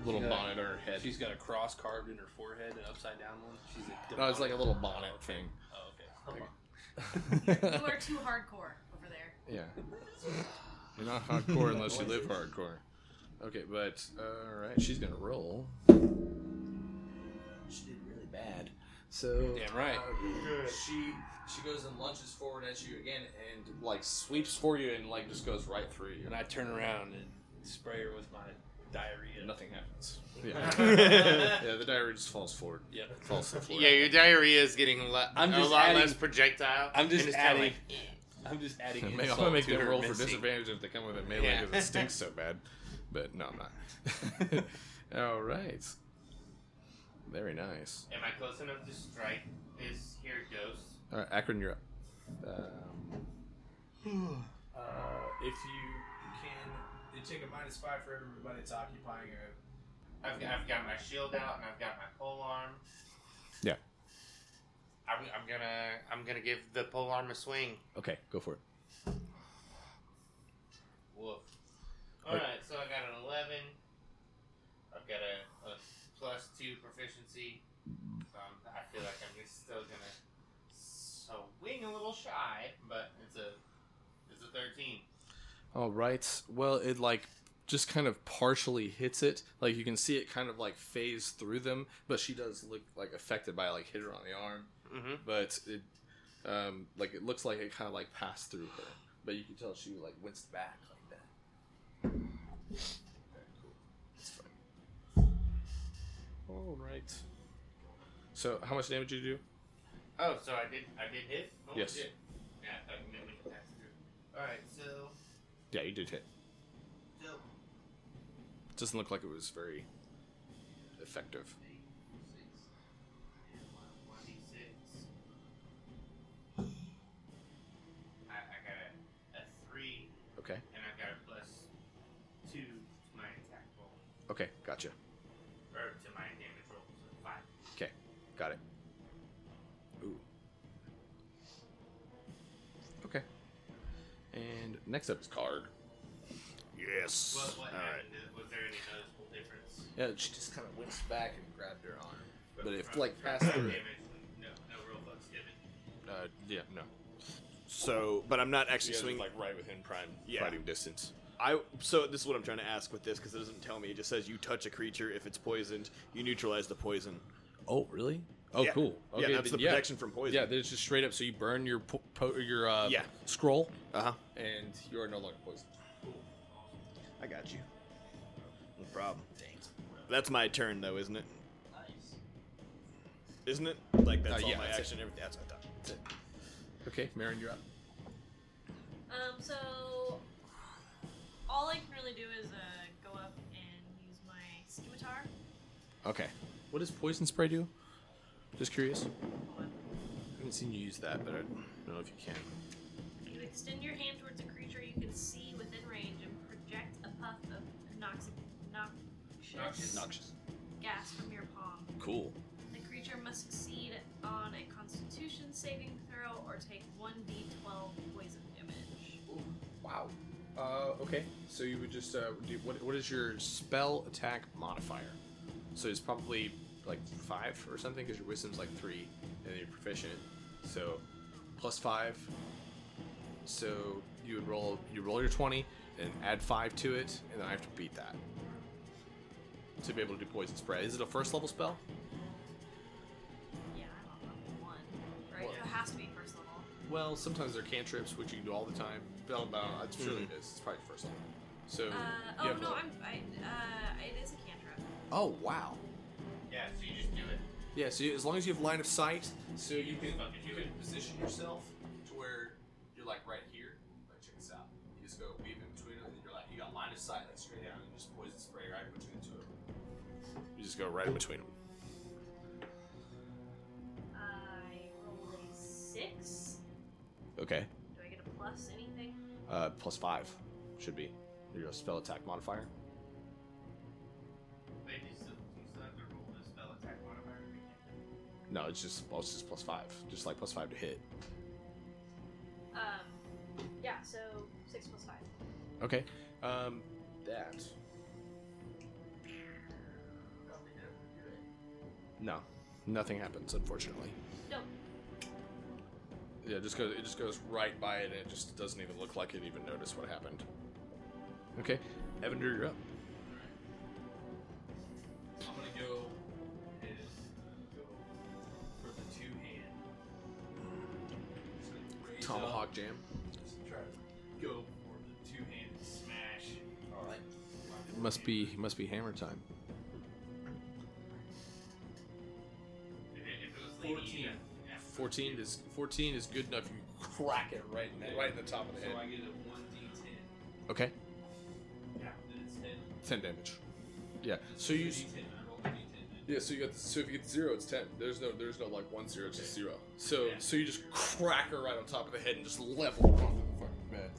little
She got-
bonnet on her head.
She's got a cross carved in her forehead, an upside down one. She's a.
no, Oh, it's like a
demonic.
little bonnet thing.
Oh, okay.
You are too hardcore over there.
Yeah. You're not hardcore unless you live hardcore. Okay, but all right, she's gonna roll. She did really bad. So
Damn right.
uh, she she goes and lunges forward at you again and like sweeps for you and like just goes right through you.
And I turn around and spray her with my diarrhea.
Nothing happens. Yeah. yeah, the diarrhea just falls forward.
Yeah,
falls to the floor.
Yeah, your diarrhea is getting a lot,
I'm
a
just
lot
adding-
less projectile.
I'm just
and it's kinda
adding.
like,
I'm just adding.
May- I'm
insult
gonna eh. make
to
them
her
roll for
missing.
disadvantage if they come with a melee
Yeah.
because it stinks so bad. But no, I'm not. All right. Very nice.
Am I close enough to strike this here ghost?
All right, Akron, you're up. Um,
Uh, if you can, they take a minus five for everybody that's occupying a.
I've, I've got my shield out and I've got my pole arm.
Yeah.
I'm, I'm gonna I'm gonna give the pole arm a swing.
okay, go for it.
Woof.
Like-
Alright, so I got an 11. I've got a, a plus 2 proficiency. So I'm, I feel like I'm just still gonna swing a little shy, but it's a it's a 13.
All right. Well, it like just kind of partially hits it. Like you can see it kind of like phase through them, but she does look like affected by it, like hit her on the arm.
Mhm.
But it, um, like it looks like it kind of like passed through her, but you can tell she like winced back like that. All right. So how much damage did you do?
Oh, so I did I did hit? Oh,
Yes.
shit. Yeah, I thought you meant we could pass through. Alright, so.
Yeah, you did hit.
so
Doesn't look like it was very effective.
1d6. I, I got a, a 3.
Okay.
And I've got a plus 2 to my attack roll.
Okay, gotcha.
Or to my damage roll, so 5.
Okay, got it. Ooh. Okay. And next up is card.
Yes.
What, what
All right.
happened? to- Was there any noticeable difference?
Yeah, she just kind of winced back and grabbed her arm. But,
From-
if
from-
like
from
passed through.
damage? No, no real bugs given.
Uh, yeah, no.
So, but I'm not actually
Yeah,
swinging.
like right within prime
Yeah.
Fighting distance.
I so this is what I'm trying to ask with this because it doesn't tell me. It just says you touch a creature if it's poisoned, you neutralize the poison.
Oh, really? Oh,
Yeah.
cool.
Yeah,
Okay,
that's
then,
the protection from poison.
Yeah, there's just straight up. So you burn your po- po- your uh,
Yeah.
scroll,
Uh huh.
and you are no longer poisoned.
I got you. No problem. Thanks. That's my turn, though, isn't it? Isn't it? Like that's
Uh,
all
yeah,
my
that's it.
action. and Everything. That's what I thought.
Okay, Marin, you're up.
Um, so all I can really do is uh, go up and use my scimitar.
Okay. What does poison spray do? Just curious. I haven't seen you use that, but I don't know if you can.
You extend your hand towards a creature you can see within range and project a puff of noxic- noxious,
Noxious.
gas from your palm.
Cool.
The creature must succeed on a Constitution saving throw or take one d12 poison damage.
Wow. Uh, okay. So you would just uh, do, what? What is your spell attack modifier? So it's probably like five or something because your wisdom's like three, and then you're proficient. So plus five. So you would roll. You roll your twenty and add five to it, and then I have to beat that to be able to do poison spray. Is it a first level spell?
Yeah, I'm on level one, right?
Well-
So it has to be first level.
Well, sometimes they're cantrips, which you can do all the time. But I'm about- I'm sure it is. It's probably first level. So
Uh,
you
oh
have to-
no, I'm. I, uh, it is a cantrip.
Oh wow.
Yeah, so you just do it.
Yeah, so you- as long as you have line of sight, so you can
fucking
you
do
can position yourself to where you're like right here. Like check this out. You just go weave in between them, and you're like you got line of sight like straight down, and just poison spray right between the two of them.
You just go right in between them.
I rolled a six.
Okay.
Do I get a plus anything?
Uh, plus five should be your spell attack modifier.
Wait, you still, you still have to roll the spell attack modifier to begin.
No, it's just well, it's just plus five, just like plus five to hit.
Um, yeah, so six plus five.
Okay. Um, that. No, nothing happens unfortunately.
No.
Yeah, it just goes. It just goes right by it, and it just doesn't even look like it even noticed what happened. Okay, Evander, you're up.
I'm gonna go and go for the two hand. Just gonna raise
uh, Tomahawk
up,
jam.
Just try to go for the two hand smash. All right.
must be must be hammer time.
If it was Lady Ina, yeah.
Fourteen is fourteen is good enough. You crack it right in the, right in the top of the
So I
head.
get a 1d10.
Okay,
Yeah. Then it's 10.
ten damage. Yeah. So you s-
D10. I rolled a d10.
Yeah, so you got so if you get zero, it's ten. There's no there's no like one zero, it's just zero. So so you just crack her right on top of the head and just level her off the fucking bed.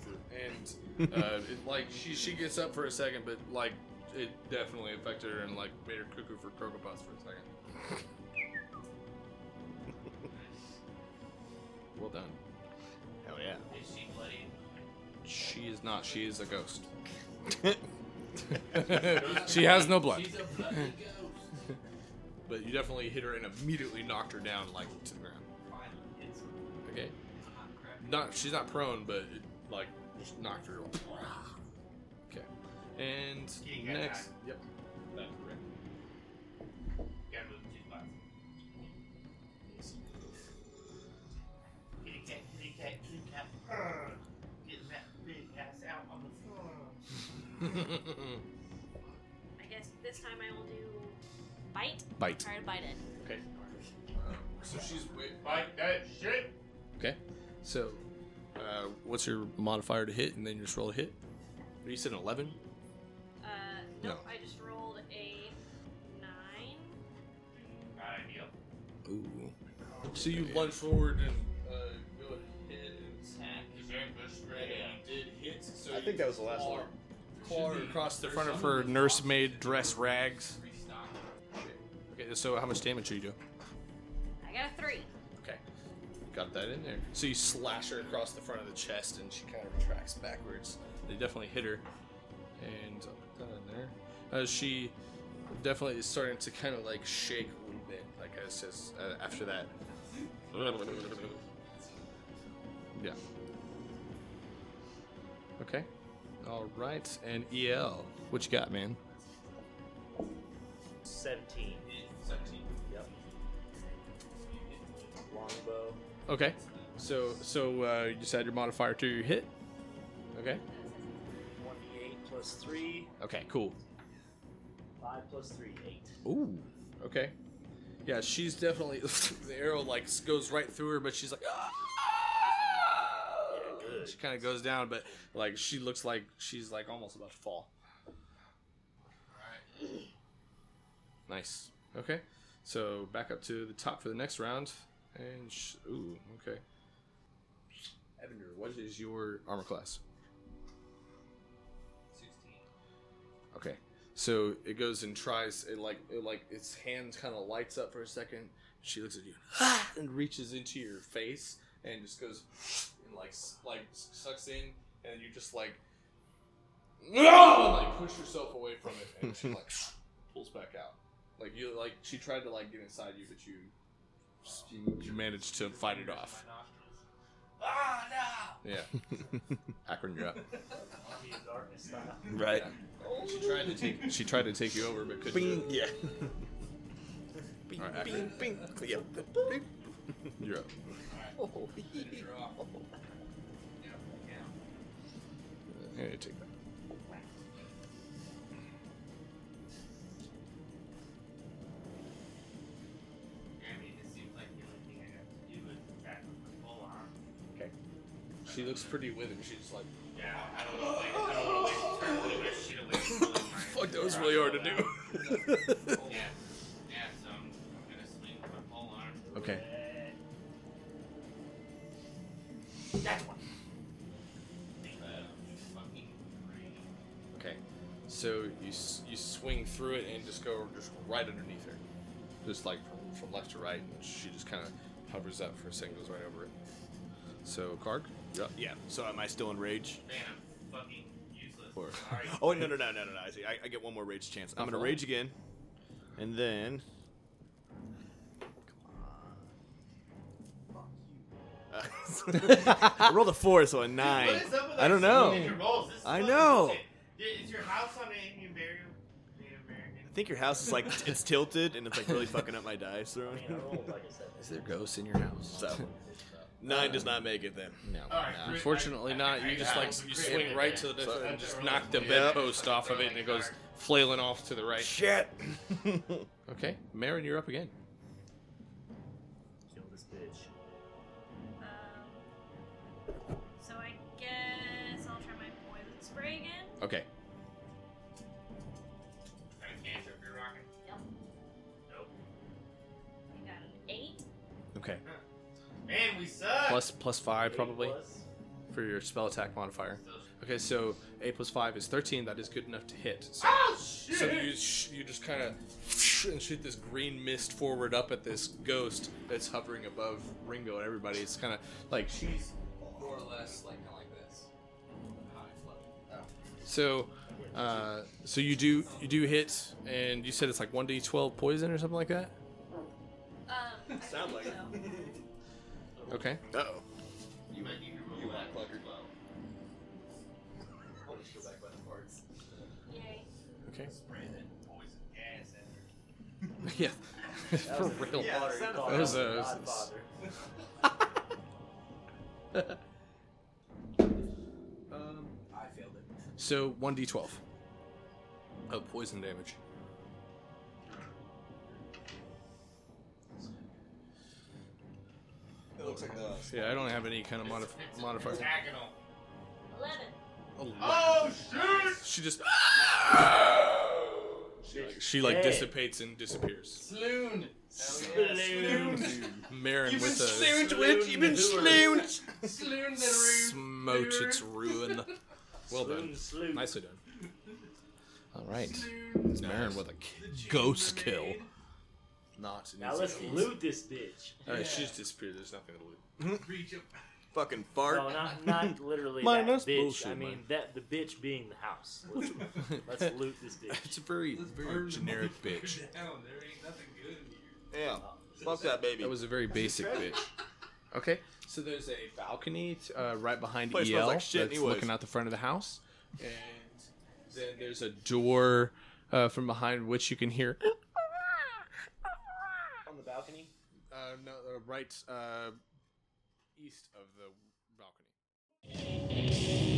And uh, it, like she she gets up for a second, but like it definitely affected her and like made her cuckoo for Cocoa Puffs for a second.
well done. Hell yeah.
Is she bloody?
She is not. She is a ghost. she has no blood.
She's a bloody ghost.
but you definitely hit her and immediately knocked her down like to the ground. Okay. Not she's not prone, but it, like just knocked her. Okay. And
Getting that
next,
guy.
yep.
That's correct. Gotta move two spots. Get that, get that, get that. Urgh. Get that big ass out on the floor.
I guess this time I will do bite.
Bite.
Try to bite it.
okay.
So she's wait. Like that shit.
Okay. So, uh, what's your modifier to hit, and then you just roll a hit? You said an eleven.
Uh,
No.
nope, I just rolled a nine.
Not ideal.
Ooh.
So you lunge forward and uh, go ahead and attack. Did hit. So
I think that was the last
claw-
one.
claw
uh, across the front of
something
her
that's
nursemaid dress rags.
restocked.
Okay, so how much damage are you doing?
I got a three.
Okay. Got that in there. So you slash her across the front of the chest, and she kind of retracts backwards. They definitely hit her, and I'll put that in there. Uh, she definitely is starting to kind of like shake a little bit, like I says uh, after that. yeah. Okay. All right, and El, what you got, man?
17.
17.
Yep. Longbow.
Okay. So so uh, you just add your modifier to your hit. Okay.
28 plus 3.
Okay. Cool.
5 plus 3, 8.
Ooh. Okay. Yeah, she's definitely the arrow like goes right through her, but she's like, ah! she kind of goes down, but like she looks like she's like almost about to fall. Nice. Okay. So back up to the top for the next round, and sh- ooh, okay. Evander, what is your armor class?
16.
Okay. So it goes and tries it like it like its hand kind of lights up for a second. She looks at you "Ah," and reaches into your face and just goes and like s- like sucks in and you just like no like push yourself away from it and she like pulls back out. Like you like she tried to like get inside you but you you, you managed to fight it off.
Ah, no!
Yeah. Akron, you're up.
Army of Darkness style.
Right. She tried to take she tried to take you over but couldn't. do it.
Yeah.
All right, Akron.
Bing, bing, yeah.
You're up.
Oh,
Here, you take that.
I mean, it seems like the only thing I got to do is attack with the full arm.
Okay. She looks pretty withered. She's like,
Yeah, I don't know. Like, I don't want to waste turn really much shit away from really my-
fuck, that was really hard to do.
yeah, yeah. So I'm, I'm gonna swing with my whole arm.
Okay.
That's one. Uh, fucking three.
okay. So you s- you swing through it and just go just right underneath her, just like from, from left to right, and she just kind of hovers up for a second, goes right over it. So Karg,
Uh, yeah. So am I still in rage?
Man, I'm fucking useless.
Or
Sorry.
oh wait, no, no, no, no, no, no. I see. I, I get one more rage chance. I'm
Not
gonna
for
rage again, and then. Come on. Uh, I rolled a four, so a nine.
What is up with
I don't
that
know.
scene in your rolls? This is
I
fucking
know.
bullshit. Dude, Is your house on Indian burial? Native American?
I think your house is like it's tilted, and it's like really fucking up my dice throwing.
I mean, I rolled like I said.
there ghosts in your house?
So,
Nine does not make it then.
No, no, unfortunately not. you just like you swing right to the next
So-
and just knock the
Yep.
bedpost off of it, and it goes flailing off to the right.
Shit.
okay, Marin, you're up again.
Kill this bitch.
Um, So I guess I'll try my poison spray again.
Okay.
Kind of cantrip you're rocking.
Yep.
Nope.
I got an eight.
Okay.
Man, we suck.
Plus plus five
Eight
probably
plus.
for your spell attack modifier. Okay, so eight plus five is thirteen. That is good enough to hit. So,
Oh, shit!
so you sh- you just kind of and shoot this green mist forward up at this ghost that's hovering above Ringo and everybody. It's kind of like
She's more or less like kinda like this. High floating.
So, uh, so you do you do hit, and you said it's like one d twelve poison or something like that.
Um,
Sound like it.
Okay.
Uh oh.
You might need to remove
You
that
want
as well.
I'll just go back by the parts.
Yay.
Okay.
Spray that poison gas at her.
yeah.
That
For
was-
real.
yeah, that
that
sounded like
was
that
a.
was Godfather. Um, I failed it.
so one d twelve. Of poison damage.
It looks like uh, the.
Yeah, I don't have any kind of modif- modifier.
Hexagonal.
Eleven.
Oh shit!
She just. She like, she, like,
Hey.
dissipates and disappears.
Sloon.
Marin
You've been
with a
slooned, witch. You've been
Slooned.
Sloon the
smote its ruin. Well done,
Slooned, slooned.
nicely done. All right, it's Marin with a k- ghost kill. Not an
Now
easy
let's
kill.
loot this bitch.
All right, she just disappeared. There's nothing to loot.
Reach up.
Fucking fart.
No, not, not literally
Man,
that
that's
bitch.
bullshit,
I mean
man.
that the bitch being the house. Let's, let's loot this bitch.
It's a very very generic bitch.
Down. There ain't nothing good in here.
Yeah. Fuck that baby.
That was a very basic bitch. Okay, so there's a balcony uh, right behind
Place smells
EL
like shit
that's
anyways.
looking out the front of the house, and then there's a door uh, from behind which you can hear.
On the balcony.
Uh, no, uh, right uh, east of the balcony.